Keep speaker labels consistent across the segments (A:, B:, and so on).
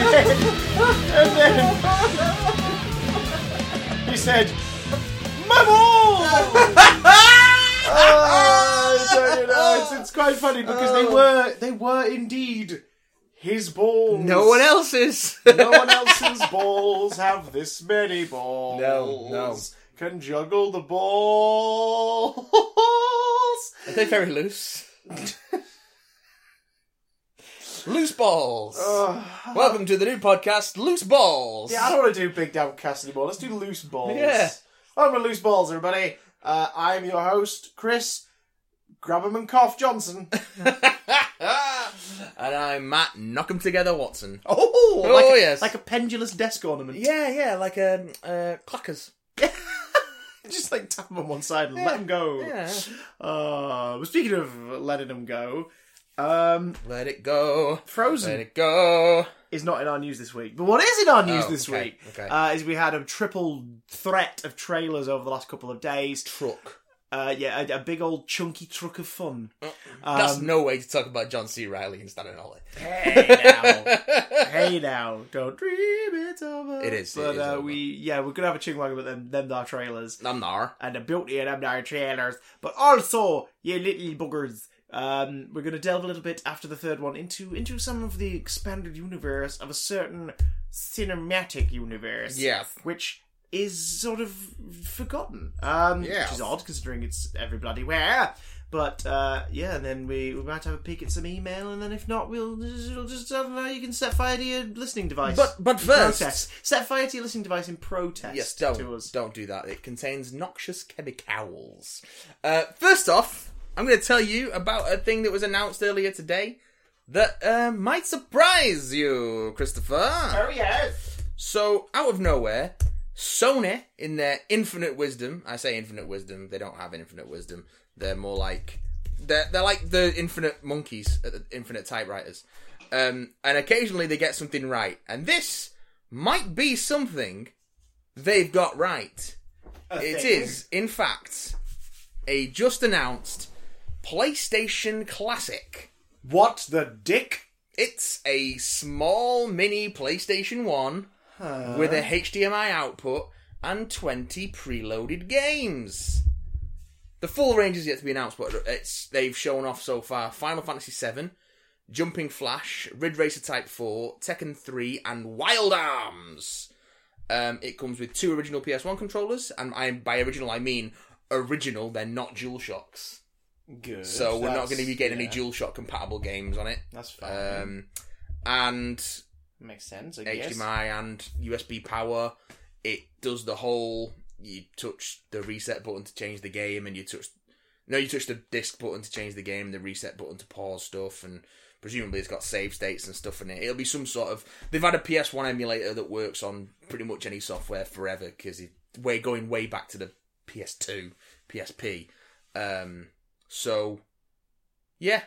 A: And then he said, "My ball!"
B: Ah! Oh,
A: I don't know. It's, it's quite funny because they were they were indeed his balls.
B: No one else's.
A: No one else's balls have this many balls.
B: No, no.
A: Can juggle the balls.
B: Are they very loose? loose balls. Welcome to the new podcast, Loose Balls.
A: Yeah, I don't want to do big damn cast anymore. Let's do loose balls.
B: Yeah.
A: Welcome to Loose Balls, everybody. Uh, I'm your host, Chris Grabham and Cough Johnson.
B: and I'm Matt. Knock 'em together, Watson.
A: Oh,
B: like a- like a
A: pendulous desk ornament. Yeah.
B: Yeah, yeah, like um, uh, clockers.
A: Just like tap them on one side and let them go.
B: Yeah.
A: Uh, well, speaking of letting them go, um,
B: Let it go. Let
A: Frozen
B: it go.
A: is not in our news this week. But what is in our news
B: Oh,
A: this
B: okay,
A: week
B: okay.
A: uh, is we had a triple threat of trailers over the last couple of days.
B: Truck.
A: Uh, yeah, a, a big old chunky truck of fun.
B: That's no way to talk about John C. Riley and Stan Ollie.
A: Hey now, hey now, don't dream it's over.
B: It is, it
A: but
B: is
A: uh,
B: over.
A: we yeah we're gonna have a chingwag about them them our trailers
B: I'm nar.
A: and the beauty of them our trailers. But also, you little buggers, um, we're gonna delve a little bit after the third one into into some of the expanded universe of a certain cinematic universe.
B: Yes.
A: which. Is sort of forgotten, um, which
B: Yes.
A: is odd considering it's every bloody where. But uh, yeah, and then we, we might have a peek at some email, and then if not, we'll just, it'll just I don't know. You can set fire to your listening device.
B: But but first,
A: protest. Set fire to your listening device in protest
B: yes,
A: to us.
B: don't don't do that. It contains noxious chemicals. Uh, first off, I'm going to tell you about a thing that was announced earlier today that uh, might surprise you, Christopher.
A: Oh yes.
B: So out of nowhere, Sony, in their infinite wisdom, I say infinite wisdom. They don't have infinite wisdom. They're more like they're they're like the infinite monkeys, uh, infinite typewriters. Um, and occasionally they get something right, and this might be something they've got right. It is, in fact, a just announced PlayStation Classic.
A: What the dick?
B: It's a small mini PlayStation 1 with a HDMI output and 20 preloaded games. The full range is yet to be announced, but it's they've shown off so far Final Fantasy VII, Jumping Flash, Rid Racer Type 4, Tekken 3, and Wild Arms. Um, it comes with two original PS1 controllers, and I, by original I mean original, they're not DualShocks.
A: Good.
B: So we're not
A: That's-
B: going to be getting
A: yeah,
B: any DualShock compatible games on it.
A: That's fine.
B: Um, and
A: Makes sense. I guess.
B: HDMI and USB power. It does the whole. You touch the reset button to change the game, and you touch no, you touch the disc button to change the game, the reset button to pause stuff, and presumably it's got save states and stuff in it. It'll be some sort of. They've had a PS1 emulator that works on pretty much any software forever because we're going way back to the PS2, PSP. Um, so, yeah,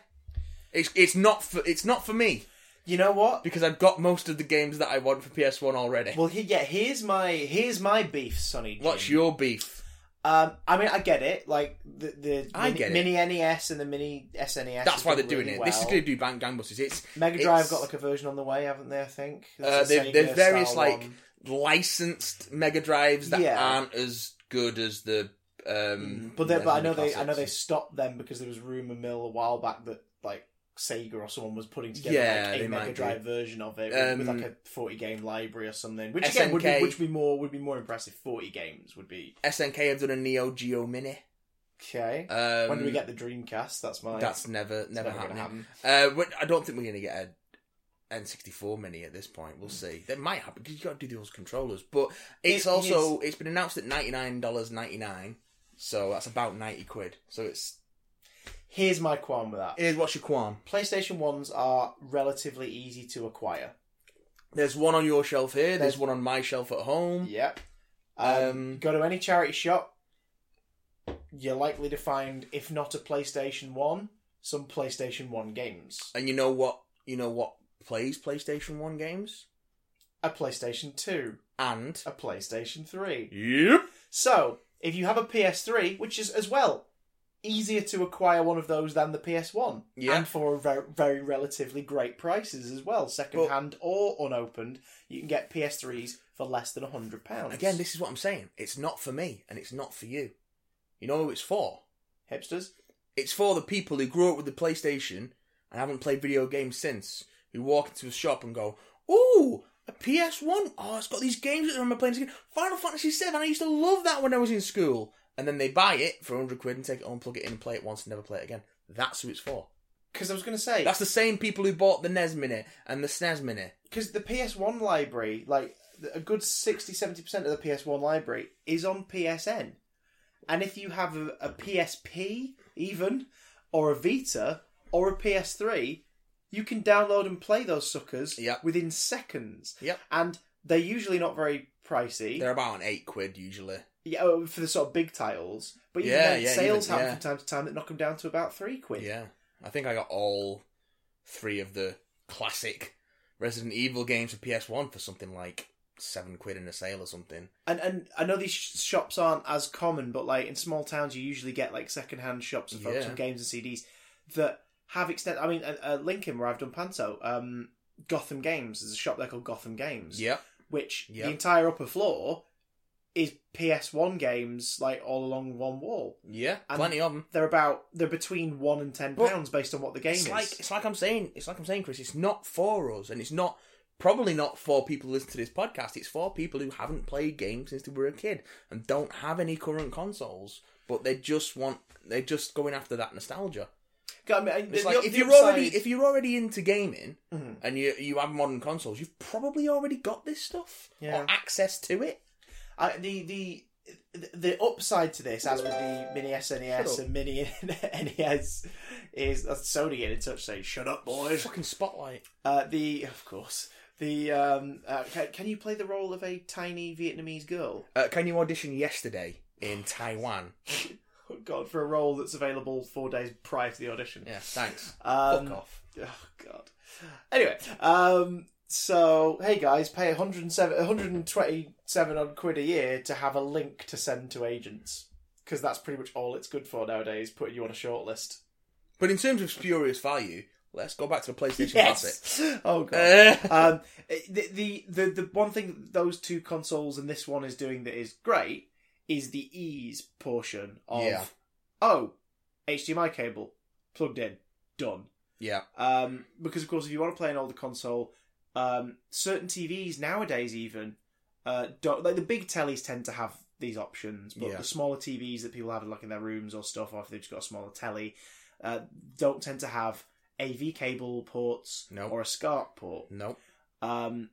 B: it's it's not for it's not for me
A: You know what?
B: because I've got most of the games that I want for PS1 already.
A: Well, he, yeah. Here's my here's my beef, Sonny. Jim.
B: What's your beef?
A: Um, I mean, I get it. Like the the
B: I
A: mini,
B: get it.
A: mini NES and the mini E SNES.
B: That's
A: has
B: why
A: done
B: they're doing
A: really
B: it. This is
A: well.
B: going to do bank gangbusters. It's
A: Mega
B: it's-
A: Drive got like a version on the way, haven't they? I think.
B: uh,
A: That's a
B: they've, they've
A: Sega
B: various
A: style
B: like
A: one.
B: licensed Mega Drives that
A: Yeah. Mm,
B: aren't as good as the. Um,
A: But they, but I know they I know they
B: classics.
A: stopped them because there was rumor mill a while back that like Sega or someone was putting together
B: Yeah,
A: like,
B: they
A: a
B: might
A: Mega
B: do.
A: Drive version of it with, with
B: Um,
A: like a forty game library or something. Which again would be
B: SNK.
A: which would be more would be more impressive. Forty games would be
B: SNK have done a Neo Geo Mini.
A: okay.
B: Um,
A: when do we get the Dreamcast? That's my
B: That's never
A: that's
B: never,
A: gonna
B: happening. Uh, but I don't think we're going to get a N64 Mini at this point. We'll see. That might happen because you got to do those controllers. But it's
A: It
B: also it's been announced at ninety nine dollars ninety nine, so that's about ninety quid. So it's
A: Here's my qualm with that.
B: here's what's your qualm?
A: PlayStation ones are relatively easy to acquire.
B: There's one on your shelf here. There's
A: There's-
B: one on my shelf at home.
A: Yep. Um,
B: Um,
A: go to any charity shop, you're likely to find, if not a PlayStation 1, some PlayStation 1 games.
B: and you know what? You know what plays PlayStation One games?
A: a PlayStation 2,
B: And
A: a PlayStation 3.
B: yep,
A: So, if you have a PS3, which is as well easier to acquire one of those than the PS1,
B: Yeah.
A: and for very, very relatively great prices as well, second hand or unopened, you can get PS3s for less than hundred pounds.
B: again, this is what I'm saying. It's not for me, and it's not for you. You know who it's for?
A: hipsters.
B: It's for the people who grew up with the PlayStation and haven't played video games since. Who walk into a shop and go, "Ooh, a PS One. Oh, it's got these games that I remember playing. this game. Final Fantasy VII. I used to love that when I was in school." And then they buy it for hundred quid and take it home, plug it in, and play it once, and never play it again. That's who it's for.
A: Because I was going to say,
B: That's the same people who bought the NES Mini and the E SNES Mini.
A: because the PS1 library, like a good 60 70% of the PS1 library is on PSN. And if you have a, a PSP, even, or a Vita, or a PS3, you can download and play those suckers
B: Yep.
A: within seconds.
B: Yep.
A: And they're usually not very pricey.
B: They're about an eight quid usually.
A: Yeah, oh, for the sort of big titles. But even
B: Yeah,
A: then,
B: yeah,
A: sales
B: even-
A: happen
B: yeah.
A: from time to time that knock them down to about three quid.
B: Yeah, I think I got all three of the classic Resident Evil games for PS One for something like seven quid in a sale or something.
A: And and I know these sh- shops aren't as common, but like in small towns, you usually get like secondhand shops and focus
B: Yeah.
A: on games and CDs that have extent. I mean, uh, uh, Lincoln, where I've done Panto, um, Gotham Games. There's a shop there called Gotham Games,
B: Yeah,
A: which
B: Yeah.
A: the entire upper floor is PS1 games, like all along one wall.
B: yeah,
A: And
B: plenty of them.
A: They're about they're between one and ten
B: But
A: pounds based on what the game
B: It's
A: is.
B: like it's like I'm saying, it's like I'm saying, Chris. It's not for us, and it's not probably not for people who listen to this podcast. It's for people who haven't played games since they were a kid and don't have any current consoles, but they just want they're just going after that nostalgia.
A: I mean, I-
B: It's
A: the-
B: like
A: the
B: if you're
A: upside-
B: already if you're already into gaming
A: Mhm.
B: and you you have modern consoles, you've probably already got this stuff
A: Yeah.
B: or access to it.
A: I, the the the upside to this, as with the mini
B: Shut
A: SNES
B: up.
A: and mini NES, is that's Sony getting in touch saying, "Shut up, boys."
B: Fucking spotlight.
A: Uh, the of course the um, uh, can, can you play the role of a tiny Vietnamese girl?
B: Uh, can you audition yesterday in Taiwan?
A: Oh God, for a role that's available four days prior to the audition.
B: Yeah, thanks.
A: Um,
B: Fuck off.
A: Oh God. Anyway, um, so hey guys, pay 107, 127 odd quid a year to have a link to send to agents because that's pretty much all it's good for nowadays. Putting you on a shortlist.
B: But in terms of spurious value, let's go back to the PlayStation Classic.
A: Oh God.
B: Uh,
A: um, the, the the the one thing that those two consoles and this one is doing that is great is the ease portion of
B: Yeah.
A: oh HDMI cable plugged in done.
B: yeah,
A: Um, because of course, if you want to play an older console, um, certain TVs nowadays even uh, don't like the big tellies tend to have these options, but
B: Yeah.
A: the smaller TVs that people have like in their rooms or stuff, or if they've just got a smaller telly, uh, don't tend to have AV cable ports
B: No.
A: or a SCART port.
B: no,
A: Um,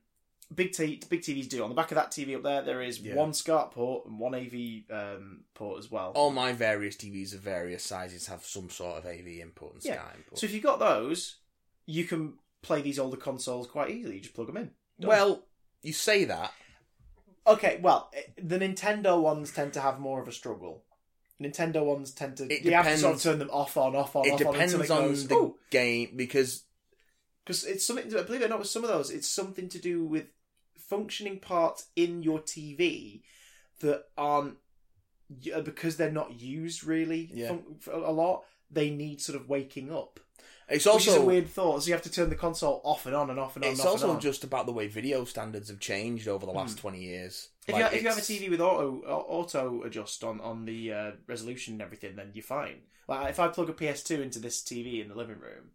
A: big t- big TVs do. On the back of that TV up there, there is
B: Yeah.
A: one SCART port and one AV um, port as well.
B: all my various TVs of various sizes have some sort of AV input and Sky
A: Yeah.
B: input.
A: So if you've got those, you can play these older consoles quite easily. You just plug them in. Done.
B: well, you say that.
A: Okay, well, eh, the Nintendo ones tend to have more of a struggle. Nintendo ones tend to
B: It
A: you have to sort of
B: depends-
A: turn them off on, off on,
B: It
A: off
B: depends
A: on
B: on,
A: until it goes.
B: the game because
A: because it's something. To, believe it or not, with some of those, it's something to do with functioning parts in your TV that aren't yeah, because they're not used really
B: Yeah.
A: fun- for a lot. They need sort of waking up,
B: it's
A: which is a
B: also
A: weird thought. So you have to turn the console off and on and off and on.
B: it's
A: and off and
B: also
A: on.
B: just about the way video standards have changed over the last 20 years.
A: Hmm. If,
B: Like,
A: you, if you have a
B: it's-
A: TV with auto auto adjust on on the uh, resolution and everything, then you're fine. Like if I plug a PS2 into this TV in the living room,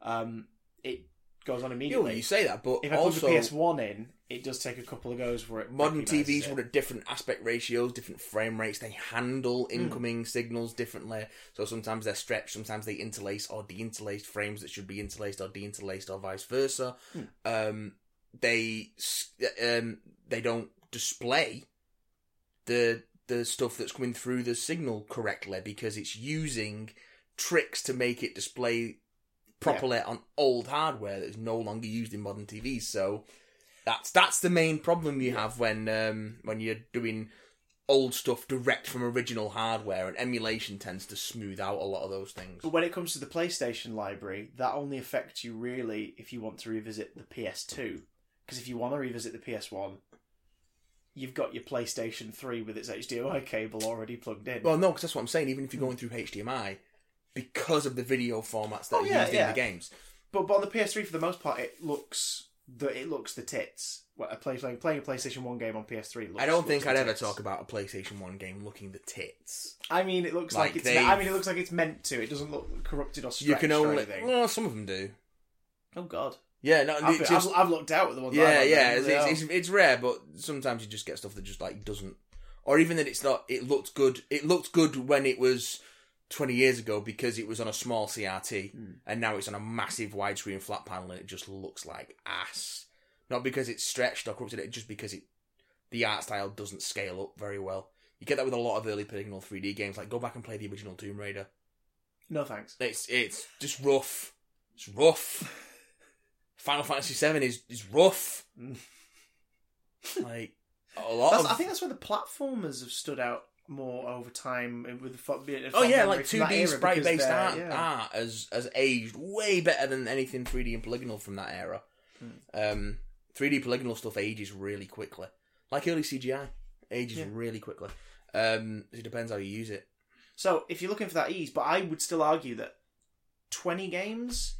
A: um, it goes on
B: you, know,
A: immediately.
B: you say that, but
A: if I plug
B: also
A: a PS1 in, it does take a couple of goes for it.
B: modern
A: recognises
B: TVs
A: it.
B: would have different aspect ratios, different frame rates. They handle
A: Hmm.
B: incoming signals differently. So sometimes they're stretched, sometimes they interlace or deinterlace frames that should be interlaced or deinterlaced or vice versa.
A: Hmm.
B: Um, they s- um, they don't display the the stuff that's coming through the signal correctly because it's using tricks to make it display properly on old hardware that is no longer used in modern TVs. So that's that's the main problem you have when um, when you're doing old stuff direct from original hardware, and emulation tends to smooth out a lot of those things.
A: But when it comes to the PlayStation library, that only affects you really if you want to revisit the PS2 Because if you want to revisit the PS1, you've got your PlayStation 3 with its HDMI cable already plugged in.
B: Well, no, because that's what I'm saying. Even if you're going through HDMI, because of the video formats that
A: Oh,
B: are
A: yeah,
B: used
A: yeah.
B: in the games.
A: But, but on the PS3, for the most part, it looks the it looks the tits. Well, a play, playing playing a PlayStation One game on PS3. Looks,
B: I don't
A: looks
B: think
A: the
B: I'd ever
A: tits.
B: talk about a PlayStation One game looking the tits.
A: I mean, it looks like,
B: Like
A: it's.
B: they-
A: I mean, it looks like it's meant to. It doesn't look corrupted or stretched
B: you can
A: or
B: only.
A: anything.
B: Well, some of them do.
A: Oh God,
B: Yeah, no,
A: I've,
B: it's
A: been-
B: just,
A: I've, I've looked Oh. out with the ones. I
B: yeah,
A: haven't,
B: yeah.
A: and
B: It's,
A: they
B: it's,
A: are-
B: it's, it's rare, but sometimes you just get stuff that just like doesn't, or even that it's not. It looked good. It looked good when it was twenty years ago because it was on a small CRT,
A: Hmm.
B: and now it's on a massive widescreen flat panel, and it just looks like ass. Not because it's stretched or corrupted, it just because it the art style doesn't scale up very well. You get that with a lot of early Polygonal 3D games. Like go back and play the original Tomb Raider.
A: no thanks.
B: It's it's just rough. It's rough. Final Fantasy VII is is rough.
A: Mm.
B: like a lot
A: That's,
B: of
A: I think that's where the platformers have stood out more over time and with the fo- being a
B: oh
A: fond
B: yeah,
A: memory from
B: like two
A: that
B: D
A: era
B: sprite
A: because
B: based
A: they're-
B: art
A: yeah.
B: art has has aged way better than anything three D and polygonal from that era. Um, three D polygonal stuff ages really quickly, like early CGI ages
A: Yeah.
B: really quickly. Um, it depends how you use it.
A: So if you're looking for that ease, but I would still argue that 20 games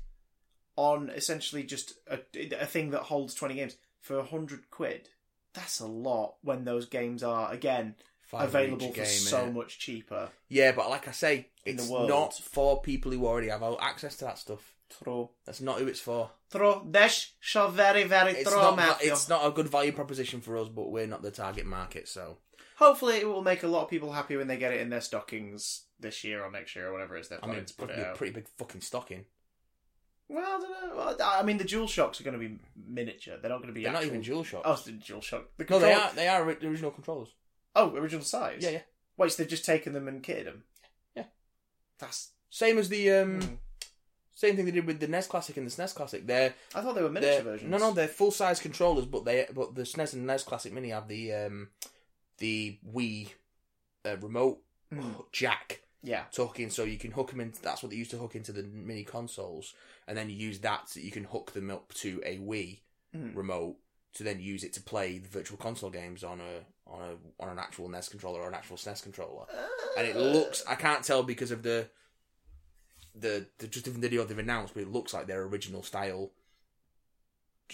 A: on essentially just a, a thing that holds 20 games for 100 quid, that's a lot when those games are, again,
B: Five of
A: available
B: each
A: for
B: game,
A: so
B: innit?
A: much cheaper.
B: Yeah, but like I say,
A: In the
B: it's
A: world.
B: not for people who already have access to that stuff.
A: Throw.
B: That's not who it's for.
A: Throw. Dash shall very, very
B: it's
A: throw,
B: not
A: Matthew.
B: it's not a good value proposition for us, but we're not the target market, so
A: Hopefully it will make a lot of people happy when they get it in their stockings this year or next year or whatever it is they're
B: I mean
A: planning
B: it's
A: to put
B: probably
A: it
B: a
A: out.
B: pretty big fucking stocking.
A: Well, I don't know. Well, I mean, the Dual Shocks are going to be miniature. They're not going to be
B: They're not
A: actual-
B: even dual shock.
A: Oh, it's the Dual Shock. The
B: no, they
A: controller-
B: are they are ri- the original controllers.
A: Oh, original size.
B: Yeah, yeah.
A: Wait, so they've just taken them and kitted them.
B: Yeah.
A: That's.
B: Same as the um
A: Mm.
B: same thing they did with the NES Classic and the SNES Classic. They're,
A: I thought they were miniature
B: they're
A: versions.
B: no no they're full size controllers, but they but the SNES and NES Classic Mini have the um the Wii uh, remote
A: Mm.
B: jack
A: Yeah.
B: tuck in, so you can hook them in. That's what they used to hook into the mini consoles, and then you use that so you can hook them up to a Wii.
A: Mm.
B: remote to then use it to play the virtual console games on a on a on an actual NES controller or an actual SNES controller. And it looks I can't tell because of the the, the just the video they've announced, but it looks like their original style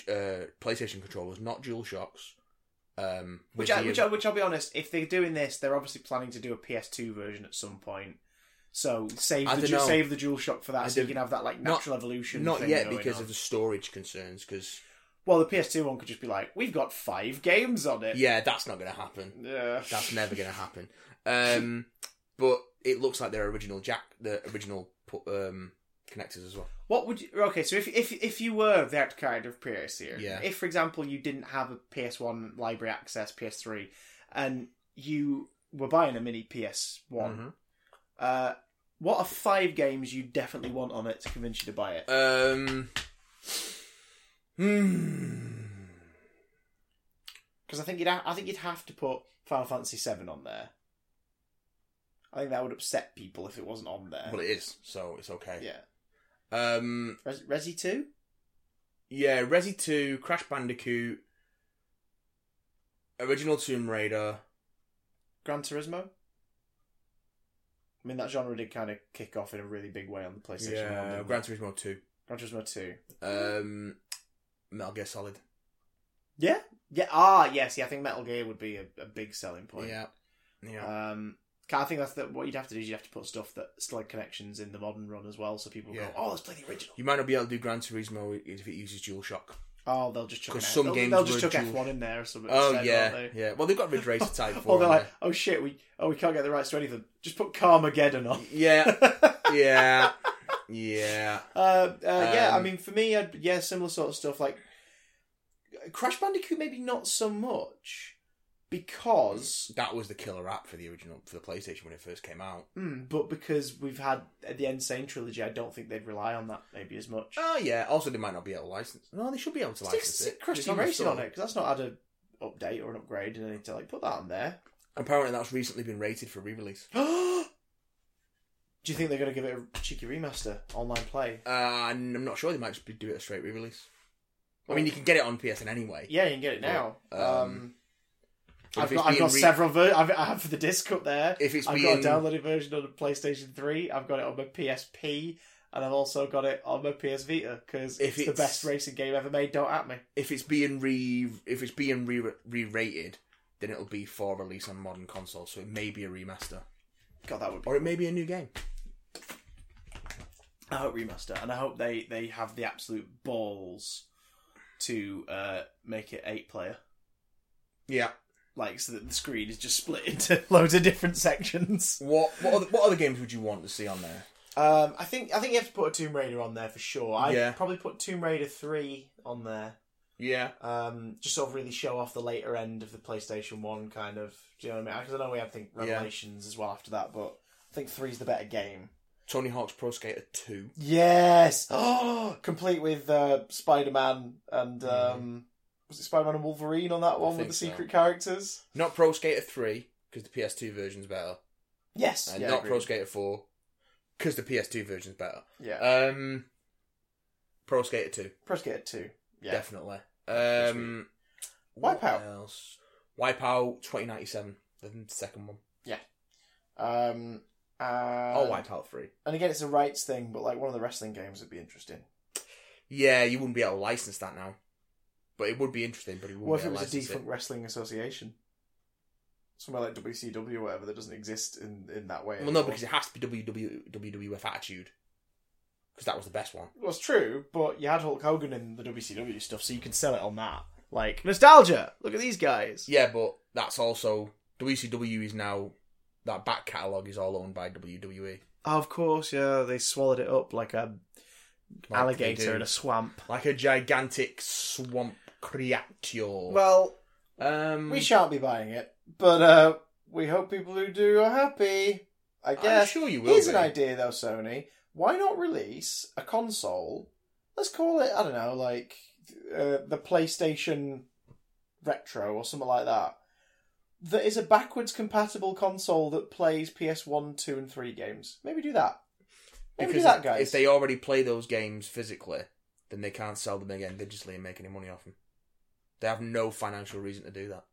B: uh, PlayStation controllers, not Dual Shocks. Um, with
A: Which, I,
B: the-
A: which, I, which I'll be honest, if they're doing this, they're obviously planning to do a PS2 version at some point. So save
B: I
A: the
B: don't
A: Ju-
B: know.
A: save the DualShock for that,
B: I
A: so you
B: don't-
A: can have that like
B: Not-
A: natural evolution.
B: not
A: thing
B: yet
A: going
B: because
A: on.
B: of the storage concerns. Because
A: well, the PS2 one could just be like, we've got five games on it.
B: yeah, that's not going to happen.
A: Yeah.
B: That's never going to happen. Um, but it looks like their original jack, the original pu- um, connectors as well.
A: What would you, okay? So if if if you were that kind of PS
B: Yeah.
A: if for example you didn't have a PS One library access, PS Three, and you were buying a mini PS One,
B: Mm-hmm.
A: uh, what are five games you definitely want on it to convince you to buy it?
B: Um, hmm.
A: Because I think you'd ha- I think you'd have to put Final Fantasy Seven on there. I think that would upset people if it wasn't on there.
B: Well, it is, so it's okay.
A: yeah,
B: Yeah. Um,
A: Res- Resi Two.
B: yeah, Resi 2, Crash Bandicoot, original Tomb Raider.
A: Gran Turismo. I mean, that genre did kind of kick off in a really big way on the PlayStation One.
B: Yeah,
A: didn't
B: Gran Turismo 2.
A: it? Gran Turismo Two.
B: Um, Metal Gear Solid.
A: Yeah. Yeah. Ah, yes. Yeah, I think Metal Gear would be a, a big selling point.
B: Yeah. Yeah.
A: Um, 'cause I think that's the, what you'd have to do. Is you'd have to put stuff that still had connections in the modern run as well, so people
B: Yeah.
A: go, "Oh, let's play the original."
B: you might not be able to do Gran Turismo if it uses DualShock.
A: Oh, they'll just chuck
B: 'Cause
A: an F-
B: some
A: they'll,
B: games
A: they'll just
B: were
A: chuck
B: dual-
A: F one in there or something.
B: Oh
A: instead,
B: yeah,
A: won't they?
B: yeah. Well, they've got Ridge Racer Type Four.
A: Or they're
B: on
A: like, "Oh shit, we oh we can't get the rights to anything. Just put Carmageddon on."
B: there. yeah, yeah, yeah.
A: Uh, uh, yeah, I
B: Um,
A: mean, for me, I'd, yeah, similar sort of stuff. Like Crash Bandicoot, maybe not so much because
B: That was the killer app for the original for the PlayStation when it first came out.
A: Mm, but because we've had the Insane trilogy, I don't think they'd rely on that maybe as much.
B: Oh yeah. Also, they might not be able to license. No, they should be able to
A: Stick,
B: license
A: stick
B: it.
A: Crash
B: It's
A: Team
B: the
A: Racing on
B: store.
A: it because that's not had a update or an upgrade, and I need to like put that on there.
B: Apparently, that's recently been rated for re-release.
A: Do you think they're going to give it a cheeky remaster, online play?
B: Uh, and I'm not sure they might just be- do it a straight re-release. I mean, you can get it on PSN anyway.
A: Yeah, you can get it now.
B: Um,
A: um,
B: But
A: I've
B: if it's
A: got, I've
B: being
A: got
B: re-
A: several ver- I've, I have the disc up there.
B: If it's
A: I've
B: being
A: got a downloaded version on the PlayStation 3. I've got it on my PSP, and I've also got it on my PS Vita because
B: If
A: it's, the
B: it's-
A: best racing game ever made. Don't at me.
B: if it's being re if it's being re re-rated, then it'll be for release on modern consoles. So it may be a remaster,
A: God, that would be.
B: or it may be a new game.
A: I hope remaster, and I hope they they have the absolute balls to uh, make it eight player,
B: Yeah.
A: like so that the screen is just split into loads of different sections.
B: What what other, what other games would you want to see on there?
A: Um, I think I think you have to put a Tomb Raider on there for sure. I'd
B: Yeah.
A: probably put Tomb Raider three on there.
B: Yeah.
A: Um, just sort of really show off the later end of the PlayStation One kind of. Do you know what I mean? Because I know we had I think
B: Yeah.
A: Revelations as well after that, but I think three's the better game.
B: Tony Hawk's Pro Skater Two.
A: Yes. Oh, complete with uh, Spider Man and um, was it Spider Man and Wolverine on that one with
B: Mm-hmm. think
A: the
B: so.
A: secret characters?
B: Not Pro Skater Three because the PS2 version's better,
A: Yes.
B: and
A: yeah,
B: not
A: agreed.
B: Pro Skater Four because the PS2 version's better.
A: Yeah.
B: Um, Pro Skater Two,
A: Pro Skater Two. Yeah.
B: definitely. Um, what
A: Wipeout.
B: Else? Wipeout 2097, the second one.
A: Um. Uh,
B: oh, Wipeout Three.
A: And again, it's a rights thing, but like one of the wrestling games would be interesting.
B: Yeah, you wouldn't be able to license that now. But it would be interesting, but it wouldn't
A: What
B: be
A: if it
B: able to
A: was a
B: license it.
A: defunct wrestling association? Somewhere like WCW or whatever that doesn't exist in, in that way.
B: Well, no,
A: anymore.
B: because it has to be WW, WWF Attitude. Because that was the best one.
A: Well, it's true, but you had Hulk Hogan in the WCW stuff, so you could sell it on that. Like nostalgia. Look at these guys.
B: Yeah, but that's also. WCW is now. That back catalogue is all owned by E. WWE.
A: Of course, yeah, they swallowed it up like a
B: Like they do.
A: alligator in a swamp.
B: Like a gigantic swamp creature.
A: Well,
B: um,
A: we shan't be buying it, but uh, we hope people who do are happy. I
B: I'm
A: guess.
B: sure you will.
A: Here's
B: be.
A: an idea though, Sony. Why not release a console? Let's call it I don't know, like uh, the PlayStation Retro or something like that. That is a backwards compatible console that plays PS1, 2, and 3 games. Maybe do that. Maybe
B: Because
A: do that,
B: if-
A: guys.
B: if they already play those games physically, then they can't sell them again digitally and make any money off them. They have no financial reason to do that.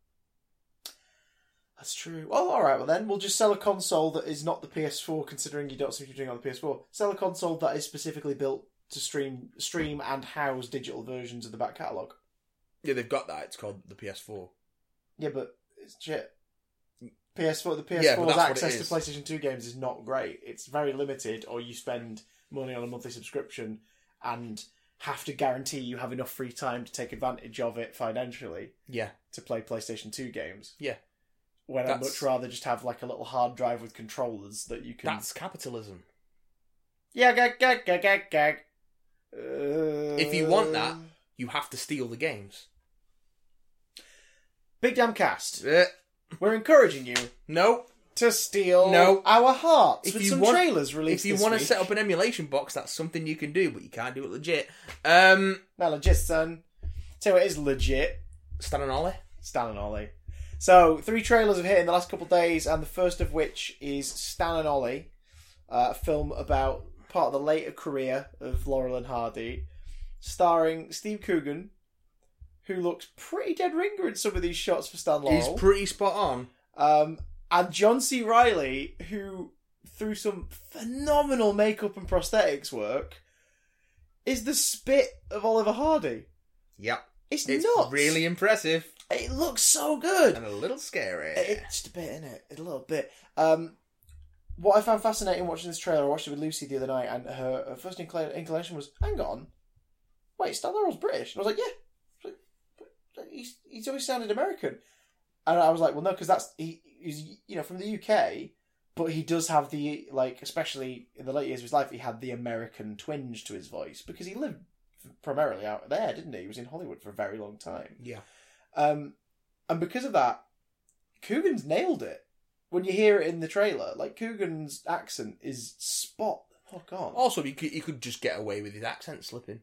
A: That's true. Well, all right. Well, then we'll just sell a console that is not the PS4, considering you don't seem to be doing it on the PS4. Sell a console that is specifically built to stream, stream and house digital versions of the back catalog.
B: Yeah, they've got that. It's called the PS4.
A: Yeah, but it's shit. PS4, the
B: Yeah, but
A: PS4's
B: that's what it
A: access to
B: is.
A: PlayStation 2 games is not great. It's very limited, or you spend money on a monthly subscription and have to guarantee you have enough free time to take advantage of it financially
B: Yeah,
A: to play PlayStation 2 games.
B: Yeah.
A: When I'd
B: That's-
A: much rather just have like a little hard drive with controllers that you can.
B: that's capitalism.
A: Yeah, gag, gag, gag, gag, gag. Uh,
B: If you want that- You have to steal the games.
A: Big damn cast.
B: Eh,
A: We're encouraging you
B: no,
A: to steal
B: No.
A: our hearts
B: If
A: with
B: you
A: some
B: want-
A: trailers released
B: if you
A: this
B: want to
A: week.
B: set up an emulation box, that's something you can do, but you can't do it legit. Um,
A: Not legit, son. Tell you what is legit.
B: Stan and Ollie.
A: Stan and Ollie. So, three trailers have hit in the last couple of days, and the first of which is Stan and Ollie, uh, a film about part of the later career of Laurel and Hardy, starring Steve Coogan, who looks pretty dead ringer in some of these shots for Stan Laurel.
B: He's pretty spot on.
A: Um, and John C. Riley, who through some phenomenal makeup and prosthetics work, is the spit of Oliver Hardy.
B: Yep,
A: It's,
B: it's
A: nuts.
B: really impressive
A: It looks so good.
B: and a little scary.
A: It's just a bit, innit? A little bit. Um, what I found fascinating watching this trailer, I watched it with Lucy the other night, and her, her first inclin- inclination was, "Hang on, wait, Stan Laurel's British." And I was like, "Yeah, I was like, but he's he's always sounded American," and I was like, "Well, no, because that's he, he's you know from the UK, but he does have the like, especially in the late years of his life, he had the American twinge to his voice because he lived primarily out there, didn't he? He was in Hollywood for a very long time."
B: yeah,
A: Um, and because of that, Coogan's nailed it. When you hear it in the trailer, like Coogan's accent is spot the fuck on.
B: Also, you could, you could just get away with his accent slipping.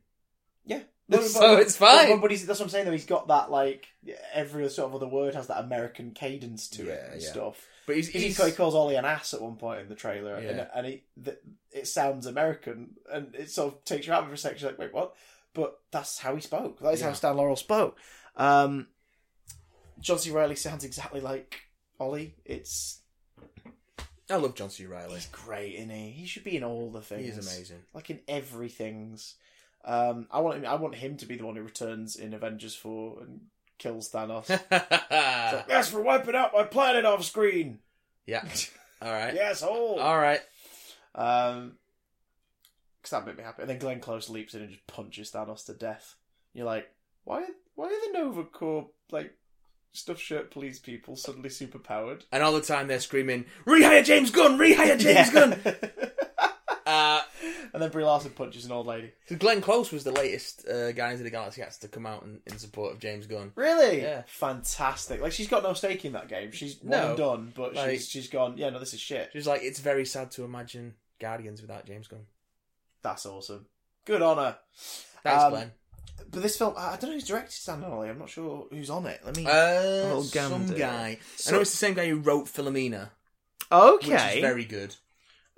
A: No,
B: so it's fine.
A: But, but he's, that's what I'm saying. Though he's got that like every sort of other word has that American cadence to it
B: Yeah,
A: and
B: yeah.
A: stuff.
B: But he's,
A: 'Cause
B: he's,
A: he, he calls Ollie an ass at one point in the trailer,
B: Yeah.
A: and, and he, th it sounds American, and it sort of takes you out of it for a section. Like, wait, what? But that's how he spoke. That is how
B: Yeah.
A: Stan Laurel spoke. Um, John C. Riley sounds exactly like Ollie. It's
B: I love John C. Riley.
A: he's great, isn't he? He should be in all the things.
B: He is amazing.
A: Like in everything's. Um, I want him, I want him to be the one who returns in Avengers Four and kills Thanos. It's like, That's for wiping out my planet off screen.
B: yeah. All right.
A: Yes, all.
B: All right.
A: Um, because that made me happy. And then Glenn Close leaps in and just punches Thanos to death. You're like, why? Why are the Nova Corps like stuff shirt police people suddenly superpowered?
B: And all the time they're screaming, "Rehire James Gunn! Rehire James Gunn!" Uh,
A: and then Brie Larson punches an old lady.
B: so Glenn Close was the latest uh, Guardians of the Galaxy actor to come out in, in support of James Gunn.
A: Really?
B: Yeah.
A: Fantastic. Like she's got no stake in that game. She's one
B: No.
A: and done, but
B: Like-
A: she's she's gone. Yeah, no, this is shit.
B: She was like, "It's very sad to imagine Guardians without James Gunn."
A: That's awesome. Good on her.
B: Thanks,
A: Um,
B: Glenn.
A: But this film, I I don't know who's directed Stan Ollie. I'm not sure who's on it. Let me.
B: Uh,
A: little
B: some
A: gander.
B: guy. I
A: So-
B: know it's the same guy who wrote Philomena,
A: okay.
B: which is very good.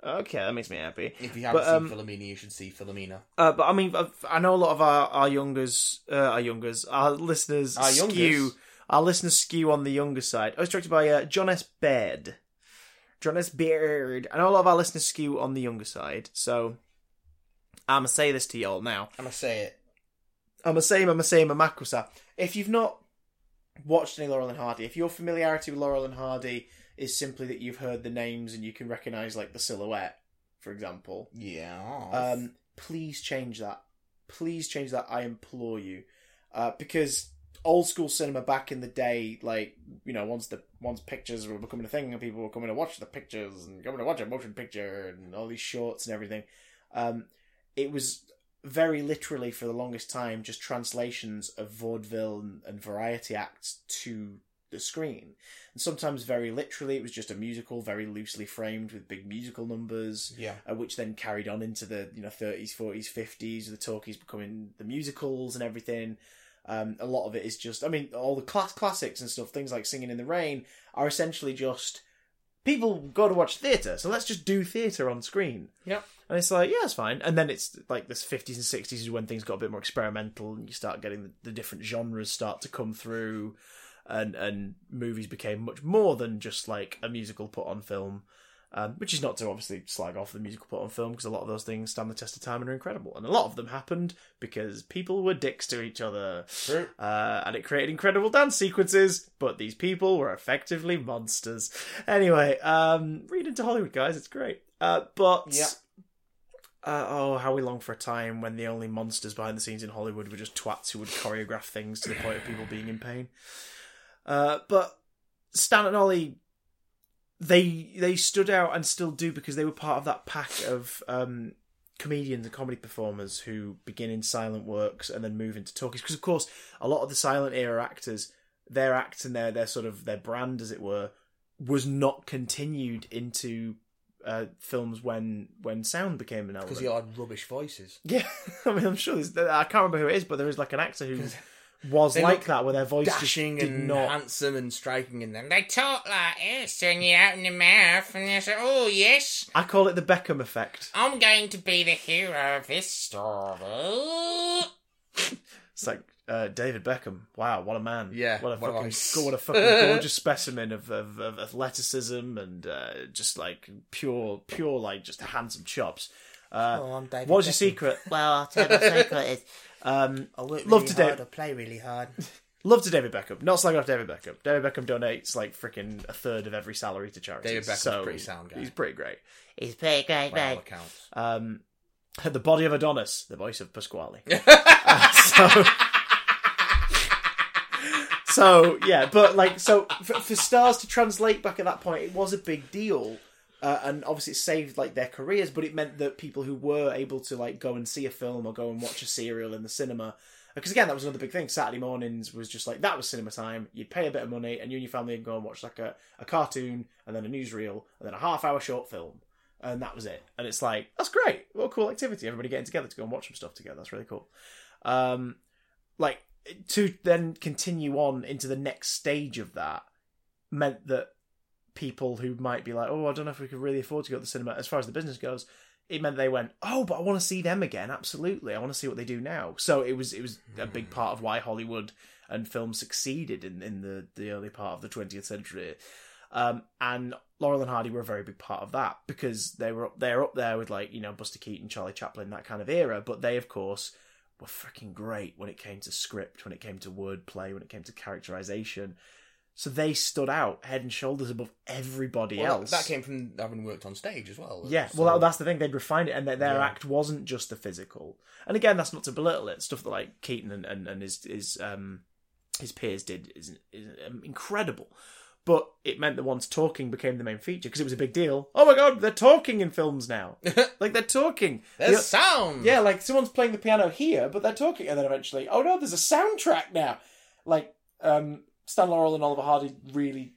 A: Okay, that makes me happy.
B: If you haven't
A: But, um,
B: seen Philomena, you should see Philomena.
A: Uh, but I mean, I've, I know a lot of our our youngers, uh, our youngers, our listeners
B: Our
A: skew
B: youngers?
A: our listeners skew on the younger side. I was directed by uh, John S. Baird. John S. Baird. I know a lot of our listeners skew on the younger side, so I'm gonna say this to y'all now.
B: I'm gonna say it.
A: I'm a same. I'm a same. I'm Makusa. If you've not watched any Laurel and Hardy, if your familiarity with Laurel and Hardy is simply that you've heard the names and you can recognise like the silhouette, for example,
B: Yeah.
A: um, please change that. Please change that. I implore you, uh, because old school cinema back in the day, like you know, once the once pictures were becoming a thing and people were coming to watch the pictures and coming to watch a motion picture and all these shorts and everything, um, it was very literally for the longest time just translations of vaudeville and, and variety acts to the screen and sometimes very literally it was just a musical very loosely framed with big musical numbers
B: yeah.
A: uh, which then carried on into the you know 30s 40s 50s the talkies becoming the musicals and everything um, a lot of it is just i mean all the class classics and stuff things like singing in the rain are essentially just people go to watch theatre so let's just do theatre on screen
B: Yep.
A: and it's like yeah it's fine and then it's like this 50s and 60s is when things got a bit more experimental and you start getting the, the different genres start to come through and and movies became much more than just like a musical put on film um, which is not to obviously slag off the musical put on film because a lot of those things stand the test of time and are incredible. And a lot of them happened because people were dicks to each other.
B: True.
A: Uh, and it created incredible dance sequences, but these people were effectively monsters. Anyway, um, read into Hollywood, guys. It's great. Uh, but.
B: Yeah.
A: Uh, oh, how we long for a time when the only monsters behind the scenes in Hollywood were just twats who would choreograph things to the point of people being in pain. Uh, but Stan and Ollie, they they stood out and still do because they were part of that pack of um, comedians and comedy performers who begin in silent works and then move into talkies. Because of course, a lot of the silent era actors, their act and their their sort of their brand, as it were, was not continued into uh, films when when sound became an
B: Because
A: element.
B: he had rubbish voices.
A: Yeah, I mean, I'm sure there's. I can't remember who it is, but there is like an actor who was
B: They
A: like
B: look
A: that, where their voice just
B: Dashing
A: did
B: and
A: not.
B: handsome and striking and then they talk like this and you out in the mouth and you say, Oh yes,
A: I call it the Beckham effect.
B: I'm going to be the hero of this story.
A: It's like uh, David Beckham. Wow, what a man!
B: Yeah,
A: what a
B: what a
A: fucking
B: voice.
A: go- what a fucking gorgeous specimen of, of, of athleticism and uh, just like pure, pure like just handsome chops. Uh,
B: I'm David
A: what's your secret? well, I'll tell you my secret is um,
B: I work
A: Love really to do- hard, I
B: play really hard.
A: love to David Beckham. Not slagging off David Beckham. David Beckham donates like freaking a third of every salary to charity.
B: David Beckham's
A: so
B: a pretty sound guy.
A: He's pretty great.
C: He's pretty great,
B: By all
C: mate.
B: accounts.
A: um, the body of Adonis, the voice of Pasquale. Uh, so, so yeah, but like, so for, for stars to translate back at that point, it was a big deal. Uh, and obviously, it saved like their careers, but it meant that people who were able to like go and see a film or go and watch a serial in the cinema, because again, that was another big thing. Saturday mornings was just like that was cinema time. You'd pay a bit of money, and you and your family would go and watch like a, a cartoon, and then a newsreel, and then a half-hour short film and that was it. And it's like that's great. What a cool activity! Everybody getting together to go and watch some stuff together. That's really cool. Um, like to then continue on into the next stage of that meant that people who might be like, oh, I don't know if we could really afford to go to the cinema, as far as the business goes, it meant they went, oh, but I want to see them again. Absolutely, I want to see what they do now. So it was it was a big part of why Hollywood and film succeeded in in the the early part of the 20th century. Um, and Laurel and Hardy were a very big part of that because they were up, they're up there with like you know Buster Keaton, Charlie Chaplin, that kind of era. But they, of course, were freaking great when it came to script, when it came to wordplay, when it came to characterization. So they stood out head and shoulders above everybody
B: Well,
A: else.
B: That came from having worked on stage as well.
A: Yeah,
B: So-
A: well, that, that's the thing. They'd refined it, and that their
B: Yeah.
A: act wasn't just the physical. And again, that's not to belittle it. Stuff that like Keaton and and, and his his um his peers did is, is um, incredible. But it meant the ones talking became the main feature because it was a big deal. Oh my god, they're talking in films now. like they're talking.
B: there's
A: The-
B: sound.
A: yeah, like someone's playing the piano here, but they're talking, and then eventually, oh no, there's a soundtrack now. Like um, Stan Laurel and Oliver Hardy really,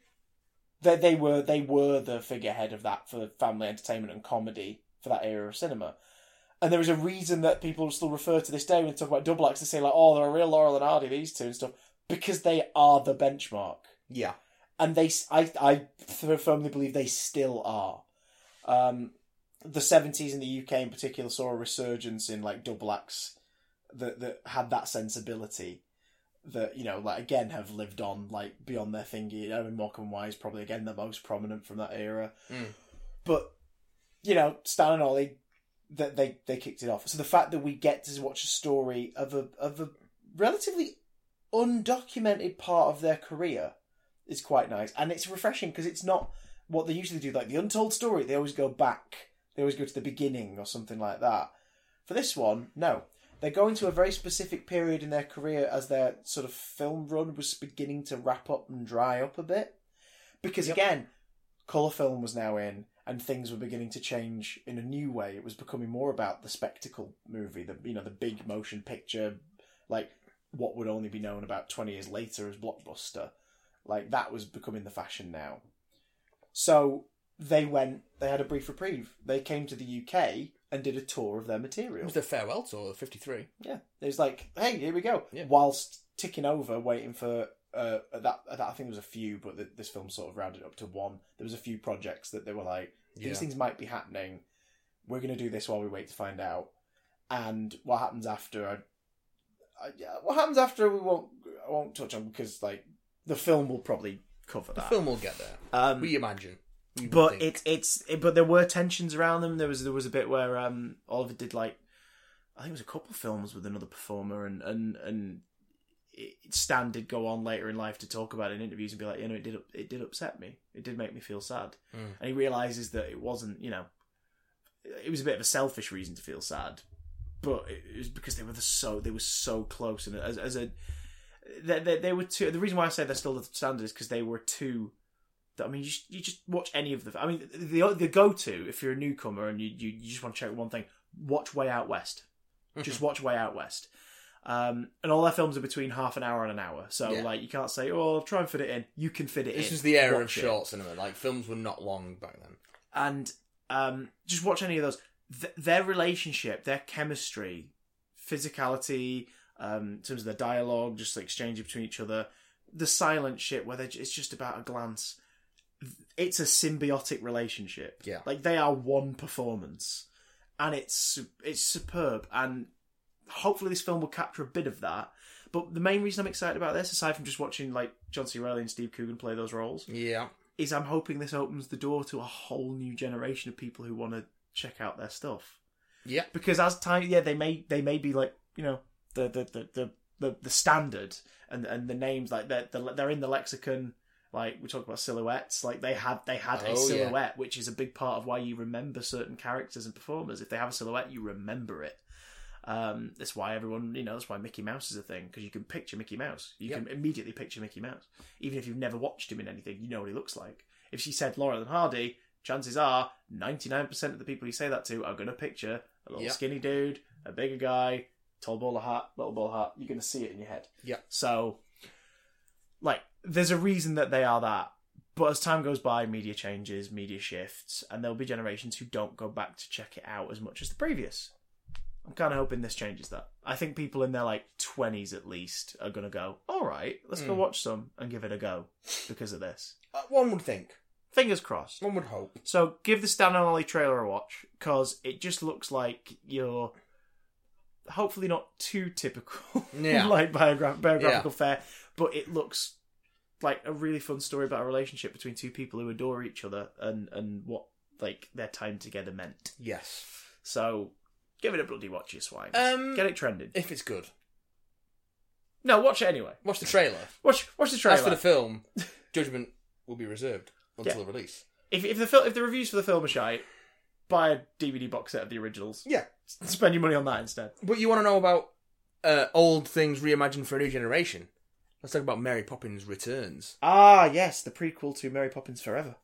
A: they they were they were the figurehead of that for family entertainment and comedy for that era of cinema. And there is a reason that people still refer to this day when they talk about double acts. They say like, oh, they're a real Laurel and Hardy, these two and stuff, because they are the benchmark
B: yeah.
A: and they s- I I f- firmly believe they still are. Um, the seventies in the UK in particular saw a resurgence in like double acts that that had that sensibility that you know like again have lived on like beyond their thing. You know, and Morecambe and Wise probably again the most prominent from that era.
B: Mm.
A: But you know, Stan and Ollie, that they they kicked it off. So the fact that we get to watch a story of a of a relatively undocumented part of their career is quite nice, and it's refreshing because it's not what they usually do. Like the untold story, they always go back, they always go to the beginning or something like that. For this one, no, they're going to a very specific period in their career as their sort of film run was beginning to wrap up and dry up a bit, because
B: Yep.
A: again, color film was now in. And things were beginning to change in a new way. It was becoming more about the spectacle movie, the you know the big motion picture, like what would only be known about 20 years later as blockbuster like that was becoming the fashion now so they went they had a brief reprieve they came to the uk and did a tour of their
B: It
A: material
B: was the farewell tour, of 53.
A: yeah it was like hey here we go
B: Yeah.
A: whilst ticking over waiting for uh, that, that i think there was a few but th this film sort of rounded up to one there was a few projects that they were like
B: Yeah.
A: these things might be happening. We're going to do this while we wait to find out. And what happens after? I, I, yeah, what happens after? We won't. I won't touch on because like the film will probably cover
B: The
A: that.
B: film will get there.
A: um,
B: we imagine. We would
A: but
B: think.
A: it's it's it, but there were tensions around them. There was there was a bit where um Oliver did like I think it was a couple of films with another performer and and and it, Stan did go on later in life to talk about it in interviews and be like you know it did up- it did upset me. It did make me feel sad.
B: Mm.
A: And he realizes that it wasn't you know it was a bit of a selfish reason to feel sad, but it was because they were the so they were so close and as as a they, they, they were two. The reason why I say they're still the standard is because they were two. that- I mean, you, just- you just watch any of the. I mean, the the go to if you're a newcomer and you, you, you just want to check one thing, watch Way Out West.
B: Mm-hmm.
A: Just watch Way Out West. Um, and all their films are between half an hour and an hour, so
B: Yeah.
A: like you can't say, "Oh, I'll try and fit it in." You can fit it in.
B: This was the era of
A: Watch it
B: short cinema. Like films were not long back then.
A: and um, just watch any of those. Th- their relationship, their chemistry, physicality, um, in terms of their dialogue, just the exchange between each other, the silent shit where they're, j- it's just about a glance. It's a symbiotic relationship.
B: Yeah.
A: like they are one performance, and it's su- it's superb. And hopefully, this film will capture a bit of that. But the main reason I'm excited about this, aside from just watching like John C. Reilly and Steve Coogan play those roles,
B: Yeah.
A: is I'm hoping this opens the door to a whole new generation of people who want to check out their stuff.
B: Yeah.
A: Because as time, yeah, they may they may be like you know the the the the, the, the standard and and the names like they're they're they're in the lexicon. Like we talk about silhouettes, like they had they had
B: Oh, yeah.
A: a silhouette, which is a big part of why you remember certain characters and performers. If they have a silhouette, you remember it. Um, that's why everyone, you know, that's why Mickey Mouse is a thing because you can picture Mickey Mouse. You
B: Yep.
A: can immediately picture Mickey Mouse, even if you've never watched him in anything. You know what he looks like. If she said Laurel and Hardy, chances are ninety nine percent of the people you say that to are going to picture a little
B: Yep.
A: skinny dude, a bigger guy, tall bowler hat, little bowler hat. You're going to see it in your head.
B: Yep.
A: So, like, there's a reason that they are that. But as time goes by, media changes, media shifts, and there'll be generations who don't go back to check it out as much as the previous. I'm kind of hoping this changes that. I think people in their like 20s at least are going to go, all right, let's go
B: Hmm.
A: watch some and give it a go because of this.
B: Uh, one would think.
A: Fingers crossed.
B: One would hope.
A: So give the Stan and Ollie trailer a watch because it just looks like you're hopefully not too typical,
B: Yeah.
A: like biogra- biographical fare, but it looks like a really fun story about a relationship between two people who adore each other and and what like their time together meant.
B: Yes.
A: So give it a bloody watch, you swine.
B: Um,
A: Get it trending.
B: If it's good.
A: No, watch it anyway.
B: Watch the trailer.
A: Watch watch the trailer.
B: As for the film, judgment will be reserved until the release.
A: if if the fil- if the reviews for the film are shite, buy a DVD box set of the originals.
B: Yeah.
A: Spend your money on that instead.
B: But you want to know about uh, old things reimagined for a new generation? Let's talk about Mary Poppins Returns.
A: Ah, yes, the prequel to Mary Poppins Forever.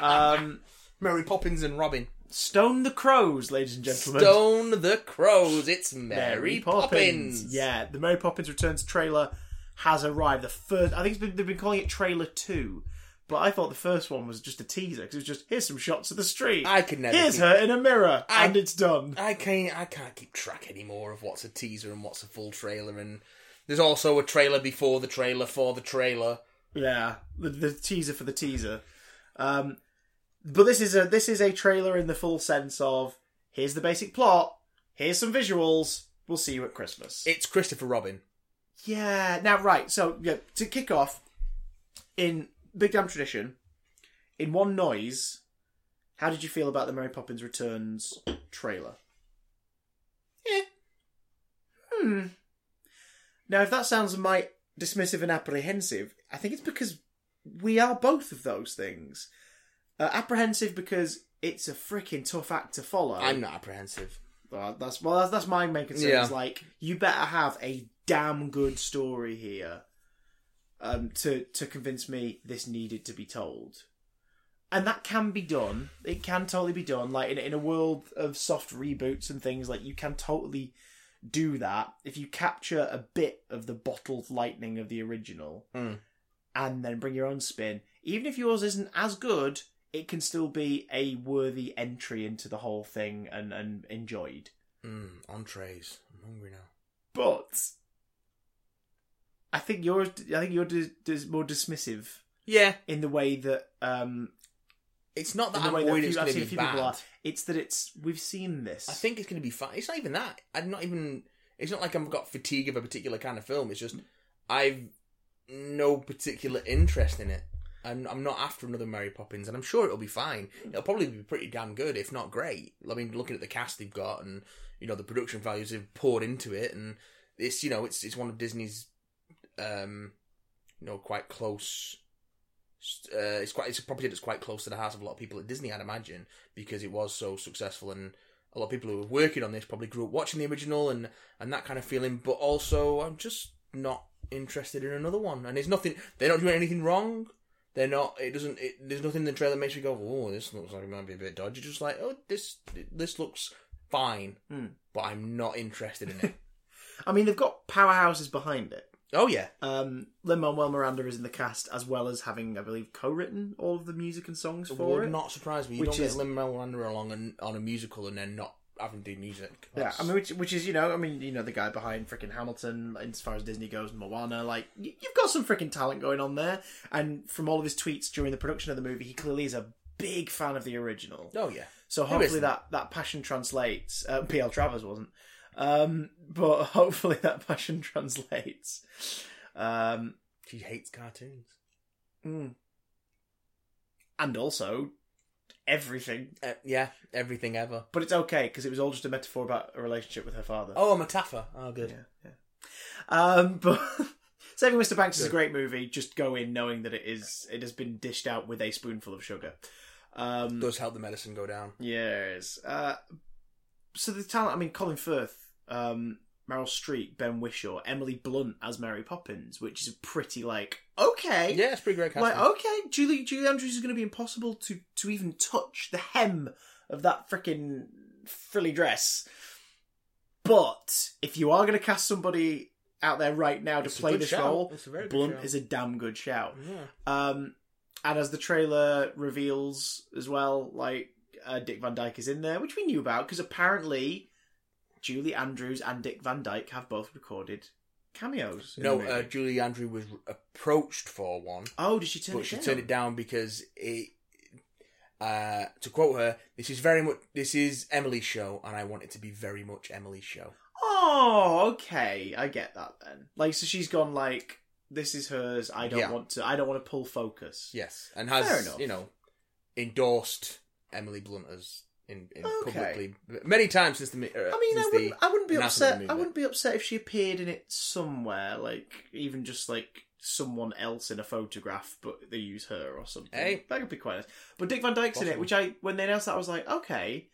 A: Um,
B: Mary Poppins and Robin.
A: Stone the Crows, ladies and gentlemen.
B: Stone the Crows. It's Mary, Poppins.
A: Yeah, the Mary Poppins Returns trailer has arrived. The first, I think it's been, they've been calling it Trailer Two, but I thought the first one was just a teaser because it was just here's some shots of the street.
B: I could never.
A: Here's
B: keep-
A: her in a mirror,
B: I-
A: and it's done.
B: I can't. I can't keep track anymore of what's a teaser and what's a full trailer. And there's also a trailer before the trailer for the trailer.
A: Yeah, the, the teaser for the teaser. Um, but this is a this is a trailer in the full sense of here's the basic plot, here's some visuals. We'll see you at Christmas.
B: It's Christopher Robin.
A: Yeah. Now, right. So, yeah, to kick off, in big damn tradition, in one noise, how did you feel about the Mary Poppins Returns trailer?
B: Eh.
A: Hmm. Now, if that sounds might dismissive and apprehensive, I think it's because we are both of those things. Uh, apprehensive because it's a freaking tough act to follow.
B: I'm not apprehensive.
A: Well, Uh, that's well, that's, that's my main concern.
B: Yeah.
A: Is like you better have a damn good story here, um, to to convince me this needed to be told, and that can be done. It can totally be done. Like in in a world of soft reboots and things, like you can totally do that if you capture a bit of the bottled lightning of the original,
B: Mm.
A: and then bring your own spin. Even if yours isn't as good, it can still be a worthy entry into the whole thing and and enjoyed.
B: Mm, entrees. I'm hungry now.
A: But I think yours, I think you're dis- dis- more dismissive
B: Yeah,
A: in the way that um
B: it's not that
A: in the
B: I'm
A: way that
B: worried
A: few-
B: it's going
A: I've
B: to
A: seen a
B: be
A: few
B: bad.
A: people are. It's that it's we've seen this.
B: I think it's going to be fine. It's not even that. I'm not even. It's not like I've got fatigue of a particular kind of film. It's just I've no particular interest in it. I'm, I'm not after another Mary Poppins, and I'm sure it'll be fine. It'll probably be pretty damn good, if not great. I mean, looking at the cast they've got, and you know the production values they've poured into it, and it's you know it's it's one of Disney's, um, you know, quite close. Uh, it's quite it's a property that's quite close to the hearts of a lot of people at Disney, I'd imagine, because it was so successful and a lot of people who were working on this probably grew up watching the original and and that kind of feeling. But also, I'm just not interested in another one. And it's nothing. They're not doing anything wrong. They're not. It doesn't. It, there's nothing in the trailer that makes me go, "Oh, this looks like it might be a bit dodgy." Just like, "Oh, this this looks fine,"
A: Hmm.
B: but I'm not interested in it.
A: I mean, they've got powerhouses behind it.
B: oh yeah,
A: Um, Lin Manuel Miranda is in the cast, as well as having, I believe, co-written all of the music and songs
B: it
A: for
B: would
A: it.
B: not surprise me. You
A: Which
B: don't
A: is-
B: get Lin Manuel Miranda along and, on a musical and then not having to do music.
A: Yeah,
B: That's-
A: I mean, which, which is you know, I mean, you know, the guy behind freaking Hamilton, as far as Disney goes, Moana, like y- you've got some freaking talent going on there. And from all of his tweets during the production of the movie, he clearly is a big fan of the original.
B: oh yeah.
A: So
B: Who
A: hopefully
B: isn't?
A: that that passion translates. Uh, PL Travers wasn't, um, but hopefully that passion translates. Um,
B: She hates cartoons.
A: mm. And also everything,
B: Uh, yeah, everything ever.
A: but it's okay because it was all just a metaphor about a relationship with her father.
B: Oh, I'm a taffer. Oh, good.
A: Yeah, yeah. Um, but Saving Mr. Banks is a
B: Good.
A: great movie. Just go in knowing that it is it has been dished out with a spoonful of sugar. Um,
B: does help the medicine go down.
A: yes. Uh, so the talent. I mean, Colin Firth, um, Meryl Streep, Ben Wishaw, Emily Blunt as Mary Poppins, which is a pretty like okay.
B: Yeah, it's pretty great
A: Like oh,
B: casting.
A: okay, Julie Julie Andrews is going to be impossible to to even touch the hem of that freaking frilly dress. But if you are going to cast somebody out there right now to
B: It's a
A: play
B: good
A: this
B: shout.
A: role,
B: It's a very good
A: Blunt
B: shout.
A: is a damn good shout.
B: Yeah.
A: Um, and as the trailer reveals as well, like uh, Dick Van Dyke is in there, which we knew about because apparently Julie Andrews and Dick Van Dyke have both recorded cameos? in
B: No,
A: the
B: uh,
A: movie?
B: Julie Andrew was approached for one,
A: oh, did she turn
B: but
A: it
B: she
A: down?
B: turned it down because it. Uh, to quote her, this is very much this is Emily's show, and I want it to be very much Emily's show.
A: Oh, okay. I get that then. Like, so she's gone like, this is hers. I don't
B: Yeah.
A: want to. I don't want to pull focus.
B: Yes, and
A: Fair
B: has
A: enough.
B: you know endorsed Emily Blunt as in, in
A: Okay.
B: publicly many times since the. mi- Uh,
A: I mean, I
B: since
A: wouldn't. I wouldn't be
B: announcement of
A: upset.
B: the
A: I
B: movie.
A: wouldn't be upset if she appeared in it somewhere, like even just like someone else in a photograph, but they use her or something.
B: Hey.
A: That could be quite nice. But Dick Van Dyke's in it,
B: Possible.
A: which I when they announced that, I was like, okay.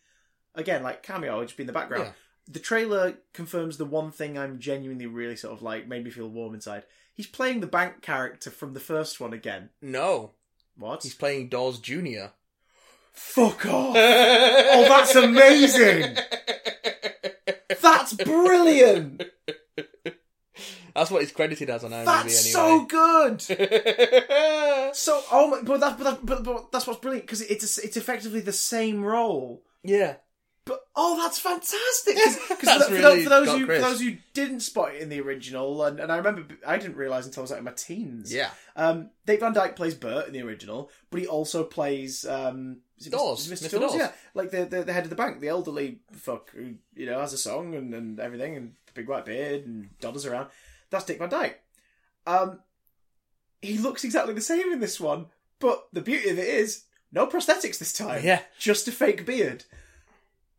A: Again, like cameo, it'd just be in the background.
B: Yeah.
A: The trailer confirms the one thing I'm genuinely really sort of like made me feel warm inside. He's playing the bank character from the first one again.
B: no,
A: What?
B: he's playing Dawes Junior.
A: Fuck off!
B: oh,
A: that's amazing. That's brilliant.
B: That's what he's credited as on IMDb.
A: That's so
B: anyway.
A: good.
B: so.
A: So, oh my, but that, but that, but, but that's what's brilliant because it's it's effectively the same role.
B: yeah.
A: But oh, that's fantastic! Because
B: That's
A: for,
B: really
A: tho- for those
B: got
A: who for
B: Chris.
A: those who didn't spot it in the original, and, and I remember I didn't realize until I was like in my teens.
B: Yeah.
A: Um, Dave Van Dyke plays Bert in the original, but he also plays um, is it Mis-
B: Dawes,
A: is it
B: Mr. Dawes.
A: yeah, like the, the the head of the bank, the elderly fuck who you know has a song and, and everything, and the big white beard and dodders around. That's Dick Van Dyke. Um, he looks exactly the same in this one, but the beauty of it is no prosthetics this time.
B: Oh, Yeah.
A: just a fake beard.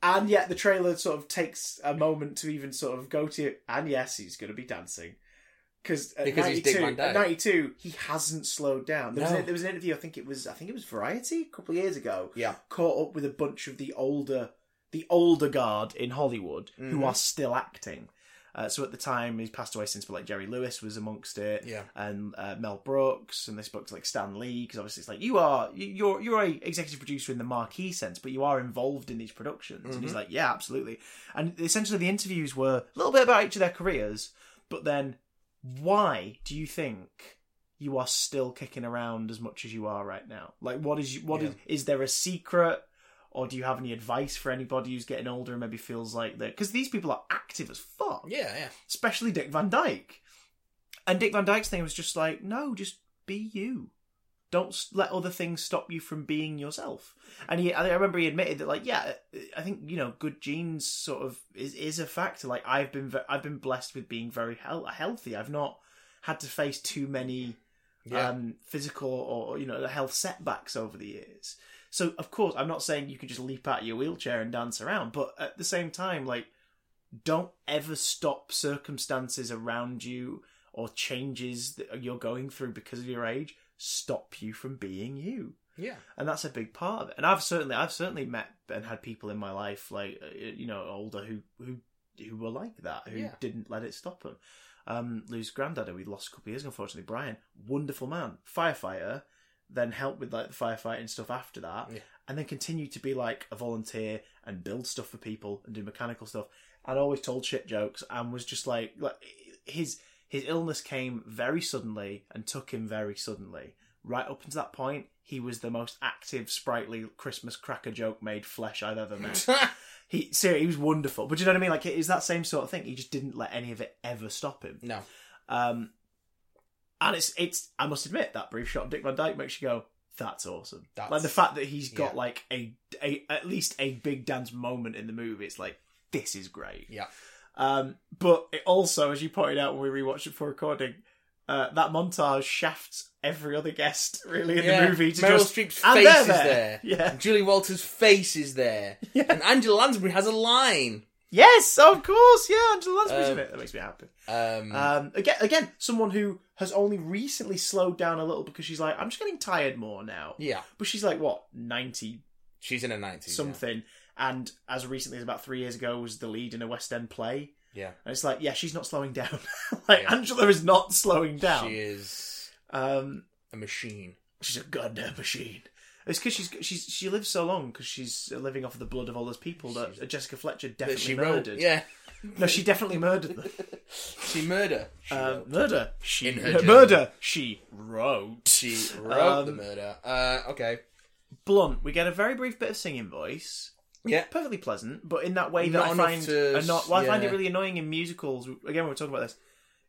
A: And yet the trailer sort of takes a moment to even sort of go to it. And yes, he's going to be dancing. Cause at
B: Because
A: 92,
B: he's Dick Van Dyke.
A: At 92, he hasn't slowed down. There, was
B: No.
A: an, there was an interview, I think it was, I think it was Variety a couple of years ago,
B: Yeah.
A: caught up with a bunch of the older, the older guard in Hollywood
B: Mhm.
A: who are still acting. Uh, so at the time, he's passed away since, but like Jerry Lewis was amongst it
B: Yeah.
A: and uh, Mel Brooks, and this book's like Stan Lee, because obviously it's like you are you- you're you're a executive producer in the marquee sense, but you are involved in these productions. And
B: Mm-hmm.
A: he's like, yeah, absolutely. And essentially, the interviews were a little bit about each of their careers, but then why do you think you are still kicking around as much as you are right now? Like, what is you, what
B: Yeah.
A: is is there a secret? Or do you have any advice for anybody who's getting older and maybe feels like that? Because these people are active as fuck
B: Yeah. Yeah.
A: especially Dick Van Dyke. And Dick Van Dyke's thing was just like, no, just be you. Don't s- let other things stop you from being yourself. And he, I think- I remember he admitted that, like, yeah, I think you know, good genes sort of is is a factor. Like, I've been ve- I've been blessed with being very hel- healthy. I've not had to face too many
B: Yeah.
A: um, physical or you know health setbacks over the years. So of course, I'm not saying you can just leap out of your wheelchair and dance around, but at the same time, like don't ever stop circumstances around you or changes that you're going through because of your age stop you from being you
B: yeah.
A: and that's a big part of it. And I've certainly, I've certainly met and had people in my life, like uh, you know, older who who who were like that, who
B: Yeah.
A: didn't let it stop them. Um, Lou's granddad, who we lost a couple of years ago, unfortunately, Brian, wonderful man, firefighter, then helped with like the firefighting stuff after that,
B: Yeah.
A: and then continued to be like a volunteer and build stuff for people and do mechanical stuff, and always told shit jokes and was just like like his his illness came very suddenly and took him very suddenly. Right up until that point, he was the most active, sprightly Christmas cracker joke made flesh I've ever met. he seriously, he was wonderful. But do you know what I mean? Like it is that same sort of thing. He just didn't let any of it ever stop him.
B: no.
A: Um, and it's it's I must admit that brief shot of Dick Van Dyke makes you go, that's awesome.
B: That's-
A: like the fact that he's got
B: yeah.
A: like a, a at least a big dance moment in the movie. It's like this is great.
B: Yeah.
A: Um, but it also, as you pointed out when we rewatched it for recording, uh, that montage shafts every other guest really in
B: Yeah.
A: the movie to
B: Meryl
A: just
B: Streep's
A: and
B: face
A: they're
B: is there.
A: Yeah.
B: And Julie Walters' face is there.
A: Yeah.
B: And Angela Lansbury has a line.
A: Yes, of course. Yeah, Angela Lansbury's in
B: Um,
A: it. That makes me happy.
B: Um,
A: Um, again, again, someone who has only recently slowed down a little because she's like, I'm just getting tired more now.
B: yeah.
A: But she's like what ninety
B: She's in her 90s. yeah.
A: something, and as recently as about three years ago was the lead in a West End play.
B: Yeah.
A: And it's like, yeah, she's not slowing down. like
B: Yeah.
A: Angela is not slowing down.
B: She is
A: Um,
B: a machine.
A: she's a goddamn machine. It's because she's she's she lives so long because she's living off of the blood of all those people that
B: She's-
A: Jessica Fletcher definitely
B: That she
A: murdered.
B: wrote. Yeah.
A: No, she definitely murdered them.
B: She murder. She
A: Um,
B: wrote,
A: murder. She
B: In her
A: murder. She wrote.
B: she wrote the
A: um,
B: murder. Uh, okay.
A: Blunt. We get a very brief bit of singing voice.
B: Yeah.
A: perfectly pleasant, but in that way that
B: Not
A: I
B: enough
A: find
B: to-
A: uh, not. Well, I find it
B: yeah.
A: really annoying in musicals. Again, we were talking about this.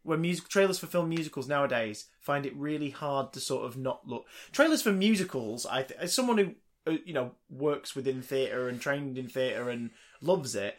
A: when music trailers for film musicals nowadays find it really hard to sort of not look trailers for musicals. I th- as someone who uh, you know works within theatre and trained in theatre and loves it,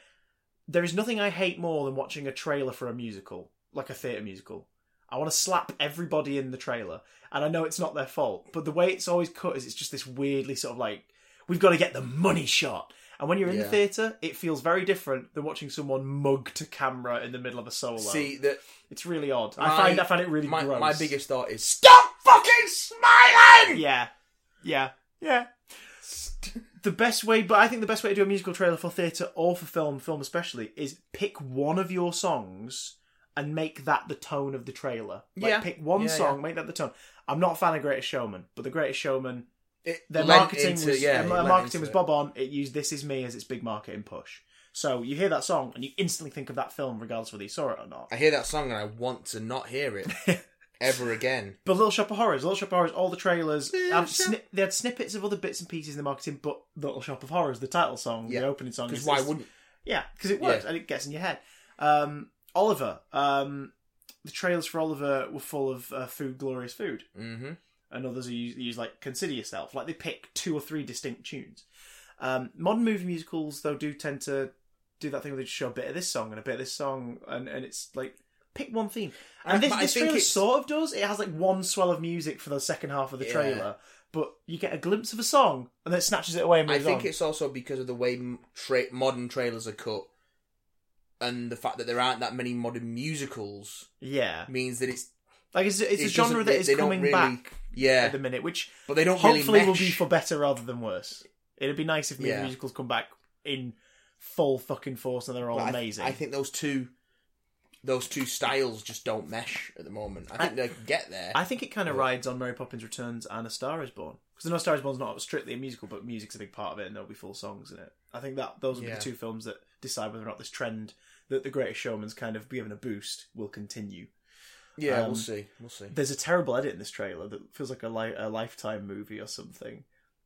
A: there is nothing I hate more than watching a trailer for a musical, like a theatre musical. I want to slap everybody in the trailer, and I know it's not their fault, but the way it's always cut is it's just this weirdly sort of like we've got to get the money shot. And when you're in the
B: Yeah.
A: theatre, it feels very different than watching someone mug to camera in the middle of a solo.
B: See that
A: It's really odd.
B: My-
A: I find I find it really
B: my,
A: gross.
B: my biggest thought is stop fucking smiling.
A: Yeah, yeah, yeah. The best way, but I think the best way to do a musical trailer for theatre or for film, film especially, is pick one of your songs and make that the tone of the trailer. Like,
B: Yeah.
A: Pick one
B: Yeah,
A: song, make that the tone. I'm not a fan of Greatest Showman, but The Greatest Showman,
B: It
A: their
B: lent
A: marketing
B: into-
A: was
B: yeah,
A: their
B: it
A: mar-
B: lent
A: marketing
B: into
A: was
B: it.
A: bob on. It used "This Is Me" as its big marketing push. So you hear that song and you instantly think of that film, regardless of whether you saw it or not.
B: I hear that song and I want to not hear it ever again.
A: But Little Shop of Horrors, Little Shop of Horrors, all the trailers,
B: Little
A: have
B: Shop-
A: sni- they had snippets of other bits and pieces in the marketing, but Little Shop of Horrors, the title song,
B: Yeah.
A: the opening song,
B: Because
A: is-
B: why
A: is-
B: wouldn't?
A: Yeah, because it works
B: Yeah.
A: and it gets in your head. Um, Oliver, um, the trailers for Oliver were full of uh, food, glorious food,
B: hmm
A: and others who use, use like Consider Yourself. Like they pick two or three distinct tunes. Um, modern movie musicals though do tend to do that thing where they just show a bit of this song and a bit of this song, and, and it's like pick one theme. And this,
B: but
A: this trailer
B: it's-
A: sort of does. It has like one swell of music for the second half of the
B: Yeah.
A: trailer, but you get a glimpse of a song and then it snatches it away and
B: I
A: moves
B: think
A: on.
B: it's also because of the way m- tra- modern trailers are cut, and the fact that there aren't that many modern musicals
A: yeah,
B: means that it's
A: like it's, it's
B: it
A: a genre
B: doesn't-
A: that
B: they-
A: is
B: they don't
A: coming
B: really-
A: back
B: yeah,
A: at the minute, which
B: but they don't
A: hopefully
B: really
A: will be
B: mesh.
A: for better rather than worse. It'd be nice if movie
B: Yeah.
A: musicals come back in full fucking force and they're all
B: But I th-
A: amazing.
B: I, think those two, those two styles just don't mesh at the moment. I think they can get there.
A: I think it kind of rides on Mary Poppins Returns and A Star Is Born because No Star Is Born's not strictly a musical, but music's a big part of it, and there'll be full songs in it. I think that those will be
B: Yeah.
A: the two films that decide whether or not this trend that The Greatest Showman's kind of given a boost will continue.
B: yeah,
A: um,
B: we'll see. We'll see.
A: There's a terrible edit in this trailer that feels like a, li- a lifetime movie or something,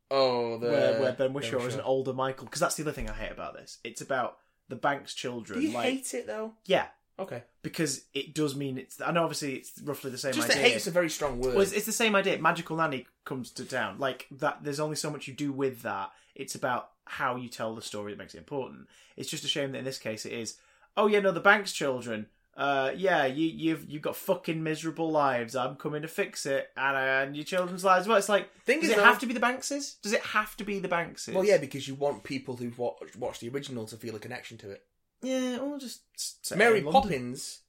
B: oh, the
A: where, where Ben Wishaw
B: Wishaw.
A: is an older Michael. Because that's the other thing I hate about this. It's about the Banks children.
B: Do you
A: like,
B: hate it though?
A: yeah,
B: Okay,
A: because it does mean it's. I know, obviously, it's roughly the same.
B: just
A: idea.
B: that hate's a very strong word.
A: Well, it's, it's the same idea. Magical Nanny comes to town. Like that, there's only so much you do with that. It's about how you tell the story that makes it important. It's just a shame that in this case it is. Oh yeah, no, the bank's children. Uh, yeah, you, you've you've got fucking miserable lives. I'm coming to fix it, and, and your children's lives. Well, it's like,
B: Thing
A: does
B: is,
A: it
B: though-
A: have to be the Bankses? Does it have to be the Bankses?
B: Well, yeah, because you want people who wa- watch the original to feel a connection to it.
A: yeah. Well, just set it
B: Mary
A: in London.
B: Poppins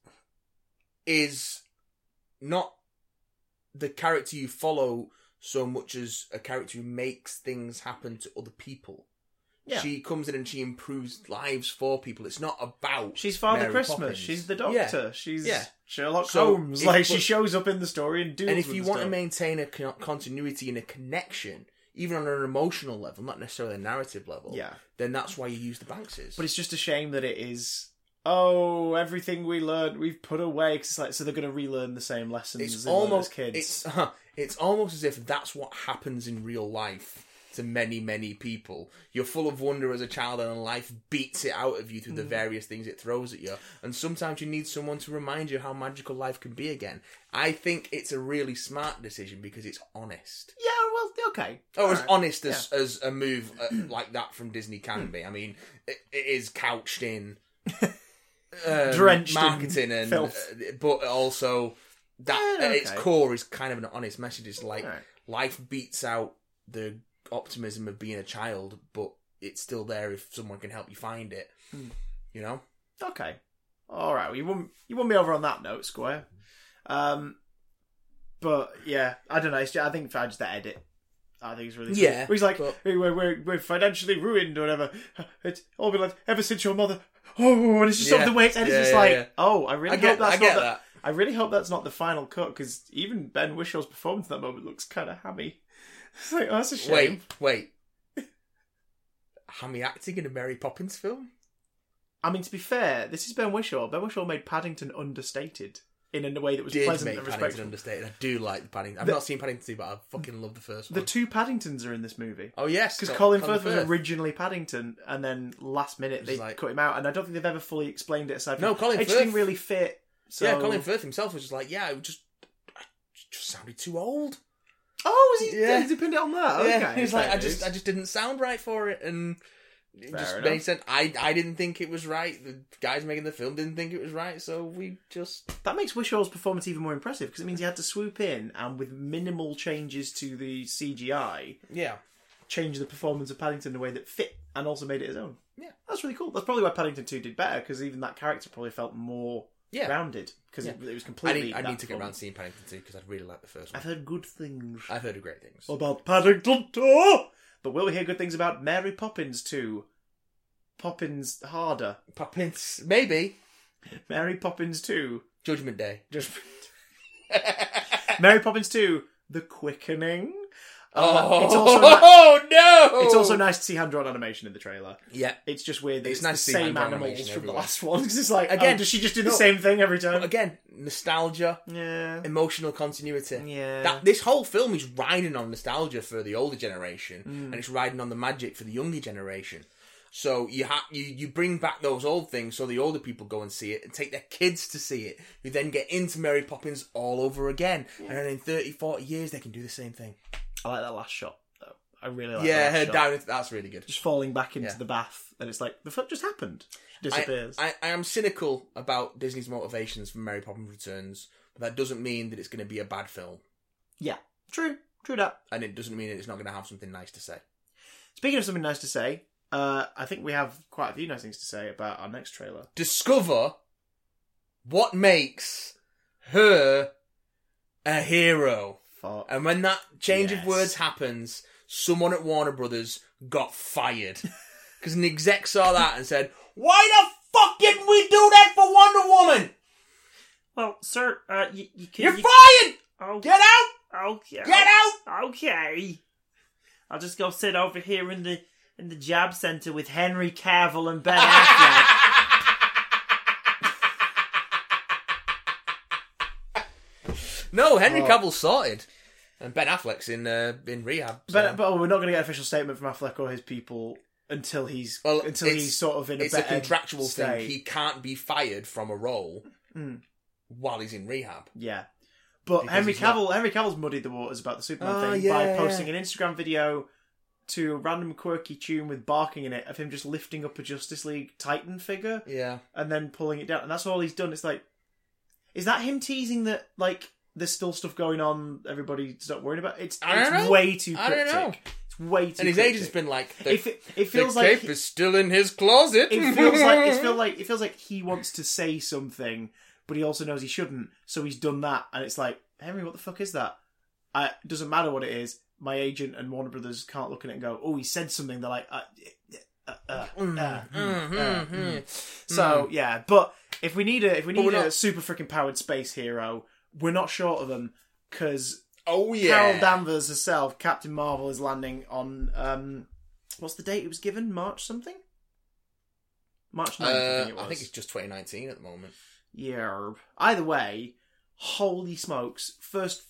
B: is not the character you follow so much as a character who makes things happen to other people.
A: Yeah.
B: She comes in and she improves lives for people. It's not about
A: She's Father
B: Mary
A: Christmas.
B: Poppins.
A: She's the
B: Yeah.
A: Doctor. She's
B: Yeah.
A: Sherlock
B: So,
A: Holmes.
B: if-
A: Like she
B: but-
A: shows up in the story and deals.
B: And if
A: with
B: you
A: the
B: want to
A: stuff.
B: maintain a con- continuity and a connection, even on an emotional level, not necessarily a narrative level,
A: yeah.
B: then that's why you use the Bankses.
A: But it's just a shame that it is. Oh, everything we learned, we've put away. 'cause it's like, so they're going to relearn the same lessons
B: it's
A: they learned as
B: almost
A: kids.
B: It's it's almost as if that's what happens in real life to many many people. You're full of wonder as a child, and life beats it out of you
A: Mm.
B: through the various things it throws at you. And sometimes you need someone to remind you how magical life can be again. I think it's a really smart decision because it's honest.
A: yeah, well, okay.
B: Oh, as
A: Alright.
B: honest as, as a move uh, like that from Disney can be. I mean, it, it is couched in um,
A: Drenched in
B: marketing and,
A: filth.
B: uh, but also that
A: Yeah,
B: at its
A: okay.
B: core is kind of an honest message. It's like
A: Alright.
B: life beats out the optimism of being a child, but it's still there if someone can help you find it.
A: Hmm.
B: You know,
A: Okay. All right. Well, you won. You won me over on that note, Squire. Um, but yeah, I don't know. It's ju- I think I just that edit. I think it's really cool.
B: Yeah,
A: He's like,
B: but-
A: "Hey, we're, we're we're financially ruined or whatever. It's all been like ever since your mother. Oh, and it's just sort of
B: Yeah.
A: the way it's edited.
B: Yeah,
A: it's
B: yeah,
A: like,
B: yeah.
A: oh, I really
B: I get
A: hope that's
B: I get
A: not the-
B: that.
A: I really hope that's not the final cut because even Ben Wishaw's performance at that moment looks kind of hammy. It's like, oh, that's a shame.
B: Wait, wait. Hammy acting in a Mary Poppins film?
A: I mean, to be fair, this is Ben Wishaw. Ben Wishaw made Paddington understated in a way that was
B: did
A: pleasant
B: make
A: and
B: Paddington
A: respectful.
B: understated. I do like the Paddington. I've
A: The-
B: not seen Paddington 2, but I fucking love the first
A: the
B: one.
A: two Paddingtons are in this movie.
B: oh yes,
A: Because
B: Col-
A: Colin, Firth was originally Paddington, and then last minute
B: Which
A: they
B: is like-
A: cut him out, and I don't think they've ever fully explained it aside from
B: No, Colin
A: it just didn't
B: Firth-
A: really fit So,
B: yeah, Colin Firth himself was just like, yeah, it just I just sounded too old.
A: Oh, is he,
B: Yeah.
A: yeah. he pinned it on that?
B: yeah,
A: okay.
B: he was like,
A: fair
B: I just I
A: dues.
B: just didn't sound right for it, and it
A: Fair
B: just
A: enough.
B: made sense. I I didn't think it was right. The guys making the film didn't think it was right, so we just
A: that makes Wishaw's performance even more impressive because it means he had to swoop in and with minimal changes to the CGI,
B: yeah
A: change the performance of Paddington in a way that fit and also made it his own.
B: Yeah.
A: that's really cool. That's probably why Paddington Two did better because even that character probably felt more
B: yeah.
A: rounded because
B: Yeah.
A: it, it was
B: I
A: completely.
B: need I
A: that
B: need to get around
A: performance.
B: seeing Paddington too because I really like the first one.
A: I've heard good things
B: I've heard of great things.
A: about Paddington Two, but will we hear good things about Mary Poppins Two? Poppins harder.
B: Poppins, maybe
A: Mary Poppins Two.
B: Judgment Day.
A: Just Mary Poppins Two. The Quickening. Uh,
B: oh,
A: It's also ni-
B: no!
A: it's also nice to see hand drawn animation in the trailer.
B: yeah.
A: It's just weird that
B: Oh. It's
A: it's,
B: nice
A: the
B: to see
A: same
B: hand-drawn
A: animals
B: animation
A: from the
B: everywhere.
A: last one. 'Cause it's like
B: Again,
A: again, does she just do the
B: no.
A: same thing every
B: But
A: time?
B: again, nostalgia,
A: yeah,
B: emotional continuity.
A: yeah.
B: That this whole film is riding on nostalgia for the older generation, and it's riding on the magic for the younger generation. So you ha- you you bring back those old things, so the older people go and see it, and take their kids to see it. You then get into Mary Poppins all over again, and then in 30, 40 years they can do the same thing.
A: I like that last shot though. I really like
B: yeah,
A: that
B: her
A: last shot.
B: down. into- That's really good.
A: just falling back into
B: Yeah.
A: the bath, and it's like the fuck just happened. She
B: I-
A: disappears.
B: I, I am cynical about Disney's motivations for Mary Poppins Returns, but that doesn't mean that it's going to be a bad film,
A: True, true that.
B: and it doesn't mean that it's not going to have something nice to say.
A: Speaking of something nice to say, uh, I think we have quite a few nice things to say about our next trailer.
B: Discover what makes her a hero,
A: Fuck.
B: and when that change of
A: Yes.
B: words happens, someone at Warner Brothers got fired because an exec saw that and said, "Why the fuck didn't we do that for Wonder Woman?
A: well, sir, uh, you, you can.
B: You're
A: you-
B: fired.
A: oh,
B: Get out!
A: Okay.
B: Get out!"
A: Okay. I'll just go sit over here in the in the job center with Henry Cavill and Ben Affleck.
B: no, Henry
A: Oh.
B: Cavill's sorted, and Ben Affleck's in uh, in rehab. so-
A: but but we're not going to get an official statement from Affleck or his people until he's
B: Well,
A: until
B: it's-
A: he's sort of in a
B: it's a
A: better
B: contractual
A: state.
B: thing. He can't be fired from a role
A: Mm.
B: while he's in rehab.
A: Yeah. But
B: Because
A: Henry
B: he's not-
A: Cavill, Henry Cavill's muddied the waters about the Superman
B: Oh,
A: thing
B: yeah,
A: by
B: yeah.
A: posting an Instagram video to a random quirky tune with barking in it of him just lifting up a Justice League Titan figure
B: Yeah,
A: and then pulling it down, and that's all he's done. It's like, is that him teasing that like there's still stuff going on? Everybody stop worrying about it's.
B: I don't
A: it's
B: know.
A: way too.
B: I
A: Cryptic.
B: don't know.
A: It's way too.
B: and his
A: cryptic.
B: agent's been like, the,
A: If it, it
B: the
A: feels
B: cape
A: like
B: is still in his closet.
A: it feels like it feels like it feels like he wants to say something, but he also knows he shouldn't, so he's done that, and it's like Henry, what the fuck is that? I, it doesn't matter what it is. My agent and Warner Brothers can't look at it and go, "Oh, he said something." They're like, uh, uh, uh, uh,
B: Mm, mm,
A: uh,
B: mm, mm.
A: so yeah, but if we need a if we
B: But
A: need
B: we're
A: a
B: not-
A: super freaking powered space hero, we're not short of them because
B: Oh yeah,
A: Carol Danvers herself, Captain Marvel, is landing on um, what's the date it was given? March something. March 9th, I
B: Uh,
A: think it was.
B: I think it's just 2019 at the moment.
A: Yeah. Either way, holy smokes! First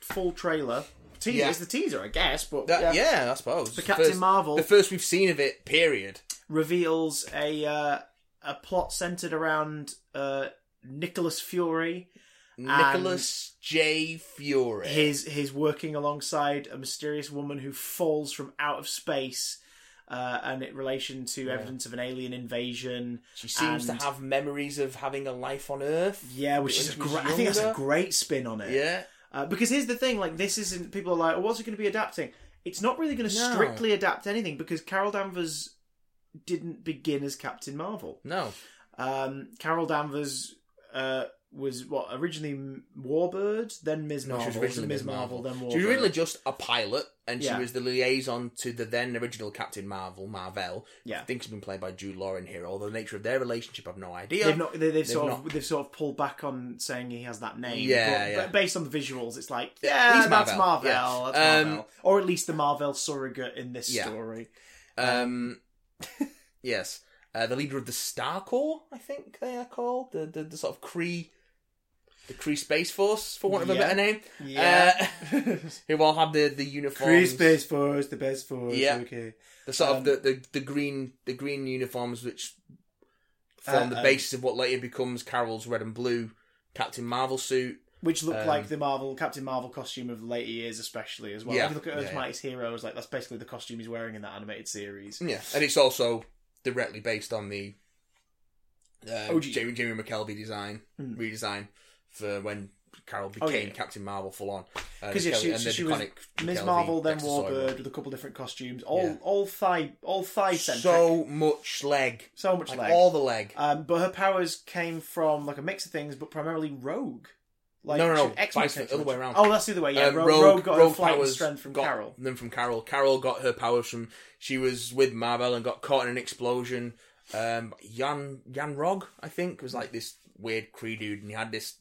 A: full trailer. Teaser.
B: Yeah.
A: It's the teaser, I guess, but
B: That-
A: yeah.
B: yeah. I suppose.
A: The Captain
B: first,
A: Marvel
B: the first we've seen of it. Period.
A: reveals a uh, a plot centered around uh, Nicholas Fury.
B: Nicholas J. Fury.
A: His his working alongside a mysterious woman who falls from out of space. Uh, and in relation to evidence of an alien invasion,
B: she seems
A: and-
B: to have memories of having a life on Earth.
A: yeah, which
B: When
A: is a
B: she was
A: great. I think that's a
B: younger.
A: great spin on it.
B: Yeah.
A: Uh, because here's the thing: like this isn't people are like, oh, what's it going to be adapting? It's not really going to
B: No.
A: strictly adapt anything because Carol Danvers didn't begin as Captain Marvel.
B: No.
A: Um, Carol Danvers uh, was what originally M- Warbird, then Ms.
B: No,
A: Marvel,
B: she was originally
A: Ms. Marvel, then Warbird.
B: She was originally just a pilot, and
A: Yeah.
B: she was the liaison to the then original Captain Marvel, Marvel.
A: Yeah.
B: I think she's been played by Jude Law in here, although the nature of their relationship, I've no idea.
A: They've not. They, they've, sort
B: not-
A: of. They've sort of pulled back on saying he has that name.
B: Yeah,
A: but,
B: yeah.
A: but based on the visuals, it's like
B: Yeah,
A: yeah,
B: he's
A: that's
B: Marvel,
A: Marvel.
B: yeah.
A: That's
B: Um,
A: Marvel, or at least the Marvel surrogate in this
B: Yeah.
A: story. uh,
B: Um, yes, uh, the leader of the Star Corps, I think they are called the the, the sort of Cree, the Cree Space Force, for want of a
A: Yeah.
B: better name. Uh, who all have the the uniforms,
A: Free Space Force, the best force.
B: Yeah.
A: Okay.
B: the sort of
A: um,
B: the, the the green the green uniforms which form
A: Uh,
B: the
A: um,
B: basis of what later becomes Carol's red and blue Captain Marvel suit.
A: Which look
B: Um,
A: like the Marvel Captain Marvel costume of later years, especially as well.
B: Yeah,
A: if you look at
B: yeah,
A: Earth Mightiest Heroes, like that's basically the costume he's wearing in that animated series.
B: Yeah, and it's also directly based on the uh,
A: OG.
B: Jamie Jamie McKelvey design
A: Hmm.
B: redesign for when Carol
A: Oh,
B: became
A: yeah, yeah.
B: Captain Marvel full on. Uh,
A: 'Cause, yeah, she- she- she was Ms. Marvel then wore
B: Warbird.
A: Bird with a couple of different costumes, all
B: Yeah.
A: all thigh all thigh centric, so,
B: So much leg,
A: much
B: like
A: leg.
B: all the leg.
A: Um, but her powers came from like a mix of things, but primarily Rogue. Like
B: No, no, no,
A: she- X-Men
B: vice-
A: came
B: the other
A: from-
B: way around.
A: Oh, that's the other way. Yeah,
B: Um,
A: Rogue, Rogue got
B: Rogue
A: her flight and
B: powers
A: strength from
B: got
A: Carol.
B: Them from Carol. Carol got her powers from. She was with Marvel and got caught in an explosion. Um, Jan Jan Rog, I think, was like this weird Cree dude, and he had this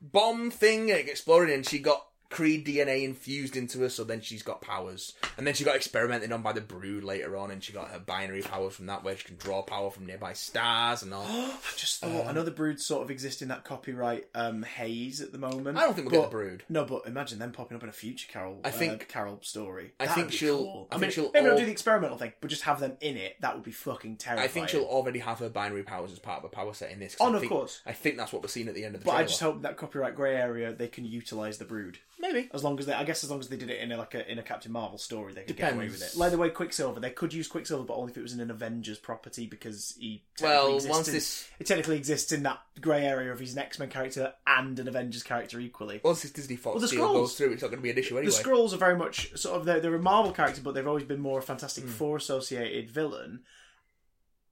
B: bomb thing and it exploded, and she got Cree DNA infused into her. So then she's got powers, and then she got experimented on by the Brood later on, and she got her binary powers from that, where she can draw power from nearby stars and all.
A: I just thought
B: Um,
A: another brood sort of exist in that copyright um, haze at the moment.
B: I don't think we'll
A: but,
B: get the Brood.
A: No, but imagine them popping up in a future Carol.
B: I think-
A: uh, Carol story.
B: I
A: That'd
B: think
A: be
B: she'll-
A: cool.
B: I
A: mean,
B: think she'll
A: maybe not
B: all-
A: do the experimental thing, but just have them in it. That would be fucking terrifying.
B: I think she'll already have her binary powers as part of a power set in this. 'cause
A: Oh,
B: I
A: no,
B: think-
A: of course.
B: I think that's what we're seeing at the end of the
A: But
B: trailer.
A: I just hope that copyright grey area they can utilize the brood
B: maybe
A: as long as they. I guess as long as they did it in a, like a in a Captain Marvel story, they could get away with
B: Depends.
A: it. Like the way Quicksilver, they could use Quicksilver, but only if it was in an Avengers property because he technically
B: Well,
A: exists
B: once
A: in-
B: this
A: it technically exists in that grey area of he's an X Men character and an Avengers character equally.
B: once this Disney Fox
A: Well, the
B: deal
A: Skrulls-
B: goes through, it's not going to be an issue anyway.
A: The Skrulls are very much sort of they're, they're a Marvel character, but they've always been more a Fantastic
B: Hmm.
A: Four associated villain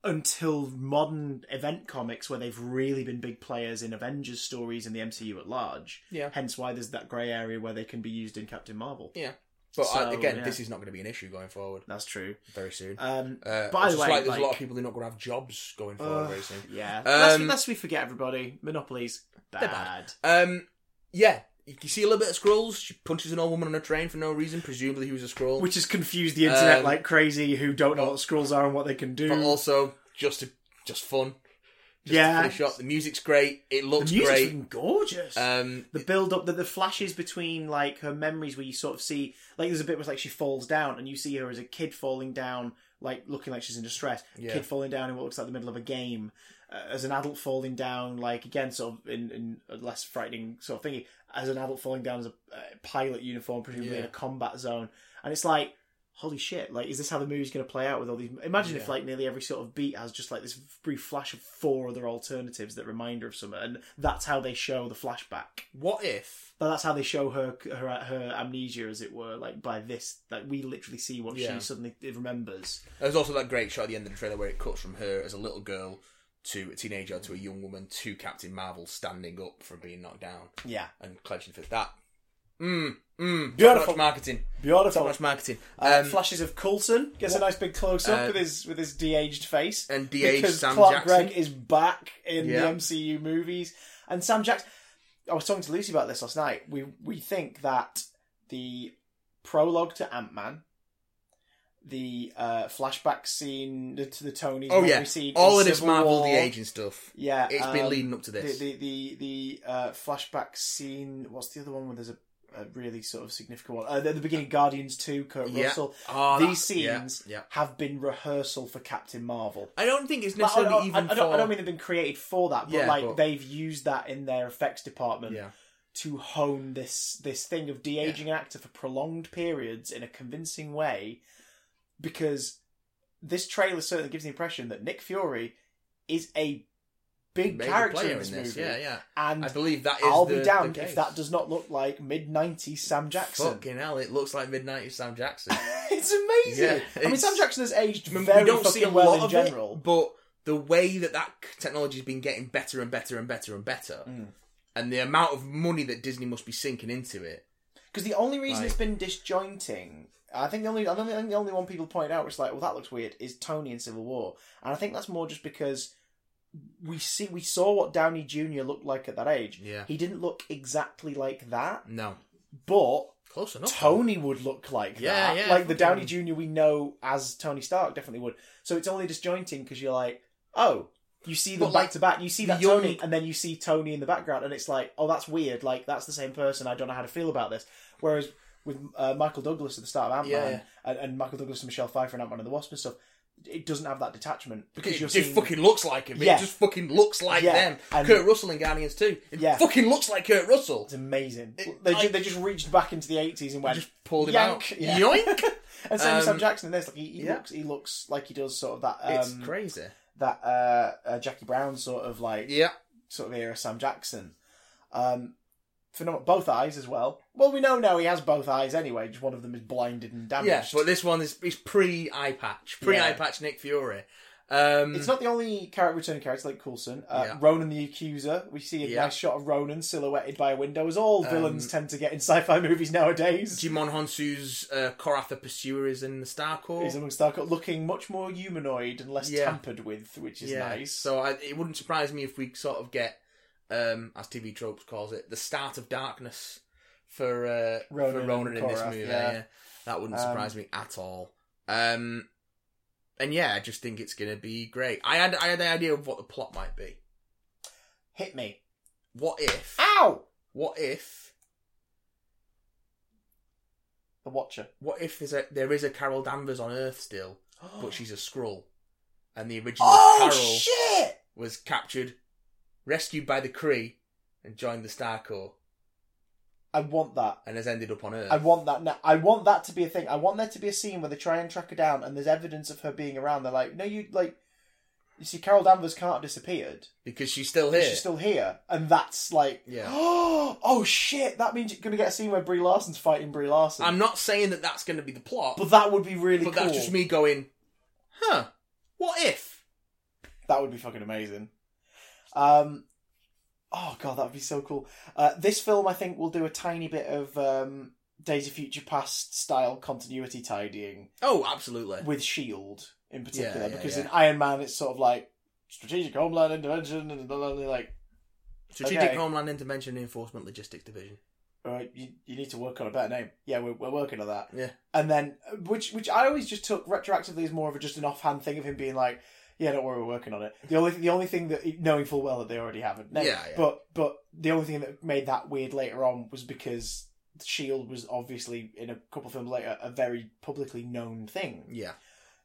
A: until modern event comics, where they've really been big players in Avengers stories and the MCU at large.
B: Yeah.
A: Hence why there's that grey area where they can be used in Captain Marvel.
B: yeah, but
A: So,
B: I, again,
A: yeah.
B: this is not going to be an issue going forward
A: That's true.
B: very soon.
A: Um,
B: Uh,
A: by the
B: just
A: way,
B: like, there's a lot
A: like-
B: of people who are not going to have jobs going forward
A: ugh,
B: very soon.
A: yeah. Lest-
B: Um,
A: lest we forget everybody, Monopolies bad.
B: bad. Um, yeah, you can see a little bit of Skrulls. She punches an old woman on a train for no reason. Presumably, he was a Skrull,
A: Which has confused the internet
B: Um,
A: like crazy. Who don't know what scrolls are and what they can do.
B: but also just to, just fun. Just
A: Yeah.
B: to finish up. The music's great. It
A: the
B: looks
A: music's
B: great.
A: fucking gorgeous.
B: Um,
A: the build up, the, the flashes between like her memories, where you sort of see like there's a bit where like she falls down, and you see her as a kid falling down, like looking like she's in distress.
B: Yeah.
A: Kid falling down in what looks like the middle of a game, uh, as an adult falling down, like again sort of in, in a less frightening sort of thingy, as an adult falling down as a uh, pilot uniform, presumably in
B: Yeah.
A: a combat zone, and it's like. Holy shit! Like, is this how the movie's going to play out with all these? Imagine if
B: Yeah.
A: like nearly every sort of beat has just like this brief flash of four other alternatives that remind her of something, and that's how they show the flashback.
B: what if?
A: But that's how they show her her her amnesia, as it were, like by this. Like we literally see what
B: Yeah.
A: she suddenly remembers.
B: There's also that great shot at the end of the trailer where it cuts from her as a little girl to a teenager to a young woman to Captain Marvel standing up from being knocked down
A: Yeah,
B: and clenching for that. Mmm, mmm.
A: Beautiful.
B: Top-notch marketing.
A: beautiful.
B: Top-notch marketing.
A: Uh,
B: Um,
A: flashes of Coulson gets a nice big close up
B: Uh,
A: with his with his de-aged face
B: and DH
A: because
B: Sam
A: Clark
B: Jackson.
A: Gregg is back in
B: Yeah.
A: the MCU movies, and Sam Jackson. I was talking to Lucy about this last night. We we think that the prologue to Ant Man, the uh, flashback scene to the Tony,
B: Oh, yeah.
A: scene
B: All
A: in
B: of this
A: Civil
B: Marvel
A: War,
B: the aging stuff.
A: Yeah,
B: It's been
A: um,
B: leading up to this.
A: The the the, the uh, flashback scene. What's the other one where there's a, a really sort of significant one? Uh, at the beginning, Guardians Two, Kurt
B: Yeah.
A: Russell.
B: Oh,
A: These
B: that- yeah,
A: scenes
B: yeah.
A: have been rehearsal for Captain Marvel.
B: I don't think it's
A: Like, I,
B: necessarily
A: don't- I-
B: even
A: I don't,
B: for...
A: I don't mean they've been created for that, but
B: Yeah,
A: like
B: but-
A: they've used that in their effects department
B: Yeah.
A: to hone this this thing of de aging an actor for prolonged periods in a convincing way, because this trailer certainly gives the impression that Nick Fury is a big
B: Major
A: character
B: player
A: in this, movie,
B: Yeah, yeah.
A: and
B: I believe that is
A: I'll
B: the,
A: be
B: the
A: damned
B: case.
A: if that does not look like mid '90s Sam Jackson.
B: Fucking hell, it looks like Midnight is Sam Jackson.
A: it's amazing.
B: Yeah,
A: I mean,
B: it's-
A: Sam Jackson has aged
B: I mean,
A: very
B: we don't
A: fucking
B: see a
A: well
B: lot
A: in
B: of
A: general.
B: it, but the way that that technology has been getting better and better and better and better,
A: Mm.
B: and the amount of money that Disney must be sinking into it,
A: Because the only reason
B: Right.
A: it's been disjointing, I think the only, I don't think the only one people point out, which is like, well, that looks weird, is Tony in Civil War, and I think that's more just because we see we saw what Downey Jr. looked like at that age.
B: Yeah.
A: he didn't look exactly like that,
B: no,
A: but
B: close enough.
A: Tony would look like
B: Yeah,
A: that.
B: yeah,
A: like the Downey
B: fucking-
A: Jr. we know as Tony Stark definitely would. So it's only disjointing because you're like, oh, you see them
B: But,
A: back
B: like,
A: to back. You see
B: the
A: that
B: young-
A: Tony, and then you see Tony in the background, and it's like, oh, that's weird. Like that's the same person. I don't know how to feel about this. Whereas with uh, Michael Douglas at the start of Ant Man
B: Yeah.
A: and, and Michael Douglas and Michelle Pfeiffer and Ant Man and the Wasp and stuff, it doesn't have that detachment because
B: It
A: you're
B: just
A: seeing
B: fucking looks like him.
A: Yeah.
B: It just fucking looks like
A: Yeah,
B: them.
A: and-
B: Kurt Russell in Guardians 2. It
A: Yeah.
B: fucking looks like Kurt Russell.
A: it's amazing.
B: It-
A: they,
B: I-
A: ju- they just reached back into the eighties and went
B: Just pulled him
A: yank,
B: out.
A: yeah.
B: Yoink!
A: and same with Sam
B: Um,
A: Jackson in this. Like he, he
B: yeah.
A: looks, he looks like he does sort of that
B: it's
A: um,
B: crazy.
A: that uh, uh, Jackie Brown sort of like
B: Yeah.
A: sort of era Sam Jackson. Um, phenomenal. Both eyes as well. Well, we know now he has both eyes anyway. Just one of them is blinded and damaged.
B: Yeah, but this one is, is pre eye patch, pre eye patch Nick Fury. Um,
A: It's not the only character returning character like Coulson. Uh,
B: Yeah.
A: Ronan the Accuser. We see a
B: Yeah.
A: nice shot of Ronan silhouetted by a window, as all
B: Um,
A: villains tend to get in sci-fi movies nowadays.
B: Jimon Honsu's uh, Korath the Pursuer is in the Star Corps.
A: He's among Stark, looking much more humanoid and less
B: Yeah.
A: tampered with, which is nice.
B: So I, it wouldn't surprise me if we sort of get, um, as TV tropes calls it, the start of darkness for uh,
A: Ronan
B: for
A: and
B: Ronan in this
A: Korath,
B: movie.
A: yeah.
B: That wouldn't
A: Um,
B: surprise me at all. Um, and yeah, I just think it's gonna be great. I had I had the idea of what the plot might be.
A: hit me.
B: What if?
A: Ow!
B: What if?
A: The Watcher.
B: What if there's a there is a Carol Danvers on Earth still, but she's a Skrull, and the original
A: Oh
B: Carol
A: shit!
B: was captured, rescued by the Kree, and joined the Star Corps.
A: I want that.
B: and has ended up on Earth.
A: I want that now. I want that to be a thing. I want there to be a scene where they try and track her down, and there's evidence of her being around. They're like, no, you like, you see, Carol Danvers can't have disappeared.
B: because she's still
A: But
B: here.
A: She's still here, and that's like,
B: Yeah.
A: oh shit! That means you're gonna get a scene where Brie Larson's fighting Brie Larson.
B: I'm not saying that that's going to be the plot,
A: but that would be really
B: but
A: cool.
B: that's just me going, huh? What if?
A: That would be fucking amazing. Um, oh god, that would be so cool. Uh, this film, I think, will do a tiny bit of um, Days of Future Past style continuity tidying.
B: Oh, absolutely.
A: with Shield E in particular,
B: yeah,
A: because
B: yeah.
A: in Iron Man it's sort of like strategic homeland intervention and blah, blah, blah, like
B: Strategic
A: okay.
B: Homeland Intervention Enforcement Logistics Division.
A: all right, you, you need to work on a better name. Yeah, we're, we're working on that.
B: Yeah.
A: and then which which I always just took retroactively as more of a, just an offhand thing of him being like, yeah, don't worry, we're working on it. The only the only thing that knowing full well that they already have a name,
B: Yeah, yeah.
A: but but the only thing that made that weird later on was because Shield E was obviously in a couple of films later a very publicly known thing.
B: Yeah,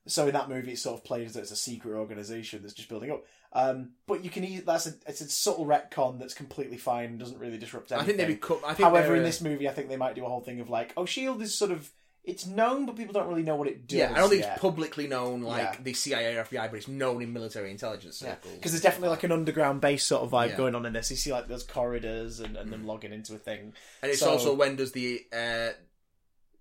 A: so in that movie, it's sort of played as though it's a secret organization that's just building up. Um, but you can eas that's a, it's a subtle retcon that's completely fine and doesn't really disrupt anything.
B: I think they become. I think
A: However,
B: they're,
A: in
B: uh,
A: this movie, I think they might do a whole thing of like, oh, Shield is sort of it's known, but people don't really know what it does.
B: yeah, I don't think
A: yet.
B: it's publicly known like
A: Yeah.
B: the CIA, or FBI, but it's known in military intelligence
A: Yeah,
B: circles.
A: because there's definitely like an underground base sort of vibe
B: Yeah. Mm.
A: going on in this. You see like those corridors and, and them logging into a thing.
B: and it's
A: so-
B: also when does the uh,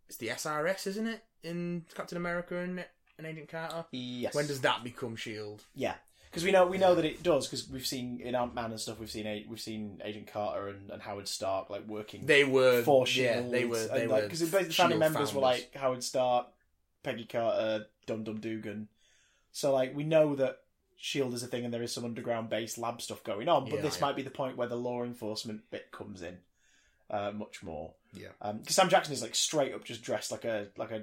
B: it's the SRS, isn't it, in Captain America and, and Agent Carter?
A: Yes.
B: When does that become Shield?
A: Yeah, because we know we know that it does because we've seen in Ant Man and stuff. We've seen A- we've seen Agent Carter and, and Howard Stark like working
B: They were
A: for
B: yeah,
A: Shield.
B: they were they
A: and,
B: were
A: like, because basically the family
B: Shield
A: members were
B: founders.
A: like Howard Stark, Peggy Carter, Dum Dum Dugan. So like we know that Shield E is a thing, and there is some underground base lab stuff going on. But
B: Yeah,
A: this
B: yeah.
A: might be the point where the law enforcement bit comes in uh, much more.
B: Yeah.
A: because Sam Jackson is like straight up just dressed like a like a uh,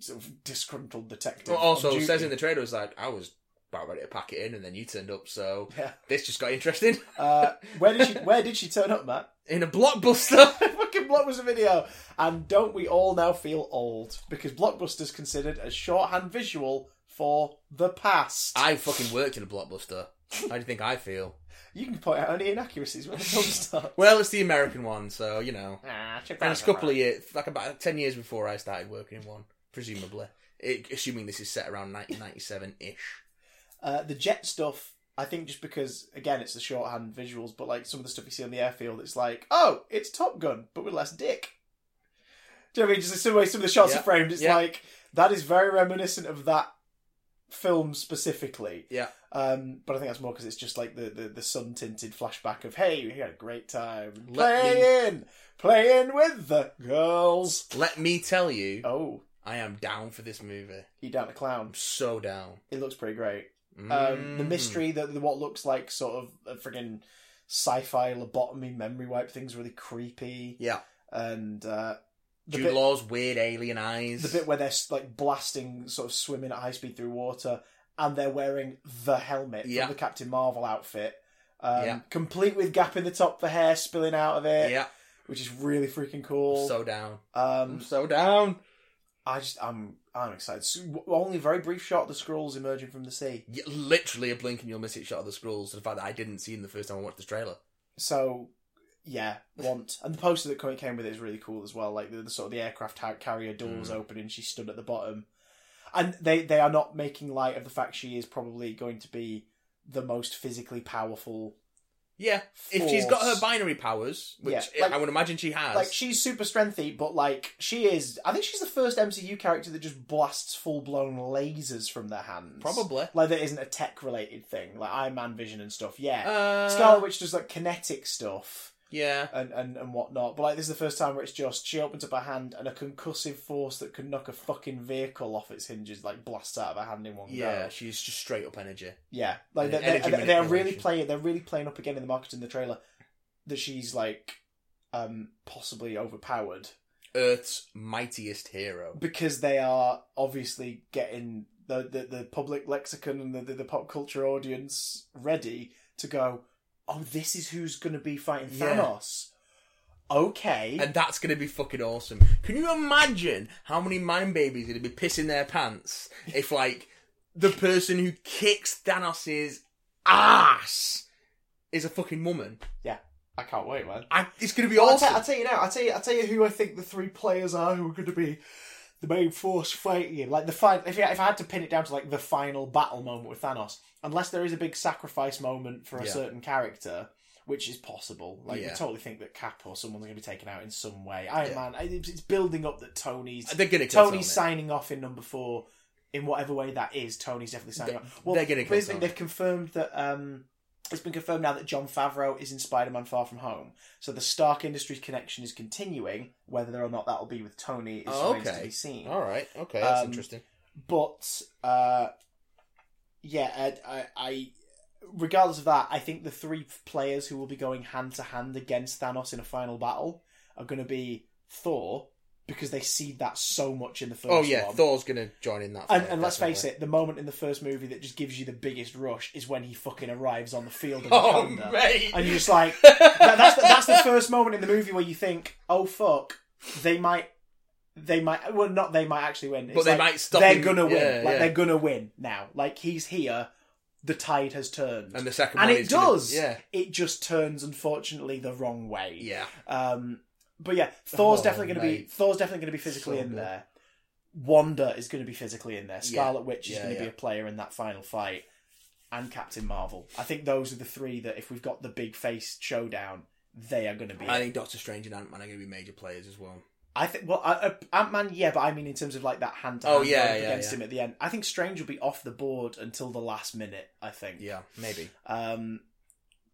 A: sort of disgruntled detective.
B: Well, also
A: on
B: says in
A: duty.
B: the trailer was like, I was about ready to pack it in, and then you turned up, so
A: yeah.
B: this just got interesting
A: Uh, where did she Where did she turn up, Matt?
B: in a blockbuster.
A: Fucking Blockbuster Video. And don't we all now feel old because Blockbuster's considered a shorthand visual for the past.
B: I fucking worked in a blockbuster. How do you think I feel?
A: You can point out any inaccuracies when the film starts.
B: Well, it's the American one, so you know.
A: Ah, check
B: And
A: that
B: it's a
A: out.
B: couple of years, like about ten years before I started working in one, presumably. It, assuming this is set around 1997 ish.
A: Uh, the jet stuff. I think just because again it's the shorthand visuals, but like some of the stuff you see on the airfield, it's like, oh, it's Top Gun, but with less dick. Do you know what I mean? Just the way some of the shots
B: Yeah.
A: are framed, it's
B: Yeah.
A: like that is very reminiscent of that film specifically.
B: Yeah.
A: Um, but I think that's more because it's just like the, the, the sun tinted flashback of hey, we had a great time
B: Let me-
A: playing, playing with the girls.
B: Let me tell you,
A: Oh,
B: I am down for this movie.
A: you down the clown?
B: I'm so down.
A: It looks pretty great. Um, The
B: Mm.
A: mystery that the, what looks like sort of a friggin' sci-fi lobotomy memory wipe thing's really creepy,
B: Mm. Yeah.
A: and uh, the
B: Jude
A: bit,
B: Law's weird alien eyes.
A: the bit where they're like blasting, sort of swimming at high speed through water, and they're wearing the helmet
B: Yeah.
A: from the Captain Marvel outfit, um,
B: Yeah.
A: complete with gap in the top for hair spilling out of it,
B: yeah.
A: which is really freaking
B: I'm
A: cool.
B: so down. I'm
A: um,
B: so down.
A: I just I'm I'm excited. So, w- only a very brief shot of the scrolls emerging from the sea.
B: Y- Literally a blink and you'll miss it shot of the scrolls. The fact that I didn't see him the first time I watched the trailer.
A: So yeah, want and the poster that co- came with it is really cool as well. Like the, the sort of the aircraft ha- carrier doors
B: Mm.
A: open and she stood at the bottom, and they they are not making light of the fact she is probably going to be the most physically powerful.
B: Yeah, if she's got her binary powers, which
A: Yeah, like-
B: I would imagine she has.
A: Like she's super strengthy, but like she is. I think she's the first MCU character that just blasts full blown lasers from their hands.
B: Probably.
A: like that isn't a tech related thing, like Iron Man vision and stuff. Yeah,
B: Uh,
A: Scarlet Witch does like kinetic stuff
B: Yeah.
A: and, and and whatnot. But like this is the first time where it's just she opens up her hand and a concussive force that could knock a fucking vehicle off its hinges like blasts out of her hand in one
B: Yeah,
A: go.
B: she's just straight up energy.
A: Yeah, like
B: And
A: they're,
B: energy
A: they're, they're really
B: manipulation.
A: playing. They're really playing up again in the market in the trailer that she's like um possibly overpowered
B: Earth's mightiest hero.
A: because they are obviously getting the, the, the public lexicon and the, the, the pop culture audience ready to go, oh, this is who's going to be fighting
B: Yeah.
A: Thanos. Okay.
B: And that's going to be fucking awesome. Can you imagine how many mind babies are going to be pissing their pants if, like, the person who kicks Thanos' ass is a fucking woman?
A: I can't wait, man.
B: I, it's going to be
A: Well, I'll,
B: awesome.
A: tell- I'll tell you now. I'll tell you, I'll tell you who I think the three players are who are going to be the main force fighting him. Like the final, if, I- if I had to pin it down to like the final battle moment with Thanos, unless there is a big sacrifice moment for a
B: Yeah.
A: certain character, which is possible. Like you
B: Yeah.
A: totally think that Cap or someone's going to be taken out in some way. Iron
B: Yeah.
A: Man. I- It's, it's building up that Tony's
B: They're going to kill Tony.
A: Tony's signing off in number four. In whatever way that is, Tony's definitely signing
B: They-
A: off. Well,
B: they're gonna kill
A: here's the thing,
B: Tony.
A: they've confirmed that um, it's been confirmed now that John Favreau is in Spider-Man: Far From Home. So the Stark Industries connection is continuing. Whether or not that will be with Tony is
B: Oh,
A: remains to
B: okay.
A: be seen.
B: All right. Okay, that's
A: Um,
B: interesting.
A: But uh, yeah, Ed, I, I, regardless of that, I think the three players who will be going hand to hand against Thanos in a final battle are going to be Thor because they see that so much in the first.
B: Oh yeah,
A: one.
B: Thor's going to join in that.
A: And,
B: fight,
A: and let's
B: definitely.
A: face it, the moment in the first movie that just gives you the biggest rush is when he fucking arrives on the field of
B: Oh
A: Wakanda.
B: mate,
A: And you're just like, that, that's, the, that's the first moment in the movie where you think, oh fuck, they might, they might, well, not they might actually win. It's
B: but they
A: like,
B: might stop.
A: They're
B: him.
A: gonna win.
B: Yeah,
A: like,
B: yeah.
A: they're gonna win now. Like, he's here, the tide has turned.
B: And the second
A: and
B: one
A: it
B: is gonna-
A: does.
B: yeah,
A: it just turns, unfortunately, the wrong way.
B: yeah.
A: Um, but yeah, Thor's
B: Oh,
A: definitely going to be
B: mate.
A: Thor's definitely going to be physically
B: So
A: in
B: good.
A: there. Wanda is going to be physically in there.
B: Yeah.
A: Scarlet Witch is
B: Yeah,
A: going to be
B: yeah.
A: a player in that final fight, and Captain Marvel. I think those are the three that if we've got the big face showdown, they are going to be.
B: I
A: I,
B: think Doctor Strange and Ant Man are going to be major players as well.
A: think. Well, uh, Ant Man, yeah, but I mean in terms of like that hand to
B: Oh,
A: hand
B: yeah, yeah,
A: against
B: yeah.
A: him at the end. I think Strange will be off the board until the last minute. I think.
B: Yeah, maybe.
A: um,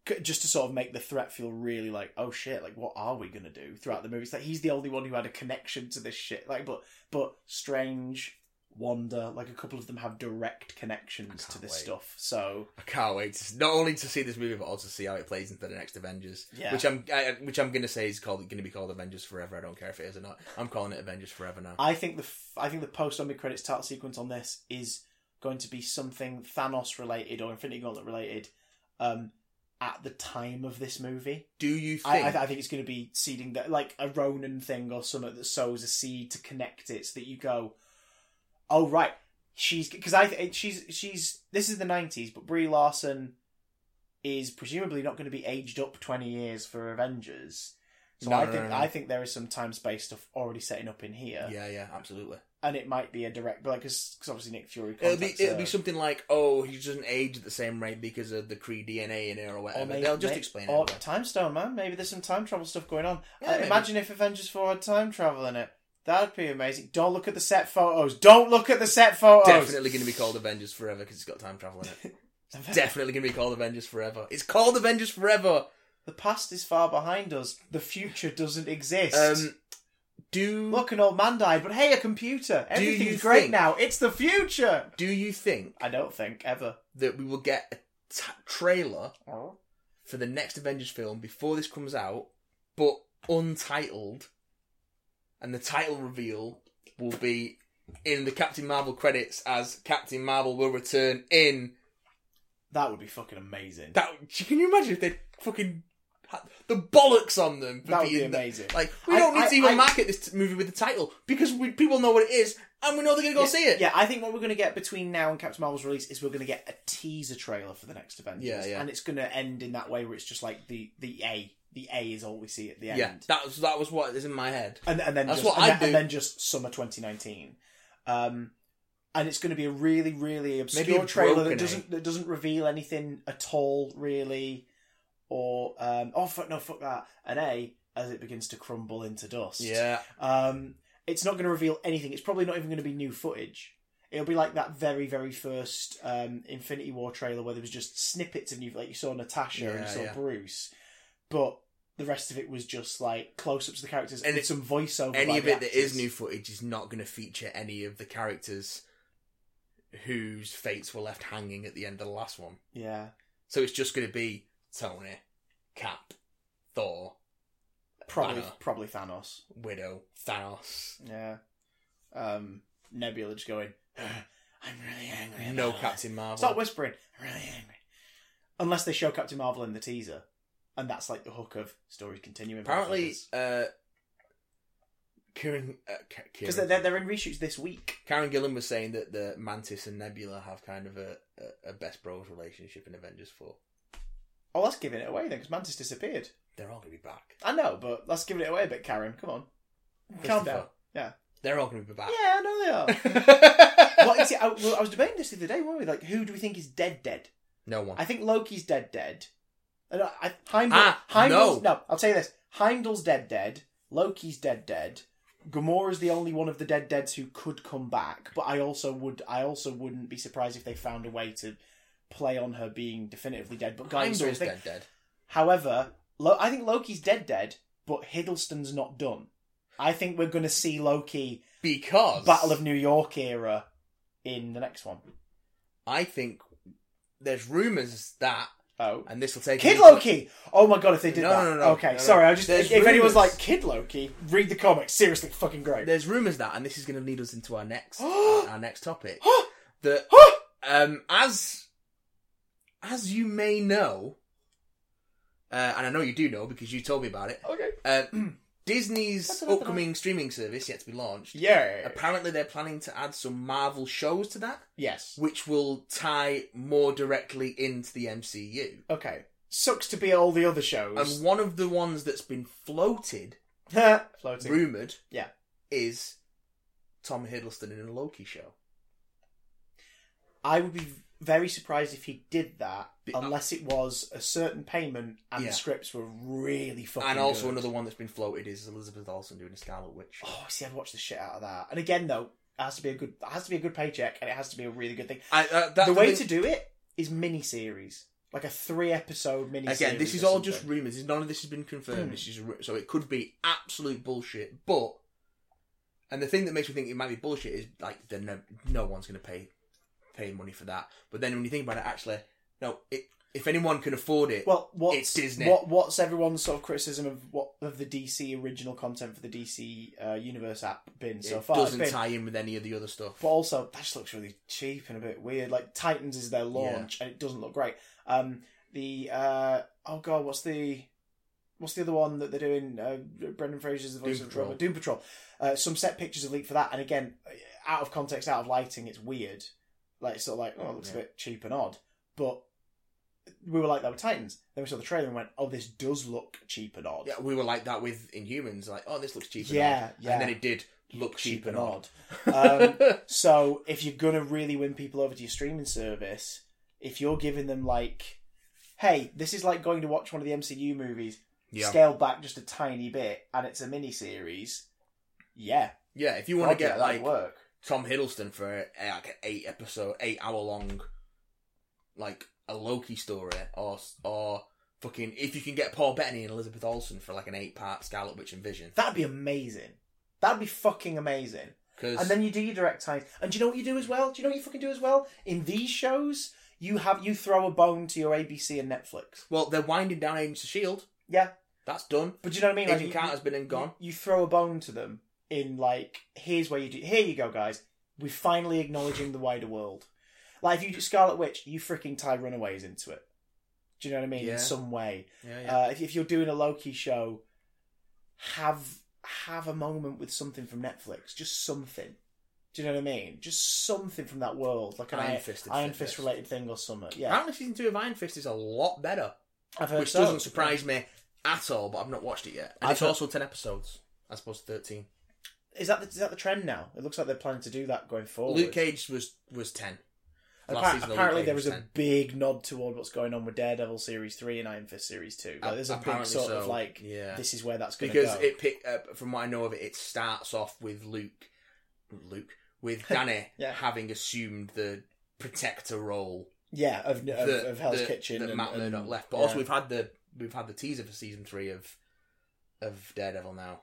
A: c- just to sort of make the threat feel really like, oh shit, like what are we gonna do throughout the movie? It's like he's the only one who had a connection to this shit. Like, but but Strange, Wanda, like a couple of them have direct connections to
B: can't
A: this
B: wait.
A: stuff. So
B: I can't wait. To, not only to see this movie, but also see how it plays into the next Avengers.
A: Yeah.
B: Which I'm, I, which I'm going to say is called going to be called Avengers Forever. I don't care if it is or not. I'm calling it Avengers Forever now.
A: I think the f- I think the post on mid credits title sequence on this is going to be something Thanos related or Infinity Gauntlet related. Um, at the time of this movie,
B: Do you think?
A: I, I, I think it's going to be seeding that, like a Ronin thing or something that sows a seed to connect it, so that you go, oh right, she's because I th- she's she's this is the nineties, but Brie Larson is presumably not going to be aged up twenty years for Avengers. So
B: No,
A: I
B: no,
A: think
B: no, no.
A: I think there is some time space stuff already setting up in here,
B: yeah, yeah, absolutely.
A: and it might be a direct like because obviously Nick Fury
B: It'll be
A: contacts
B: it'll
A: her.
B: be something like, oh, he doesn't age at the same rate because of the Cree DNA in her or whatever.
A: maybe-
B: They'll just
A: may-
B: explain
A: Or
B: it. away.
A: time stone, man. Maybe there's some time travel stuff going on.
B: Yeah,
A: Uh,
B: maybe.
A: imagine if Avengers Four had time travel in it. That'd be amazing. Don't look at the set photos. Don't look at the set photos.
B: Definitely going to be called Avengers Forever because it's got time travel in it. Definitely going to be called Avengers Forever. It's called Avengers Forever.
A: The past is far behind us. The future doesn't exist.
B: Um, do
A: look, an old man died, but hey, a computer.
B: Do you
A: Everything's great
B: think-
A: now. It's the future.
B: do you think
A: I don't think ever.
B: that we will get a t- trailer for the next Avengers film before this comes out, but untitled, and the title reveal will be in the Captain Marvel credits as Captain Marvel will return in
A: That would be fucking amazing.
B: that. Can you imagine if they fucking ha- the bollocks on them for
A: That would
B: being
A: be
B: the-
A: amazing.
B: like we
A: I-
B: don't need
A: I-
B: to even
A: I-
B: market this t- movie with the title because we, people know what it is and we know they're gonna go see it.
A: Yeah, I think what we're going to get between now and Captain Marvel's release is we're going to get a teaser trailer for the next Avengers.
B: Yeah, yeah.
A: And it's going to end in that way where it's just like the the A, the A is all we see at the end.
B: yeah. That was that was what is in my head.
A: and and then
B: That's
A: just,
B: what
A: and
B: I'd
A: then, and
B: do.
A: then just summer 2019. Um, and it's going to be a really, really obscure
B: Maybe a
A: trailer
B: broken
A: that
B: A.
A: doesn't that doesn't reveal anything at all, really. Or um, oh fuck no, fuck that. An A as it begins to crumble into dust.
B: Yeah,
A: Um, it's not going to reveal anything. It's probably not even going to be new footage. It'll be like that very, very first um, Infinity War trailer where there was just snippets of new, like you saw Natasha and
B: Yeah,
A: you saw
B: yeah.
A: Bruce, but the rest of it was just like close-ups of the characters
B: And
A: and
B: it-
A: with some voiceover. by
B: any of
A: the
B: it that is
A: actors.
B: new footage is not going to feature any of the characters whose fates were left hanging at the end of the last one.
A: Yeah,
B: So it's just going to be Tony, Cap, Thor,
A: probably,
B: Banner.
A: probably Thanos.
B: Widow, Thanos.
A: Yeah, um, Nebula just going. I'm really angry.
B: No
A: about this."
B: Captain Marvel.
A: Stop whispering. I'm really angry. Unless they show Captain Marvel in the teaser, and that's like the hook of story continuing.
B: Apparently, uh, Kieran, uh, Ka-
A: because
B: Kieran,
A: they're, they're they're in reshoots this week.
B: Karen Gillan was saying that the Mantis and Nebula have kind of a, a, a best bros relationship in Avengers 4.
A: Oh, that's giving it away then, because Mantis disappeared.
B: They're all going to be back.
A: I know, but that's giving it away a bit, Karen. Come on, calm down.
B: Christopher,
A: Yeah.
B: They're all going to be back.
A: Yeah, I know they are. well, you see, I, well, I was debating this the other day, weren't we? Like, who do we think is dead? Dead?
B: no one.
A: I think Loki's dead. Dead. And I, I, Heimdall,
B: Ah,
A: Heimdall's, no. I'll tell you this: Heimdall's dead. Dead. Loki's dead. Dead. Gamora's the only one of the dead deads who could come back, but I also would, I also wouldn't be surprised if they found a way to play on her being definitively dead. But guys,
B: Heimdall's
A: think-
B: dead, dead.
A: However, Lo- I think Loki's dead, dead, but Hiddleston's not done. I think we're going to see Loki
B: Because
A: Battle of New York era in the next one.
B: I think there's rumours that,
A: Oh,
B: and this will take
A: Kid Loki! Oh my god, if they did
B: No,
A: that.
B: no, no, no.
A: okay,
B: No, no.
A: sorry. I just
B: There's
A: if anyone's
B: rumours.
A: like Kid Loki, read the comics. Seriously, fucking great.
B: There's rumours that, and this is going to lead us into our next our next topic. That um, as as you may know, uh, and I know you do know because you told me about it.
A: okay.
B: Uh, Disney's
A: That's another
B: upcoming streaming service yet to be launched.
A: Yeah.
B: Apparently, they're planning to add some Marvel shows to that,
A: Yes.
B: which will tie more directly into the MCU.
A: Okay. Sucks to be all the other shows.
B: And one of the ones that's been floated,
A: Floating.
B: rumored,
A: Yeah.
B: is Tom Hiddleston in a Loki show.
A: I would be very surprised if he did that,
B: Be-
A: unless it was a certain payment and
B: Yeah.
A: the scripts were really fucking.
B: and also
A: good.
B: another one that's been floated is Elizabeth Olsen doing a Scarlet Witch.
A: Oh, see, I'd watch the shit out of that. And again, though, it has to be a good, it has to be a good paycheck, and it has to be a really good thing.
B: I, uh, that's
A: the way to do it is mini series, like a three episode mini.
B: again, this is all just rumors. None of this has been
A: Hmm.
B: confirmed. This is ru- so it could be absolute bullshit. But and the thing that makes me think it might be bullshit is like the no, no one's going to pay pay money for that. But then when you think about it, actually, no. It, if anyone can afford it,
A: well, what's
B: It's Disney.
A: What, what's everyone's sort of criticism of what of the DC original content for the DC uh, Universe app been so
B: it
A: far? It's
B: doesn't
A: been-
B: tie in with any of the other stuff.
A: But also, that just looks really cheap and a bit weird. Like Titans is their launch, and it doesn't look great. Um, the uh, oh god, what's the what's the other one that they're doing? Uh, Brendan Fraser's the voice
B: Doom
A: of
B: Patrol.
A: Drummer. Doom Patrol. Uh, some set pictures have leaked for that, and again, out of context, out of lighting, it's weird. Like sort of like oh, it looks
B: Yeah.
A: a bit cheap and odd, but. We were like that with Titans. Then we saw the trailer and went, "Oh, this does look cheap and odd."
B: Yeah, we were like that with Inhumans. Like, oh, this looks cheap. And
A: yeah,
B: odd.
A: yeah.
B: And then it did look cheap, and odd.
A: Um, So if you're gonna really win people over to your streaming service, if you're giving them like, hey, this is like going to watch one of the MCU movies
B: yeah,
A: scaled back just a tiny bit, and it's a mini series. Yeah,
B: yeah. If you want to
A: God, yeah,
B: get
A: that'd
B: like
A: work?
B: Tom Hiddleston for uh, like an eight episode, eight hour long, like a Loki story, or or fucking if you can get Paul Bettany and Elizabeth Olsen for like an eight part Scarlet Witch and Vision,
A: That'd be amazing. That'd be fucking amazing.
B: because
A: And then you do your direct ties. And do you know what you do as well? Do you know what you fucking do as well? In these shows, you have you throw a bone to your ABC and Netflix.
B: well they're winding down Agents of Shield.
A: Yeah,
B: E That's done.
A: but do you know what I mean?
B: Agent
A: you-
B: Carter's been and gone.
A: You, you throw a bone to them in like, here's where you do. Here you go, guys. We're finally acknowledging the wider world. Like if you do Scarlet Witch, you freaking tie Runaways into it. Do you know what I mean?
B: Yeah.
A: In some way.
B: Yeah, yeah.
A: Uh, if, if you're doing a Loki show, have have a moment with something from Netflix. Just something. Do you know what I mean? Just something from that world, like an
B: Iron
A: Iron,
B: Fist and
A: Uh, Iron
B: Fist.
A: Fist related thing or something. Yeah,
B: Apparently, season two of Iron Fist is a lot better,
A: I've heard
B: which
A: so.
B: doesn't surprise me at all. But I've not watched it yet, and
A: I've
B: it's
A: heard-
B: also ten episodes as opposed to thirteen.
A: Is that the, is that the trend now? It looks like they're planning to do that going forward.
B: Luke Cage was was ten.
A: Appar-
B: Last season of Luke
A: apparently,
B: Cage
A: there was a
B: 10.
A: big nod toward what's going on with Daredevil series three and Iron Fist series two. Like, there's a big
B: Apparently
A: sort
B: so,
A: of like,
B: yeah.
A: this is where that's going to
B: because
A: go.
B: it pick uh, from what I know of it, it starts off with Luke, Luke with Danny
A: Yeah.
B: having assumed the protector role
A: yeah, of, of,
B: that,
A: of Hell's
B: that-
A: Kitchen
B: that
A: and,
B: Matt
A: and-
B: Murdock left. But
A: yeah.
B: also we've had the we've had the teaser for season three of of Daredevil now.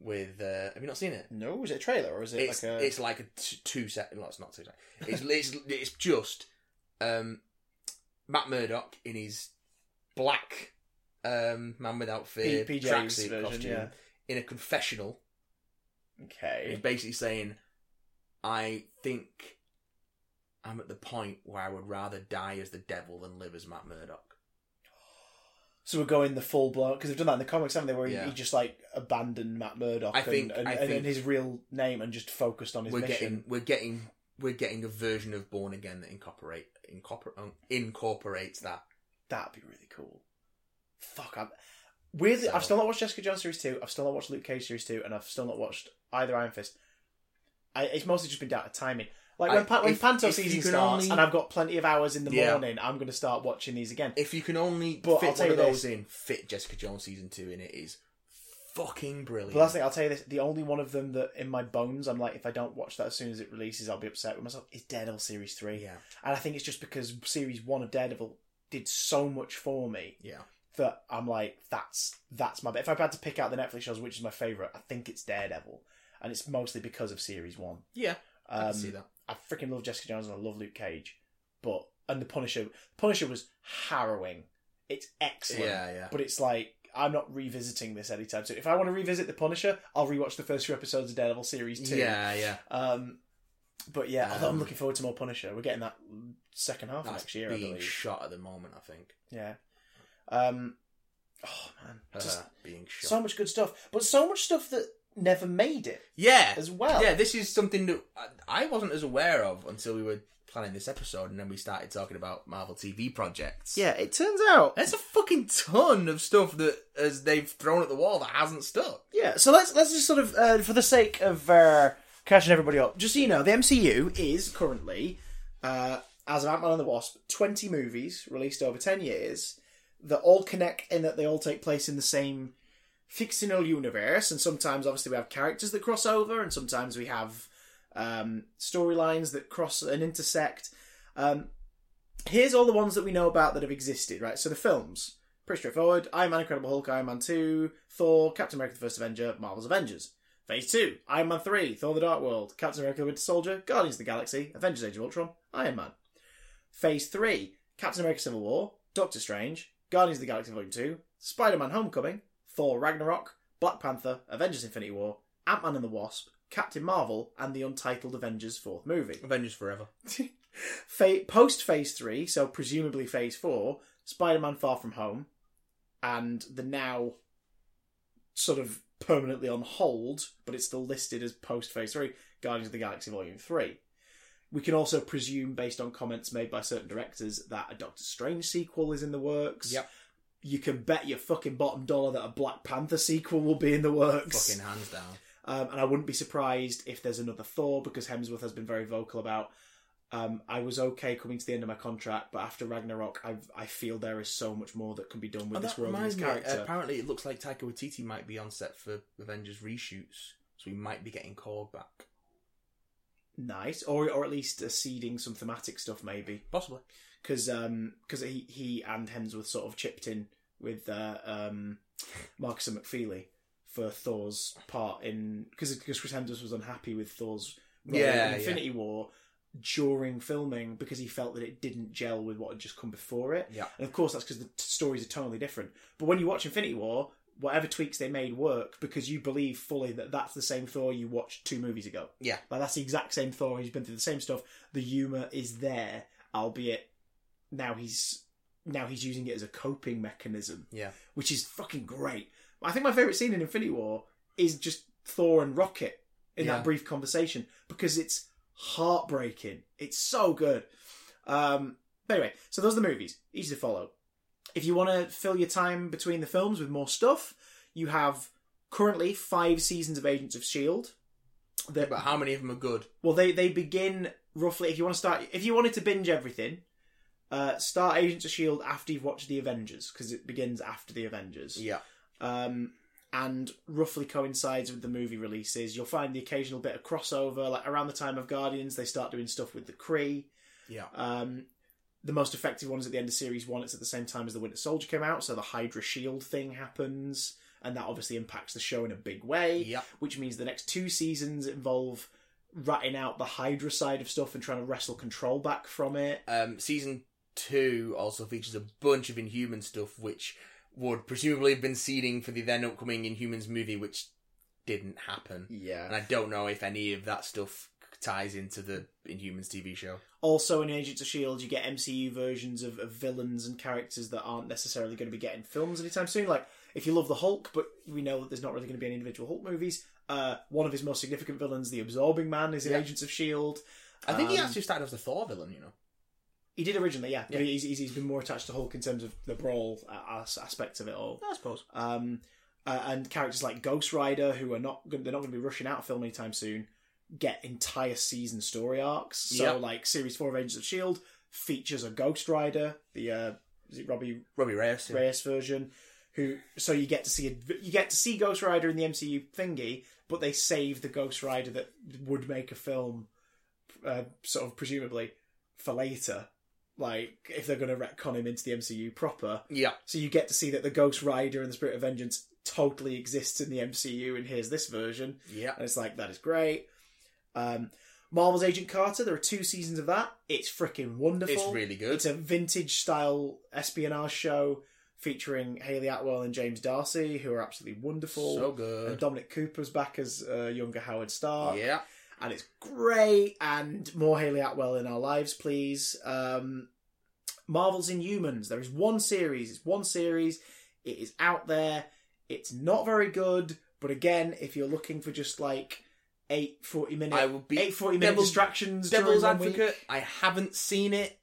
B: With uh, have you not seen it?
A: no, is it a trailer or is it
B: it's
A: like a?
B: it's like a t- two set. Well, it's not two set. It's it's, it's just um, Matt Murdock in his black um, man without fear
A: P- PJ's
B: tracksuit
A: version,
B: costume
A: yeah.
B: in a confessional. He's
A: okay,
B: basically saying, "I think I'm at the point where I would rather die as the devil than live as Matt Murdock."
A: so we're going the full blown because they've done that in the comics, haven't they? Where he-
B: Yeah.
A: he just like abandoned Matt Murdock
B: I
A: and,
B: think-
A: and,
B: I
A: and,
B: think-
A: his real name and just focused on his
B: we're
A: mission.
B: getting we're getting we're getting a version of Born Again that incorporate incorporate incorporates that.
A: That'd be really cool. Fuck, I'm weirdly
B: So-
A: I've still not watched Jessica Jones series two. I've still not watched Luke Cage series two, and I've still not watched either Iron Fist. I, it's mostly just been down to timing. Like when,
B: I-
A: pa- when
B: if-
A: Panto
B: if you
A: season
B: can
A: starts,
B: only-
A: and I've got plenty of hours in the
B: Yeah.
A: morning, I'm going to start watching these again.
B: If you can only
A: But I'll
B: fit
A: tell
B: one of
A: you
B: those
A: this.
B: in, fit Jessica Jones season two in it is fucking brilliant.
A: But last thing I'll tell you this: the only one of them that in my bones, I'm like, if I don't watch that as soon as it releases, I'll be upset with myself. Is Daredevil series three,
B: yeah,
A: and I think it's just because series one of Daredevil did so much for me
B: yeah.
A: that I'm like, that's that's my. If I had to pick out the Netflix shows, which is my favorite, I think it's Daredevil, and it's mostly because of series one.
B: Yeah, I
A: Um,
B: can see that.
A: I freaking love Jessica Jones and I love Luke Cage, but and the Punisher. Punisher was harrowing. It's excellent,
B: Yeah, yeah.
A: but it's like I'm not revisiting this anytime soon. If I want to revisit the Punisher, I'll rewatch the first few episodes of Daredevil series two.
B: Yeah, yeah.
A: Um, but yeah, although I'm
B: Um,
A: looking forward to more Punisher. We're getting that second half of
B: That's
A: next year, I
B: being
A: believe.
B: shot at the moment, I think.
A: yeah. Um. Oh man,
B: Uh,
A: just
B: being shot.
A: so much good stuff, but so much stuff that never made it
B: yeah,
A: as well.
B: yeah. This is something that I I wasn't as aware of until we were planning this episode, and then we started talking about Marvel TV projects.
A: Yeah, it turns out.
B: There's a fucking ton of stuff that as they've thrown at the wall that hasn't stuck.
A: Yeah, so let's let's just sort of, uh, for the sake of uh, catching everybody up, just so you know, the MCU is currently, uh, as of Ant Man and the Wasp, twenty movies released over ten years that all connect in that they all take place in the same fictional universe, and sometimes obviously we have characters that cross over, and sometimes we have um, storylines that cross and intersect. Um, here's all the ones that we know about that have existed, right? So the films, pretty straightforward: Iron Man, Incredible Hulk, Iron Man Two, Thor, Captain America: The First Avenger, Marvel's Avengers. Phase Two: Iron Man Three, Thor: The Dark World, Captain America: The Winter Soldier, Guardians of the Galaxy, Avengers: Age of Ultron, Iron Man. Phase Three: Captain America: Civil War, Doctor Strange, Guardians of the Galaxy Volume Two, Spider-Man: Homecoming, Thor: Ragnarok, Black Panther, Avengers: Infinity War, Ant Man and the Wasp, Captain Marvel, and the untitled Avengers fourth movie.
B: Avengers Forever.
A: Fa- post phase three, so presumably phase four, Spider Man Far From Home, and the now sort of permanently on hold, but it's still listed as post phase three, Guardians of the Galaxy Volume 3. We can also presume, based on comments made by certain directors, that a Doctor Strange sequel is in the works.
B: Yep.
A: You can bet your fucking bottom dollar that a Black Panther sequel will be in the works.
B: Fucking hands down.
A: Um, and I wouldn't be surprised if there's another Thor because Hemsworth has been very vocal about. Um, I was okay coming to the end of my contract, but after Ragnarok, I I feel there is so much more that can be done with
B: Oh,
A: this
B: that
A: world and this
B: reminds me,
A: character.
B: apparently, it looks like Taika Waititi might be on set for Avengers reshoots, so we might be getting called back.
A: nice, or or at least uh, seeding some thematic stuff maybe,
B: Possibly.
A: because um, he he and Hemsworth sort of chipped in with uh, um, Marcus and McFeely for Thor's part in because because Chris Hemsworth was unhappy with Thor's role
B: Yeah,
A: in
B: yeah.
A: Infinity War during filming because he felt that it didn't gel with what had just come before it.
B: Yeah.
A: And of course, that's because the t- stories are totally different. But when you watch Infinity War, whatever tweaks they made worked because you believe fully that that's the same Thor you watched two movies ago.
B: Yeah.
A: Like, that's the exact same Thor. He's been through the same stuff. The humour is there, albeit now he's now he's using it as a coping mechanism,
B: Yeah.
A: which is fucking great. I think my favorite scene in Infinity War is just Thor and Rocket in
B: Yeah.
A: that brief conversation because it's heartbreaking. It's so good. Um, but anyway, so those are the movies, easy to follow. If you want to fill your time between the films with more stuff, you have currently five seasons of Agents of Shield. E That
B: But how many of them are good?
A: well, they they begin roughly. If you want to start, if you wanted to binge everything, uh, start Agents of Shield after you've watched the Avengers because it begins after the Avengers.
B: Yeah.
A: Um, and roughly coincides with the movie releases. You'll find the occasional bit of crossover, like around the time of Guardians, they start doing stuff with the Kree.
B: Yeah.
A: Um, the most effective one is at the end of series one. It's at the same time as the Winter Soldier came out, so the Hydra Shield E thing happens, and that obviously impacts the show in a big way
B: Yeah.
A: which means the next two seasons involve ratting out the Hydra side of stuff and trying to wrestle control back from it.
B: Um, season two also features a bunch of Inhuman stuff, which would presumably have been seeding for the then upcoming Inhumans movie, which didn't happen. And
A: Yeah.
B: I don't know if any of that stuff ties into the Inhumans TV show.
A: Also, in Agents of S.H.I.E.L.D., E you get MCU versions of, of villains and characters that aren't necessarily going to be getting films anytime soon. Like, if you love the Hulk, but we know that there's not really going to be any individual Hulk movies, uh, one of his most significant villains, the Absorbing Man, is in
B: Yeah.
A: Agents of S.H.I.E.L.D.
B: I think he
A: Um,
B: actually started off the Thor villain, you know.
A: He did originally, yeah.
B: Yeah.
A: But He's, he's, he's been more attached to Hulk in terms of the brawl uh, as- aspect of it all.
B: I suppose.
A: um, uh, and characters like Ghost Rider, who are not gonna, they're not going to be rushing out of film anytime soon, get entire season story arcs. So,
B: Yeah.
A: like series four of Agents of Shield E features a Ghost Rider, the uh, is it Robbie
B: Robbie Reyes. yeah.
A: Reyes version, who so you get to see a, you get to see Ghost Rider in the MCU thingy, but they save the Ghost Rider that would make a film, uh, sort of presumably for later. Like if they're going to retcon him into the MCU proper,
B: Yeah.
A: so you get to see that the Ghost Rider and the Spirit of Vengeance totally exists in the MCU, and here's this version.
B: Yeah.
A: And it's like, that is great. Um, Marvel's Agent Carter, there are two seasons of that. It's freaking wonderful.
B: It's really good.
A: It's a vintage style espionage show featuring Haley Atwell and James Darcy, who are absolutely wonderful.
B: so
A: and
B: good.
A: Dominic Cooper's back as uh, younger Howard Stark
B: Yeah.
A: and it's great. And more Haley Atwell in our lives, please. Um, Marvel's Inhumans. There is one series. It's one series. It is out there. It's not very good, but again, if you're looking for just like eight forty minute,
B: I will be
A: eight forty minute
B: devil's-
A: distractions,
B: Devil's
A: during one week-
B: Advocate. I haven't seen it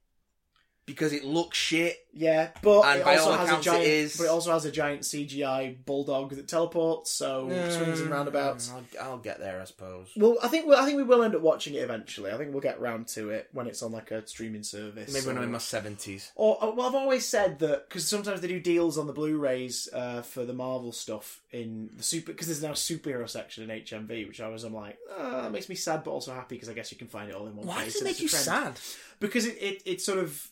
B: because it looks shit.
A: yeah, but
B: And
A: it
B: by
A: also
B: all
A: has a
B: accounts, it
A: giant,
B: is.
A: but it also has a giant CGI bulldog that teleports, so Oh, swings and roundabouts.
B: Mm, I'll, I'll get there, I suppose.
A: Well, I think we I think we will end up watching it eventually. I think we'll get round to it when it's on like a streaming service.
B: Maybe when
A: or-
B: I'm in my seventies.
A: Or uh, well, I've always said that because sometimes they do deals on the Blu-rays uh, for the Marvel stuff in the super because there's now a superhero section in HMV, which I was I'm like uh, that makes me sad but also happy because I guess you can find it all in one.
B: Why
A: place
B: does it
A: and it's
B: make
A: a
B: you
A: trend.
B: sad?
A: Because it, it it sort of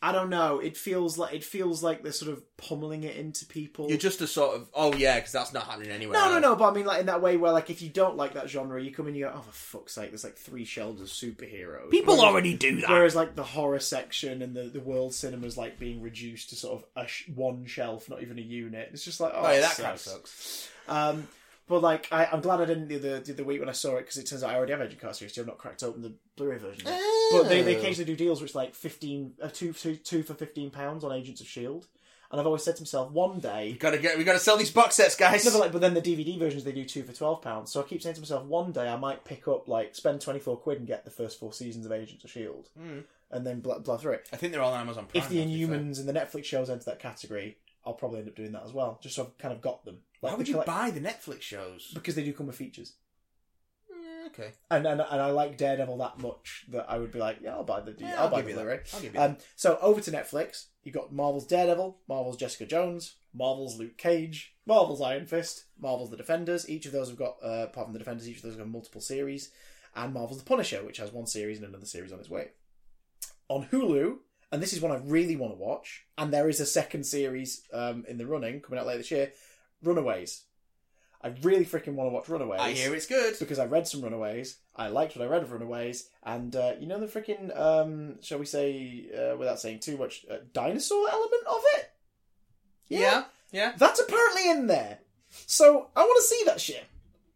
A: I don't know. It feels like it feels like they're sort of pummeling it into people.
B: You're just a sort of oh yeah, because that's not happening anywhere.
A: no, no,
B: else.
A: no. But I mean, like in that way where like if you don't like that genre, you come in, and you go, oh for fuck's sake, there's like three shelves of superheroes.
B: People
A: Whereas-
B: already do that.
A: Whereas like the horror section and the, the world cinema's like being reduced to sort of a sh- one shelf, not even a unit. It's just like oh,
B: oh yeah,
A: it
B: that kind of
A: sucks.
B: sucks.
A: Um, but like I, I'm glad I didn't do the the other week when I saw it because it turns out I already have Agent Carter series. two. I've not cracked open the Blu-ray version. yet. But they, they occasionally do deals which like fifteen uh, two, two, two for fifteen pounds on Agents of Shield. E And I've always said to myself, one day
B: We gotta get. We gotta sell these box sets, guys.
A: no, but, like, but then the DVD versions they do two for twelve pounds. So I keep saying to myself, one day I might pick up like spend twenty four quid and get the first four seasons of Agents of Shield,
B: Mm.
A: E and then blah blah through it.
B: I think they're all on Amazon Prime.
A: If the
B: now, to be fair.
A: Inhumans and the Netflix shows enter that category, I'll probably end up doing that as well. Just so I've kind of got them.
B: why
A: they
B: would you
A: collect-
B: buy the Netflix shows?
A: Because they do come with features,
B: Mm, okay,
A: and and, and I like Daredevil that much that I would be like, yeah, I'll buy the
B: Yeah,
A: I'll, buy
B: give
A: the
B: you that.
A: Blu-ray.
B: I'll give you that.
A: Um, so over to Netflix, you've got Marvel's Daredevil, Marvel's Jessica Jones, Marvel's Luke Cage, Marvel's Iron Fist, Marvel's The Defenders. Each of those have got, uh, apart from The Defenders, each of those have got multiple series, and Marvel's The Punisher, which has one series and another series on its way. On Hulu, and this is one I really want to watch, and there is a second series um, in the running coming out later this year, Runaways. I really freaking want to watch Runaways
B: I hear it's good.
A: because I read some Runaways. I liked what I read of Runaways, and uh, you know the freaking um, shall we say uh, without saying too much uh, dinosaur element of it.
B: Yeah, yeah.
A: that's apparently in there. So I want to see that shit.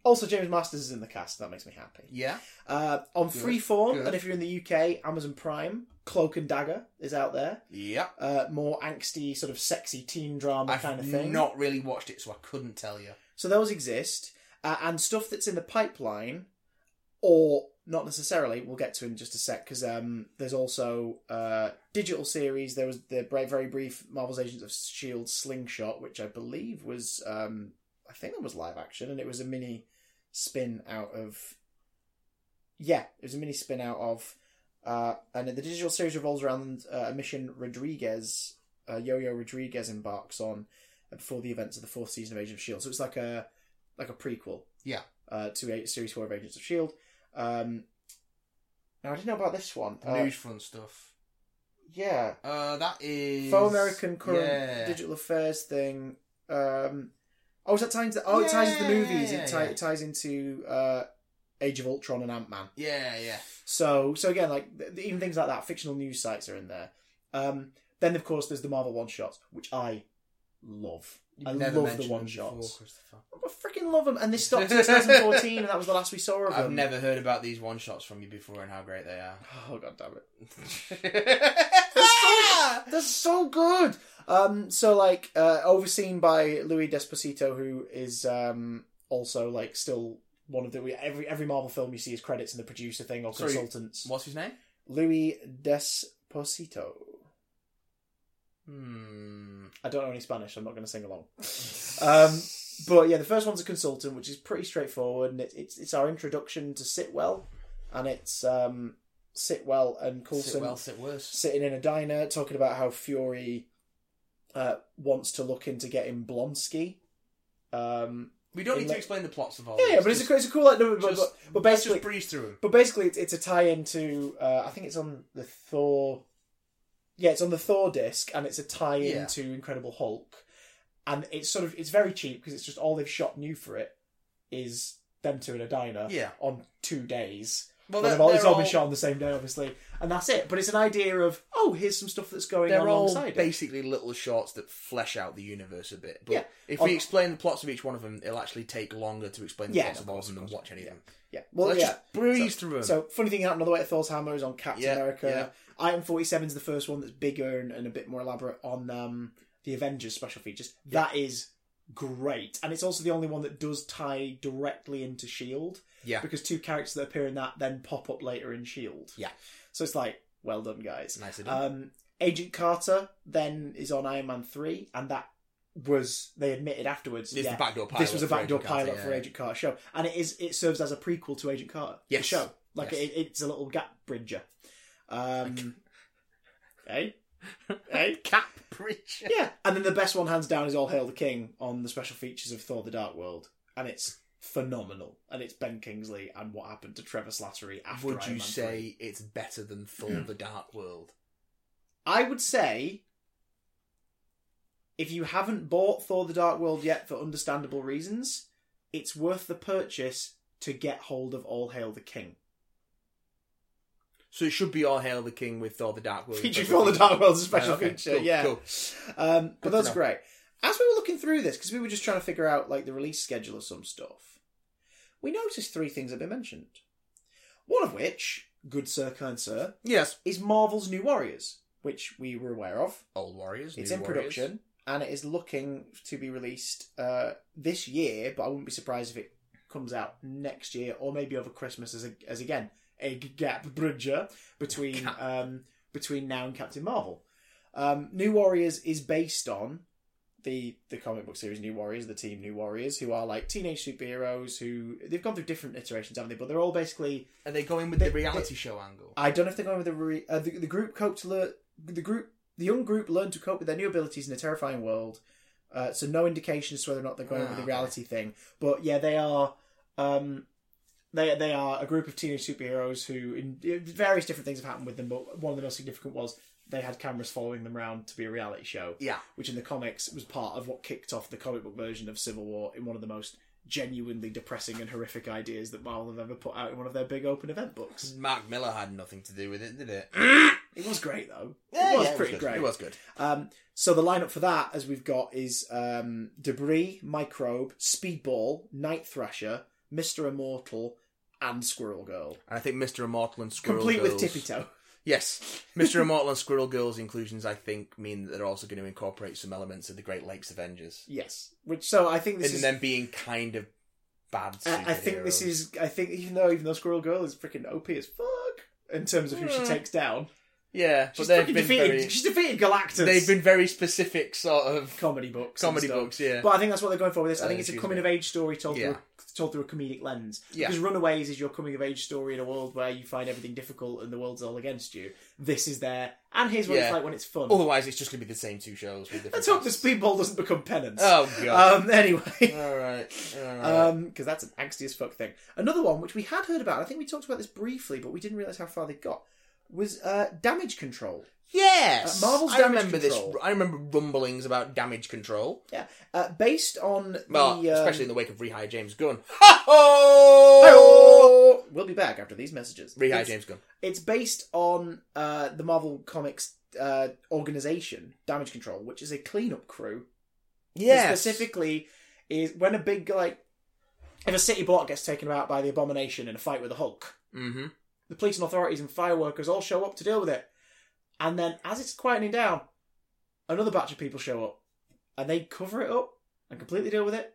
A: Also, James Masters is in the cast. That makes me happy.
B: Yeah.
A: Uh, on
B: Good,
A: Freeform,
B: good.
A: and if you're in the UK, Amazon Prime. Cloak and Dagger is out there.
B: Yeah.
A: Uh, more angsty, sort of sexy teen drama
B: I've
A: kind of thing.
B: not really watched it, so I couldn't tell you.
A: So those exist, uh, and stuff that's in the pipeline, or not necessarily. We'll get to in just a sec because um, there's also uh, digital series. There was the bra- very brief Marvel's Agents of Shield E Slingshot, which I believe was, um, I think that was live action, and it was a mini spin out of. Yeah, it was a mini spin out of, uh, and the digital series revolves around uh, a mission Rodriguez, uh, Yo-Yo Rodriguez embarks on uh, before the events of the fourth season of Agents of Shield. E So it's like a like a prequel.
B: Yeah.
A: Uh, to a, series four of Agents of Shield. E Um, now I didn't know about this one.
B: The
A: Uh,
B: Newsfront stuff.
A: yeah,
B: Uh, that is.
A: for American current
B: yeah.
A: digital affairs thing. Um, oh, is that ties? Oh, it ties into the
B: Yeah,
A: movies. It, tie,
B: yeah.
A: it ties into uh, Age of Ultron and Ant Man.
B: Yeah, yeah.
A: So, so again, like th- even things like that, fictional news sites are in there. Um, then of course there's the Marvel one shots, which I love. I
B: You've never
A: love the
B: mentioned
A: one
B: them before,
A: shots.
B: Christopher.
A: I freaking love them, and they stopped in 2014, and that was the last we saw of them.
B: I've never heard about these one shots from you before and how great they are.
A: Oh god damn it!
B: Ah!
A: They're so good. Um, so like uh, overseen by Louis Desposito, who is um also like still one of the we, every every Marvel film you see is credits and the producer thing or
B: Sorry.
A: consultants.
B: What's his name?
A: Louis Desposito.
B: Hmm.
A: I don't know any Spanish. so I'm not going to sing along. Um, But yeah, the first one's a consultant, which is pretty straightforward, and it, it's it's our introduction to Sitwell, and it's um Sitwell and Coulson
B: sit well, sit worse.
A: sitting in a diner talking about how Fury uh, wants to look into getting Blonsky. Um,
B: We don't need
A: Ele-
B: to explain the plots of all.
A: yeah, yeah,
B: this,
A: but it's
B: Oh, just-
A: a, it's a cool like, no, but,
B: just-
A: but, but
B: let's
A: basically,
B: just breeze through them.
A: but basically, it's it's a tie-in to uh, I think it's on the Thor. Yeah, it's on the Thor disc, and it's a tie-in
B: Yeah.
A: to Incredible Hulk, and it's sort of it's very cheap because it's just all they've shot new for it is them two in a diner
B: Yeah.
A: on two days.
B: Well,
A: Well,
B: they're,
A: they've all, it's
B: they're
A: all
B: all,
A: been shot on the same day, obviously, and that's it. But it's an idea of oh, here's some stuff that's going on
B: they're all
A: alongside it.
B: basically little shots that flesh out the universe a bit. But
A: Yeah.
B: if
A: On-
B: we explain the plots of each one of them, it'll actually take longer to explain the
A: Yeah,
B: plots
A: of
B: of all of
A: course,
B: them
A: of
B: than
A: course.
B: watch any of them.
A: Yeah. Well,
B: let's
A: yeah.
B: just breeze through them.
A: So funny thing happened. The way that Thor's hammer is on Captain
B: Yeah,
A: America.
B: yeah.
A: Item forty seven is the first one that's bigger and, and a bit more elaborate on um, the Avengers special features. That is great, and it's also the only one that does tie directly into Shield.
B: Yeah.
A: E because two characters that appear in that then pop up later in Shield.
B: Yeah.
A: E so it's like well done, guys.
B: Nicely done.
A: Um, Agent Carter then is on Iron Man three, and that was they admitted afterwards.
B: this is
A: yeah,
B: the backdoor pilot.
A: this was a
B: for
A: backdoor
B: Agent Carter,
A: pilot
B: yeah.
A: for Agent Carter show, and it is it serves as a prequel to Agent Carter the
B: Yes.
A: show. Like
B: Yes.
A: it, it's a little gap bridger. Um, hey, hey,
B: Cap Bridge.
A: yeah. And then the best one, hands down, is All Hail the King on the special features of Thor: The Dark World, and it's phenomenal. And it's Ben Kingsley and what happened to Trevor Slattery after
B: Would
A: Iron
B: you
A: Man three. Hmm.
B: say it's better than Thor: The Dark World?
A: I would say if you haven't bought Thor the Dark World yet for understandable reasons, it's worth the purchase to get hold of All Hail the King.
B: So it should be All Hail the King with Thor: The Dark World.
A: Featured for All the Dark World as a special
B: Okay,
A: feature,
B: cool,
A: yeah.
B: cool.
A: Um,
B: Good
A: but that's
B: to know.
A: great. As we were looking through this, because we were just trying to figure out like the release schedule of some stuff, we noticed three things have been mentioned. One of which, good sir, kind sir,
B: Yes.
A: is Marvel's New Warriors, which we were aware of.
B: Old Warriors.
A: It's
B: New
A: in
B: Warriors.
A: production and it is looking to be released uh, this year, but I wouldn't be surprised if it comes out next year or maybe over Christmas as a, as again a gap bridger between
B: Gap.
A: um, between now and Captain Marvel. Um, New Warriors is based on the the comic book series New Warriors, the team New Warriors, who are like teenage superheroes who they've gone through different iterations, haven't they? But they're all basically
B: Are they going with
A: They-
B: the reality show angle?
A: I don't know if they're going with the re- uh, the, the group cope to learn the group the young group learned to cope with their new abilities in a terrifying world. Uh, so no indication as to whether or not they're going
B: Ah,
A: with the
B: okay.
A: reality thing. But yeah, they are um, they they are a group of teenage superheroes who in various different things have happened with them. But one of the most significant was they had cameras following them around to be a reality show,
B: yeah.
A: which in the comics was part of what kicked off the comic book version of Civil War in one of the most genuinely depressing and horrific ideas that Marvel have ever put out in one of their big open event books.
B: Mark Miller had nothing to do with it, did it?
A: It was great though.
B: Yeah,
A: it was
B: yeah,
A: pretty
B: good.
A: great.
B: It was good.
A: Um, so the lineup for that, as we've got, is um, Debris, Microbe, Speedball, Night Thrasher, Mister Immortal, and Squirrel Girl,
B: And I think Mr. Immortal and Squirrel
A: complete with
B: Girls-
A: Tippy Toe.
B: Yes, Mr. Immortal and Squirrel Girl's inclusions, I think, mean that they're also going to incorporate some elements of the Great Lakes Avengers,
A: Yes, which so I think this
B: and
A: is.
B: them being kind of bad.
A: I, I think this
B: superheroes.
A: is. I think even though even though Squirrel Girl is freaking OP as fuck in terms of who she
B: Mm.
A: takes down,
B: yeah,
A: she's
B: but
A: freaking
B: they've been
A: defeated.
B: very,
A: She's defeated Galactus.
B: they've been very specific sort of
A: comedy books. and
B: comedy
A: stuff.
B: books. Yeah,
A: But I think that's what they're going for with this. I
B: Uh,
A: think it's a
B: excuse
A: coming
B: me.
A: of age story told through
B: Yeah.
A: a, told through a comedic lens.
B: Yeah.
A: Because Runaways is your coming of age story in a world where you find everything difficult and the world's all against you. This is there, and here's what
B: Yeah. Oh.
A: it's like when it's fun.
B: otherwise it's just going to be the same two shows with different.
A: Let's hope the
B: casts.
A: speedball doesn't become penance.
B: Oh god.
A: um, anyway.
B: all right. All right.
A: Um, because that's an angsty as fuck thing. Another one which we had heard about. I think we talked about this briefly, but we didn't realize how far they got. Was uh, damage control.
B: yes.
A: uh, Marvel's
B: I
A: damage
B: remember
A: control.
B: this. I remember rumblings about damage control.
A: Yeah, uh, based on
B: Well,
A: the um,
B: especially in the wake of rehire James Gunn. Ha ho!
A: Hi-oh! We'll be back after these messages.
B: Rehire
A: It's-
B: James Gunn.
A: it's based on uh, the Marvel Comics uh, organization, Damage Control, which is a cleanup crew. And
B: Yeah.
A: Specifically, is when a big like if a city block gets taken out by the Abomination in a fight with the Hulk,
B: Mm-hmm.
A: the police and authorities and fire workers all show up to deal with it, and then as it's quieting down, another batch of people show up, and they cover it up and completely deal with it,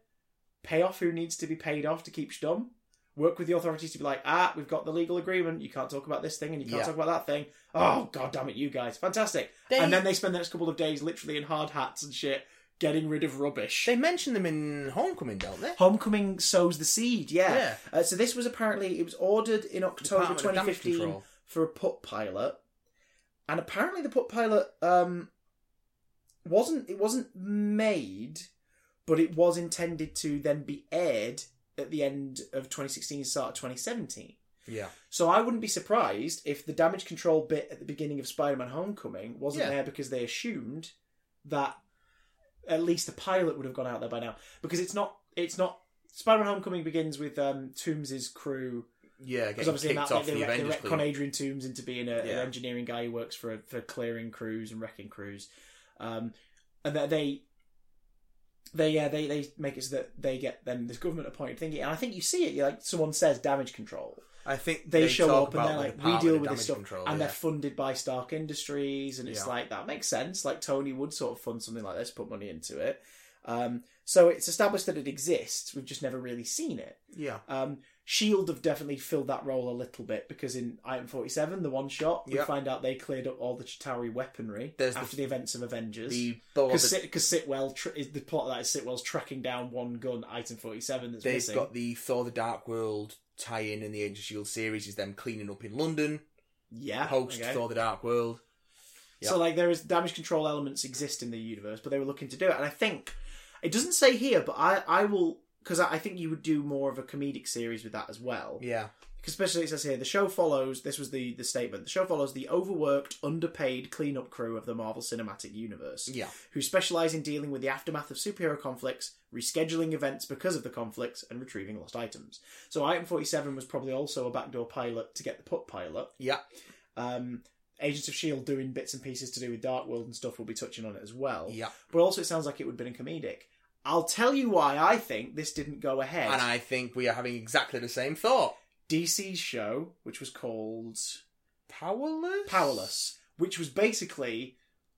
A: pay off who needs to be paid off to keep stum, work with the authorities to be like, ah, we've got the legal agreement, you can't talk about this thing and you can't
B: Yeah.
A: talk about that thing. Oh god damn it, you guys, fantastic! And then they spend the next couple of days literally in hard hats and shit, getting rid of rubbish.
B: they mention them in Homecoming, don't they?
A: Homecoming sows the seed, yeah.
B: Yeah.
A: Uh, so this was apparently it was ordered in October
B: Department of Damage
A: 2015
B: Control.
A: for a putt pilot, and apparently the putt pilot um, wasn't it wasn't made, but it was intended to then be aired at the end of 2016, start of 2017.
B: Yeah.
A: So I wouldn't be surprised if the damage control bit at the beginning of Spider-Man: Homecoming wasn't
B: Yeah.
A: there because they assumed that at least the pilot would have gone out there by now. Because it's not, it's not. Spider-Man: Homecoming begins with um, Toombs's crew
B: Yeah.
A: because
B: Getting
A: obviously in
B: kicked
A: that
B: off
A: they,
B: the
A: they, they
B: Avengers
A: retcon
B: Club.
A: Adrian Toombs into being a, an
B: Yeah.
A: engineering guy who works for for clearing crews and wrecking crews, um, and that they. They yeah they, they make it so that they get them this government appointed thingy and I think you see it you like someone says damage control
B: I think
A: they, show up
B: talk
A: and they're
B: about the
A: like, we
B: Department
A: deal
B: of
A: with this
B: Damage
A: stuff,
B: Control,
A: and they're
B: Oh, yeah.
A: funded by Stark Industries, and it's
B: Yeah.
A: like that makes sense. Like Tony would sort of fund something like this, put money into it. Um, so it's established that it exists. We've just never really seen it.
B: yeah.
A: Um, Shield have definitely filled that role a little bit because in Item Forty Seven, the one shot, we
B: Yeah.
A: find out they cleared up all the Chitauri weaponry
B: There's the-
A: after the, events of Avengers.
B: The Thor
A: because
B: that-
A: Sit, 'cause Sitwell tr- is the plot of that is Sitwell's tracking down one gun, item forty seven that's
B: They've
A: missing.
B: got the Thor: The Dark World tie-in in the Age of Shield E series. Is them cleaning up in London
A: yeah,
B: post
A: Ah, okay.
B: Thor: The Dark World. Yeah.
A: So like there is damage control elements exist in the universe, but they were looking to do it. And I think it doesn't say here, but I I will because I, I think you would do more of a comedic series with that as well.
B: Yeah,
A: Because especially it says here the show follows. This was the the statement. The show follows the overworked, underpaid cleanup crew of the Marvel Cinematic Universe,
B: yeah,
A: who specialize in dealing with the aftermath of superhero conflicts, rescheduling events because of the conflicts, and retrieving lost items. So Item Forty Seven was probably also a backdoor pilot to get the put pilot.
B: yeah.
A: Um, Agents of Shield doing bits and pieces to do with Dark World and stuff. We'll be touching on it as well.
B: Yeah,
A: But also, it sounds like it would have been comedic. I'll tell you why I think this didn't go ahead.
B: and I think we are having exactly the same thought.
A: DC's show, which was called
B: Powerless.
A: Powerless, which was basically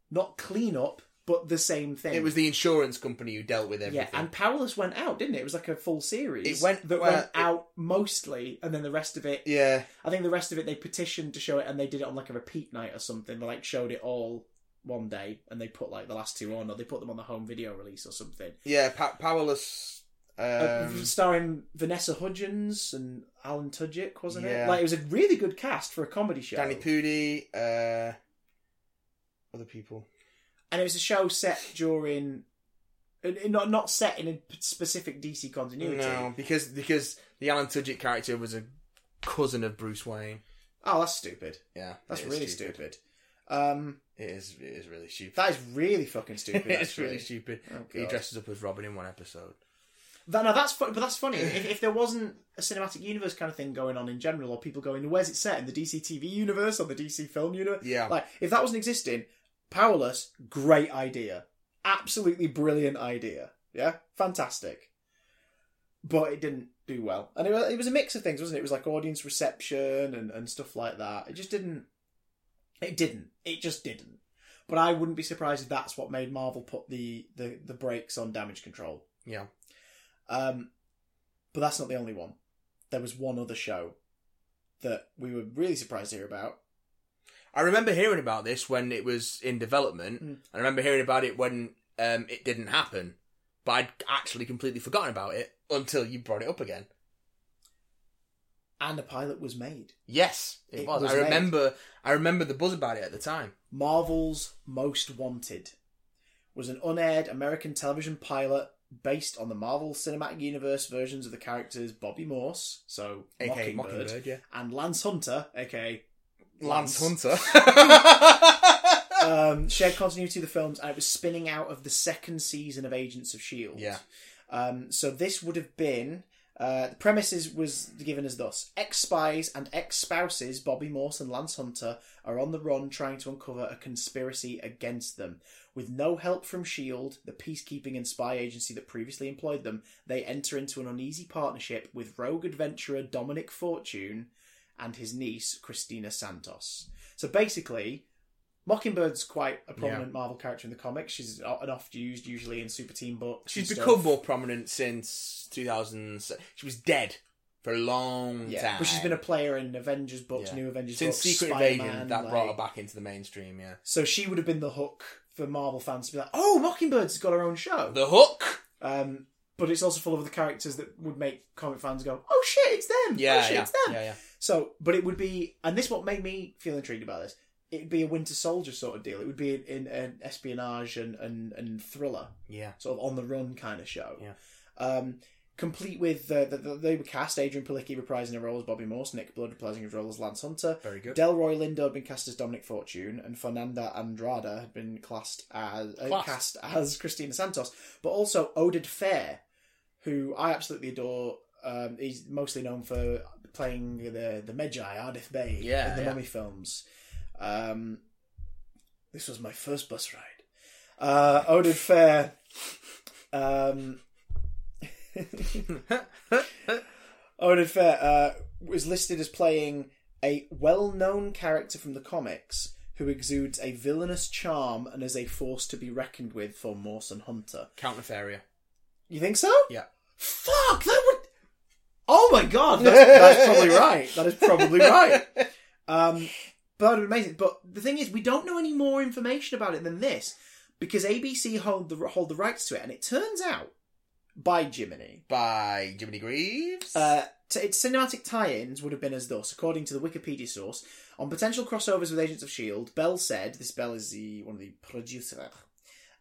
A: not clean up, but the same thing.
B: It was the insurance company who dealt with everything.
A: yeah, and Powerless went out, didn't it? It was like a full series.
B: It went-
A: that
B: well,
A: went
B: it-
A: out mostly, and then the rest of it.
B: yeah,
A: I think the rest of it they petitioned to show it, and they did it on like a repeat night or something. They like showed it all one day, and they put like the last two on, or they put them on the home video release or something.
B: yeah. Pa- powerless.
A: Uh,
B: Um,
A: starring Vanessa Hudgens and Alan Tudyk, wasn't
B: Yeah.
A: it? Like it was a really good cast for a comedy show,
B: Danny Pudi. Uh, other people.
A: and it was a show set during. uh, Not not set in a specific DC continuity.
B: No, because because the Alan Tudyk character was a cousin of Bruce Wayne.
A: Oh, that's stupid.
B: Yeah,
A: That's
B: it is
A: really stupid. Um,
B: It is. It is really stupid.
A: that is really fucking stupid.
B: it's
A: actually.
B: really stupid.
A: Oh,
B: he
A: God.
B: dresses up as Robin in one episode.
A: That, no, that's fu- but that's funny. if, if there wasn't a cinematic universe kind of thing going on in general, or people going, "Where's it set in the DC TV universe or the DC film universe?"
B: Yeah.
A: Like, if that wasn't existing, Powerless, great idea, absolutely brilliant idea. Yeah, fantastic. But it didn't do well, and it, wa- it was a mix of things, wasn't it? It was like audience reception and, and stuff like that. It just didn't. It didn't. It just didn't. But I wouldn't be surprised if that's what made Marvel put the the, the brakes on damage control.
B: Yeah.
A: Um, but that's not the only one. There was one other show that we were really surprised to hear about.
B: I remember hearing about this when it was in development.
A: Mm.
B: I remember hearing about it when um, it didn't happen, but I'd actually completely forgotten about it until you brought it up again.
A: And a pilot was made.
B: Yes, it,
A: It
B: was.
A: was
B: I
A: made.
B: remember. I remember the buzz about it at the time.
A: Marvel's Most Wanted was an unaired American television pilot based on the Marvel Cinematic Universe versions of the characters Bobby Morse, so
B: AKA
A: Mockingbird,
B: Mockingbird, yeah.
A: and Lance Hunter, aka
B: Lance,
A: Lance.
B: Hunter.
A: um, shared continuity of the films, and it was spinning out of the second season of Agents of Shield.
B: Yeah.
A: E Um, so this would have been uh, the premises was given as thus: ex-spies and ex-spouses Bobby Morse and Lance Hunter are on the run trying to uncover a conspiracy against them. With no help from Shield, E the peacekeeping and spy agency that previously employed them, they enter into an uneasy partnership with rogue adventurer Dominic Fortune and his niece Christina Santos. So basically, Mockingbird's quite a prominent Marvel character in the comics. She's o- and oft used, usually in Super Team books.
B: She's
A: and stuff.
B: become more prominent since 2000. She was dead for a long
A: yeah,
B: time.
A: but she's been a player in Avengers books,
B: Yeah.
A: New Avengers
B: since
A: books,
B: Secret
A: Spider-Man,
B: Invasion that
A: like-
B: brought her back into the mainstream. Yeah,
A: So she would have been the hook for Marvel fans to be like, "Oh, Mockingbird's got her own show."
B: the Hook.
A: Um, but it's also full of the characters that would make comic fans go, "Oh shit, it's them!" oh,
B: Yeah,
A: shit,
B: yeah,
A: it's them.
B: yeah, yeah.
A: So, but it would be, and this what made me feel intrigued about this. It'd be a Winter Soldier sort of deal. It would be in, in an espionage and, and, and thriller
B: Yeah.
A: sort of on the run kind of show.
B: Yeah.
A: Um, complete with uh, the, the, they were cast Adrian Palicki reprising her role as Bobby Morse, Nick Blood reprising his role as Lance Hunter,
B: Very good.
A: Delroy Lindo had been cast as Dominic Fortune, and Fernanda Andrada had been classed as uh,
B: Classed.
A: cast as Christina Santos, but also Oded Fair, who I absolutely adore. Um, he's mostly known for playing the the Magi Ardith Bay
B: Yeah,
A: in the
B: yeah.
A: Mummy films. Um, this was my first bus ride. Uh, Oded Fair. Um, Odin Fair uh, was listed as playing a well-known character from the comics who exudes a villainous charm and is a force to be reckoned with for Morse and Hunter.
B: Count Nefaria.
A: You think so?
B: Yeah.
A: Fuck, that would. Oh my god, that's, that's probably right. That is probably right. Um, but that would be amazing. But the thing is, we don't know any more information about it than this because ABC hold the hold the rights to it, and it turns out by Jiminy
B: By Jiminy Greaves.
A: uh, t- its cinematic tie-ins would have been as thus, according to the Wikipedia source. On potential crossovers with Agents of Shield, E Bell said, "This Bell is the one of the producer."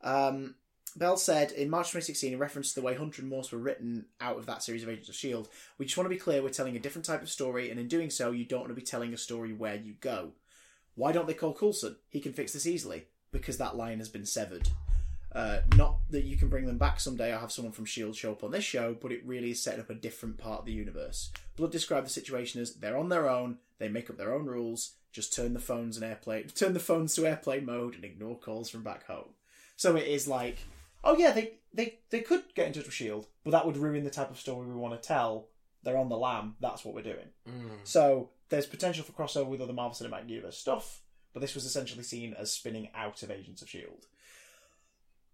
A: Um, Bell said in March 2016, in reference to the way Hunter and Morse were written out of that series of Agents of Shield, E we just want to be clear: we're telling a different type of story, and in doing so, you don't want to be telling a story where you go. Why don't they call Coulson? He can fix this easily because that line has been severed. Uh, not that you can bring them back someday or have someone from S.H.I.E.L.D. E show up on this show, but it really is setting up a different part of the universe. Blood described the situation as they're on their own, they make up their own rules, just turn the phones and airplane turn the phones to airplane mode and ignore calls from back home. So it is like oh yeah, they, they, they could get in touch with S.H.I.E.L.D., E but that would ruin the type of story we want to tell. They're on the lam, that's what we're doing.
B: Mm.
A: So there's potential for crossover with other Marvel Cinematic Universe stuff, but this was essentially seen as spinning out of Agents of S.H.I.E.L.D. E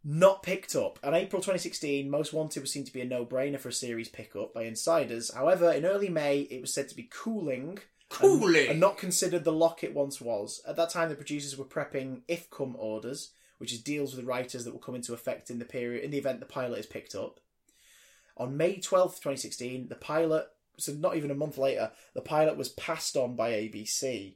A: Not picked up. In April 2016, Most Wanted was seen to be a no brainer for a series pickup by insiders. However, in early May, it was said to be cooling
B: Cooling.
A: and, and not considered the lock it once was. At that time, the producers were prepping if come orders, which is deals with writers that will come into effect in the period in the event the pilot is picked up. On May 12th, 2016, the pilot, so not even a month later, the pilot was passed on by ABC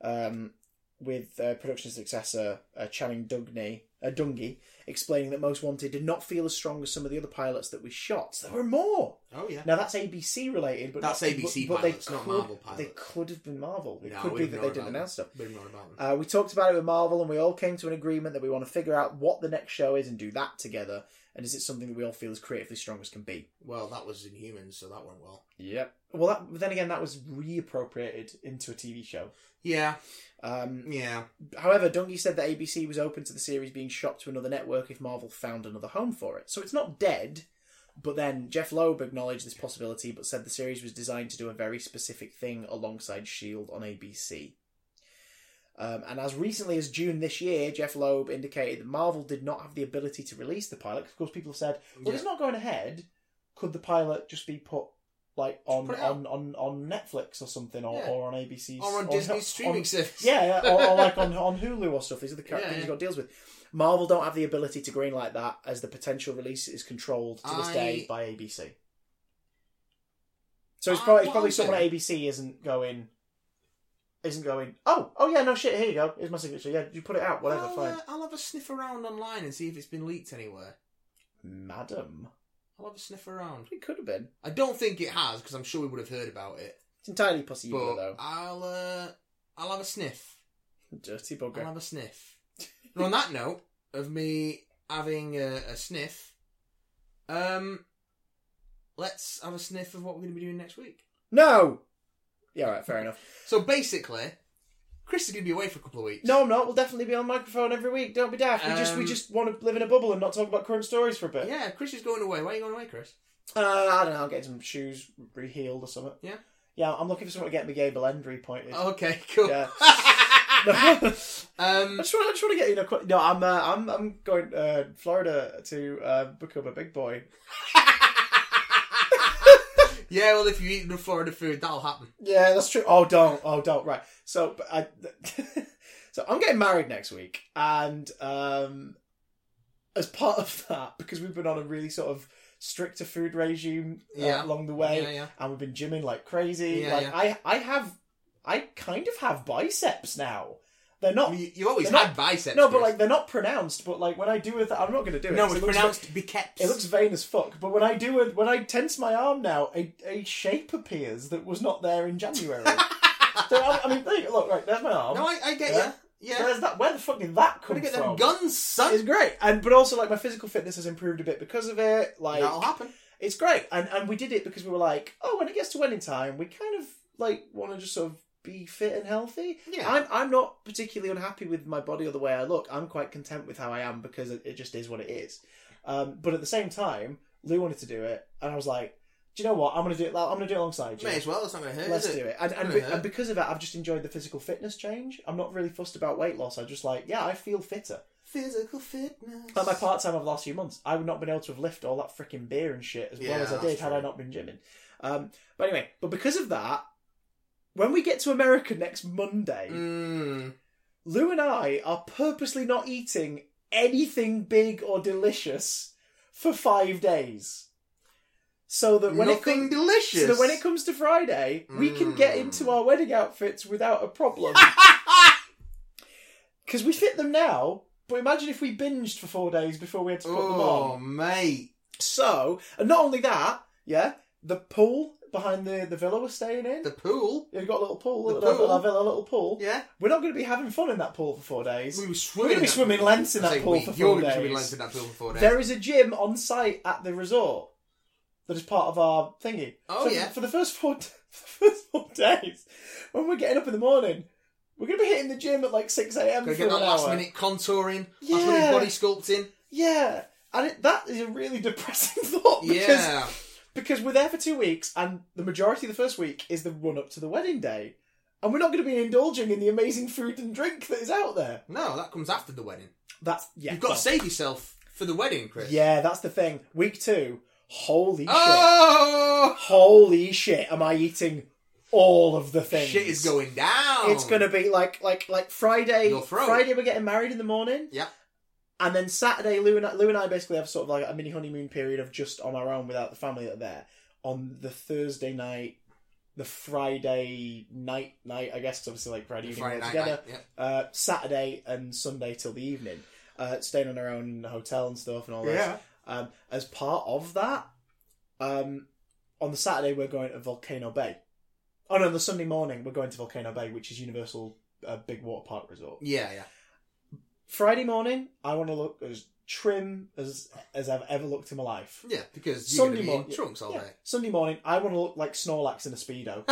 A: um, with uh, production successor uh, Channing Dugney, uh, Dungy explaining that Most Wanted did not feel as strong as some of the other pilots that we shot. So there were more.
B: Oh yeah.
A: Now that's ABC related, but
B: That's
A: not-
B: ABC
A: but, but they
B: pilots, not
A: could-
B: Marvel
A: They
B: pilots.
A: could have been Marvel. It
B: No,
A: could
B: we
A: be
B: don't
A: that
B: know
A: they
B: about
A: didn't
B: them.
A: announce stuff.
B: We don't know about them.
A: Uh, we talked about it with Marvel, and we all came to an agreement that we want to figure out what the next show is and do that together. And is it something that we all feel as creatively strong as can be?
B: well, that was in humans, so that went well.
A: Yep. Well, that, then again, that was reappropriated into a TV show.
B: Yeah,
A: Um,
B: yeah.
A: However, Dungy said that ABC was open to the series being shopped to another network if Marvel found another home for it. So it's not dead, but then Jeff Loeb acknowledged this possibility but said the E series was designed to do a very specific thing alongside S.H.I.E.L.D. on ABC. Um, and as recently as June this year, Jeff Loeb indicated that Marvel did not have the ability to release the pilot. Of course, people have said, "Well, it's not going ahead. Could the pilot just be put like on
B: put it out.
A: on, on on Netflix or something, or,
B: Yeah.
A: or on ABC
B: Or on Disney
A: on-
B: streaming service.
A: yeah, yeah, or, or like on, on Hulu or stuff. These are the kind of
B: Yeah,
A: things
B: yeah.
A: you've got deals with. Marvel don't have the ability to green like that, as the potential release is controlled to this
B: I-
A: day by ABC. So it's
B: I
A: probably, it's probably
B: wonder-
A: someone at ABC isn't going, isn't going. Oh, oh yeah, no shit. Here you go. Here's my signature. Yeah, you put it out. Whatever,
B: I'll,
A: fine.
B: uh, I'll have a sniff around online and see if it's been leaked anywhere.
A: Madam,
B: I'll have a sniff around.
A: it could have been.
B: I don't think it has because I'm sure we would have heard about it.
A: It's entirely pussy
B: but
A: evil though.
B: I'll uh, I'll have a sniff.
A: Dirty
B: I'll
A: bugger.
B: have a sniff. and on that note of me having a, a sniff, um, let's have a sniff of what we're going to be doing next week.
A: No. Yeah, all right, fair enough.
B: So basically, Chris is going to be away for a couple of weeks.
A: No, I'm not. We'll definitely be on microphone every week. Don't be daft. We just we
B: Um,
A: just want to live in a bubble and not talk about current stories for a bit.
B: Yeah, Chris is going away. Why are you going away, Chris?
A: Uh, I don't know. I'll get some shoes rehealed or something.
B: Yeah. Oh,
A: Yeah, I'm looking for someone to get me Gable Endry pointed.
B: Okay, cool.
A: Yeah.
B: um,
A: I just want, I just want to get you know. Qu- no, I'm uh, I'm I'm going uh, Florida to uh, become a big boy.
B: yeah, well, if you eat enough Florida food, that'll happen.
A: Yeah, that's true. Oh, don't. Oh, don't. Right. So, but I, so I'm getting married next week, and um, as part of that, because we've been on a really sort of stricter food regime uh,
B: Yeah.
A: along the way,
B: Yeah, yeah.
A: and we've been gymming like crazy.
B: Yeah,
A: like
B: yeah.
A: I, I have, I kind of have biceps now. They're
B: I
A: not.
B: mean, you- you've always
A: They're not-
B: had biceps.
A: No, but
B: Chris.
A: like they're not pronounced. But like when I do it, I'm not going to do it.
B: no,
A: 'cause
B: it's
A: it looks
B: pronounced biceps.
A: it looks vain as fuck, but when I do it, when I tense my arm now, a, a shape appears that was not there in January. so I, I mean, there you go. look, right, there's my arm.
B: no, I, I get
A: Yeah.
B: you. Yeah,
A: There's that. Where the fuck did that come
B: gotta get
A: from?
B: them guns, son.
A: It's great, and but also like my physical fitness has improved a bit because of it. Like
B: That'll happen.
A: it's great, and and we did it because we were like, oh, when it gets to wedding time, we kind of like want to just sort of be fit and healthy.
B: Yeah,
A: I'm I'm not particularly unhappy with my body or the way I look. I'm quite content with how I am because it, it just is what it is. Um, but at the same time, Lou wanted to do it, and I was like, "Do you know what? I'm gonna do it. I'm gonna do it alongside you.
B: may as well. It's not gonna hurt.
A: Let's
B: is
A: do it." And and,
B: Gonna
A: be,
B: hurt.
A: and because of that, I've just enjoyed the physical fitness change. I'm not really fussed about weight loss. I just like, yeah, I feel fitter.
B: Physical fitness.
A: Like my part time over the last few months, I would not have been able to have lifted all that freaking beer and shit as
B: Yeah,
A: well as I
B: that's
A: did had I
B: true.
A: not been gymming. Um, but anyway, but because of that, when we get to America next Monday.
B: Mm.
A: Lou and I are purposely not eating anything big or delicious for five days, so that when
B: Nothing
A: it comes,
B: delicious.
A: so that when it comes to Friday, we can get
B: Mm.
A: into our wedding outfits without a problem because we fit them now. But imagine if we binged for four days before we had to put them on.
B: oh, mate.
A: So, and not only that, yeah, the pool behind the the villa we're staying in.
B: The pool.
A: You've got a little pool,
B: The
A: a little,
B: pool.
A: our villa, a little pool.
B: Yeah.
A: We're not going to be having fun in that pool for four days.
B: We were
A: We're going to
B: swimming.
A: be
B: in that
A: swimming
B: pool.
A: lengths in
B: I
A: that
B: say
A: pool
B: we,
A: for
B: you're
A: four
B: gonna be swimming lengths
A: days.
B: in that pool for four days.
A: There is a gym on site at the resort that is part of our thingy.
B: Oh,
A: so
B: yeah.
A: For the first four, first four days, when we're getting up in the morning, we're going to be hitting the gym at like six a.m. for
B: Gotta get
A: an
B: that last
A: hour.
B: minute contouring,
A: Yeah.
B: last minute body sculpting.
A: Yeah, and it, that is a really depressing thought because
B: yeah.
A: because we're there for two weeks, and the majority of the first week is the run up to the wedding day, and we're not going to be indulging in the amazing food and drink that is out there.
B: No, that comes after the wedding.
A: That's yeah.
B: You've got
A: well,
B: to save yourself for the wedding, Chris.
A: yeah, that's the thing. Week two, holy shit.
B: Oh,
A: holy shit am i eating all of the things
B: shit is going down.
A: it's gonna be like like like friday
B: Your throat.
A: friday we're getting married in the morning
B: Yeah.
A: and then saturday lou and, I, lou and i basically have sort of like a mini honeymoon period of just on our own without the family that are there on the thursday night the friday night night i guess 'cause obviously like friday evening
B: Friday
A: we're
B: night,
A: together
B: night, yeah.
A: Uh, saturday and sunday till the evening uh, staying on our own in the hotel and stuff and all this um, as part of that, um, on the Saturday we're going to Volcano Bay. Oh no, on the Sunday morning we're going to Volcano Bay, which is Universal uh, Big Water Park Resort.
B: yeah, yeah.
A: Friday morning, I want to look as trim as as I've ever looked in my life.
B: Yeah, because you're
A: Sunday
B: gonna be
A: morning-
B: in trunks all
A: Yeah.
B: day.
A: Sunday morning, I want to look like Snorlax in a speedo.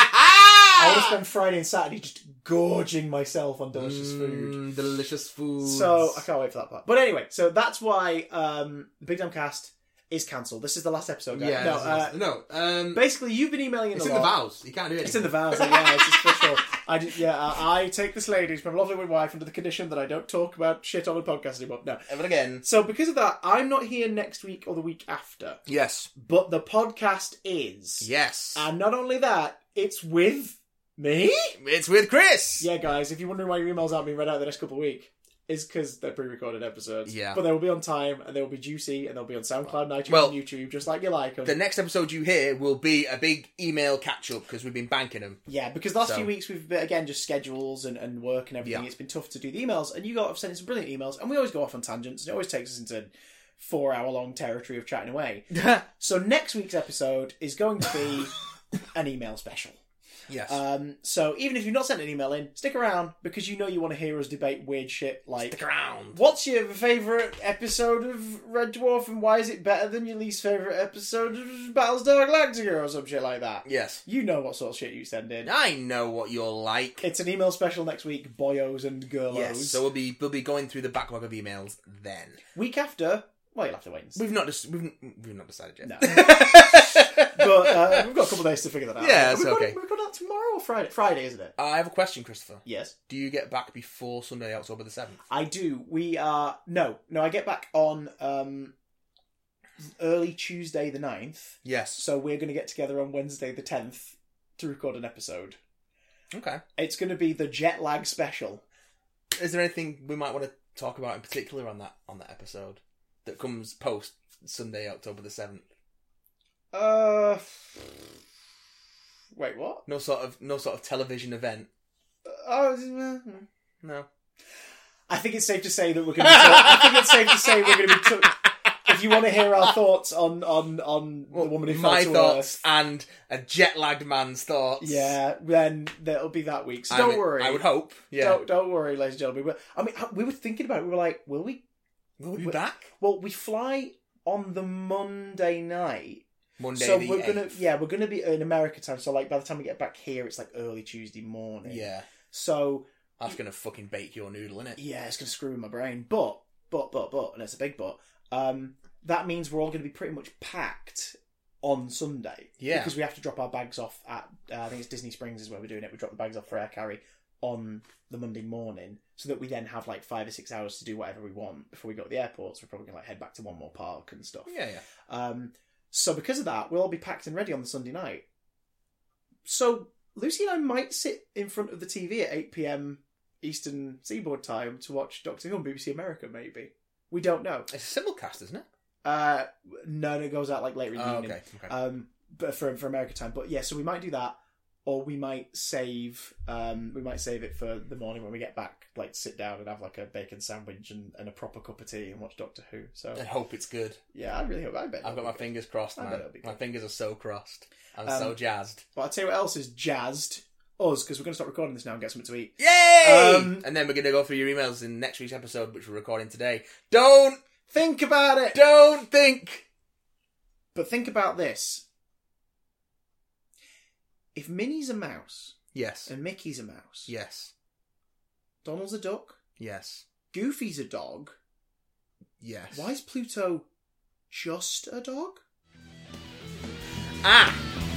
A: I want to
B: I
A: spend Friday and Saturday just gorging myself on delicious food.
B: Mm, Delicious food.
A: So I can't wait for that part. But anyway, so that's why um, the Big Damn Cast is cancelled. This is the last episode. guys.
B: Yeah,
A: no,
B: that's-
A: uh,
B: that's- no. Um,
A: basically you've been emailing in
B: it's
A: a
B: in
A: lot.
B: the vows. You can't do it.
A: It's in the vows. like, yeah, it's just official. I did- yeah, I, I take this lady, who's my lovely wife, under the condition that I don't talk about shit on the podcast anymore. No.
B: But again,
A: So because of that, I'm not here next week or the week after,
B: yes,
A: but the podcast is.
B: yes,
A: And not only that, it's with me.
B: it's with Chris.
A: Yeah, guys, if you're wondering why your emails aren't being read out the next couple of weeks, is because they're pre-recorded episodes.
B: Yeah.
A: But they will be on time, and they will be juicy, and they'll be on SoundCloud, iTunes,
B: Well-
A: and YouTube, just like you like 'em.
B: The next episode you hear will be a big email catch up because we've been banking them.
A: Yeah, because the last
B: So-
A: few weeks we've been, again just schedules and, and work and everything.
B: Yeah.
A: It's been tough to do the emails, and you got have sent in some brilliant emails, and we always go off on tangents. And it always takes us into four hour long territory of chatting away. So next week's episode is going to be an email special.
B: yes.
A: Um, so even if you've not sent an email in, stick around because you know you want to hear us debate weird shit like
B: Stick around.
A: What's your favourite episode of Red Dwarf and why is it better than your least favourite episode of Battlestar Galactica or some shit like that?
B: Yes.
A: You know what sort of shit you send in.
B: I know what you're like.
A: It's an email special next week, boyos and girlos.
B: Yes. So we'll be we'll be going through the backlog of emails then.
A: week after, well, you'll have to wait. And see.
B: We've not just we've, we've not decided yet.
A: No. but uh, we've got a couple of days to figure that out.
B: Yeah,
A: Have we
B: it's
A: got-
B: okay.
A: have we got that tomorrow or Friday. Friday, isn't it?
B: I have a question, Christopher.
A: Yes,
B: Do you get back before Sunday, October the seventh?
A: I do. We are no, no. I get back on um, early Tuesday the 9th.
B: Yes.
A: so we're going to get together on Wednesday the tenth to record an episode.
B: Okay.
A: It's going to be the jet lag special.
B: Is there anything we might want to talk about in particular on that on that episode that comes post Sunday, October the seventh?
A: Uh, wait, what?
B: No sort of no sort of television event.
A: Oh, uh,
B: No.
A: I think it's safe to say that we're going to. I think it's safe to say we're going to be. T- if you want to hear our thoughts on on on the woman who fell
B: my
A: to
B: thoughts
A: earth,
B: and a jet lagged man's thoughts.
A: yeah, then that'll be that week. So
B: I
A: don't
B: mean,
A: worry.
B: I would hope. Yeah.
A: Don't don't worry, ladies and gentlemen. But, I mean, we were thinking about it. We were like, will we?
B: We'll be
A: we-
B: back
A: Well, we fly on the Monday night.
B: Monday.
A: so
B: the
A: we're gonna
B: 8th.
A: yeah we're gonna be in America time. So like by the time we get back here, it's like early Tuesday morning.
B: yeah.
A: So
B: That's gonna fucking bake your noodle, innit?
A: yeah, it's gonna screw with my brain. But but but but and it's a big but. Um, that means we're all gonna be pretty much packed on Sunday.
B: Yeah.
A: Because we have to drop our bags off at uh, I think it's Disney Springs is where we're doing it. We drop the bags off for air carry on the Monday morning, so that we then have like five or six hours to do whatever we want before we go to the airport. So we're probably gonna like head back to one more park and stuff.
B: Yeah, yeah.
A: Um, so because of that, we'll all be packed and ready on the Sunday night. So Lucy and I might sit in front of the TV at 8 p.m. Eastern Seaboard time to watch Doctor Who on BBC America. Maybe we don't know.
B: It's a simulcast, isn't it?
A: Uh, no, it goes out like later in the
B: Oh,
A: evening.
B: okay. okay.
A: Um, but for for America time. But yeah, so we might do that, or we might save um we might save it for the morning when we get back. Like sit down and have like a bacon sandwich and, and a proper cup of tea and watch Doctor Who. So
B: I hope it's good.
A: yeah, I really hope I bet. that'll
B: I've got my
A: be good.
B: fingers crossed,
A: I bet
B: man.
A: it'll be
B: My
A: good.
B: fingers are so crossed. I'm
A: Um,
B: so jazzed.
A: But I'll tell you what else is jazzed us because we're going to start recording this now and get something to eat.
B: Yay!
A: um,
B: and then we're gonna go through your emails in next week's episode, which we're recording today. Don't
A: Think about it.
B: don't think.
A: But think about this: if Minnie's a mouse
B: Yes.
A: and Mickey's a mouse,
B: Yes.
A: Donald's a duck,
B: Yes.
A: Goofy's a dog.
B: Yes.
A: Why is Pluto just a dog?
B: Ah,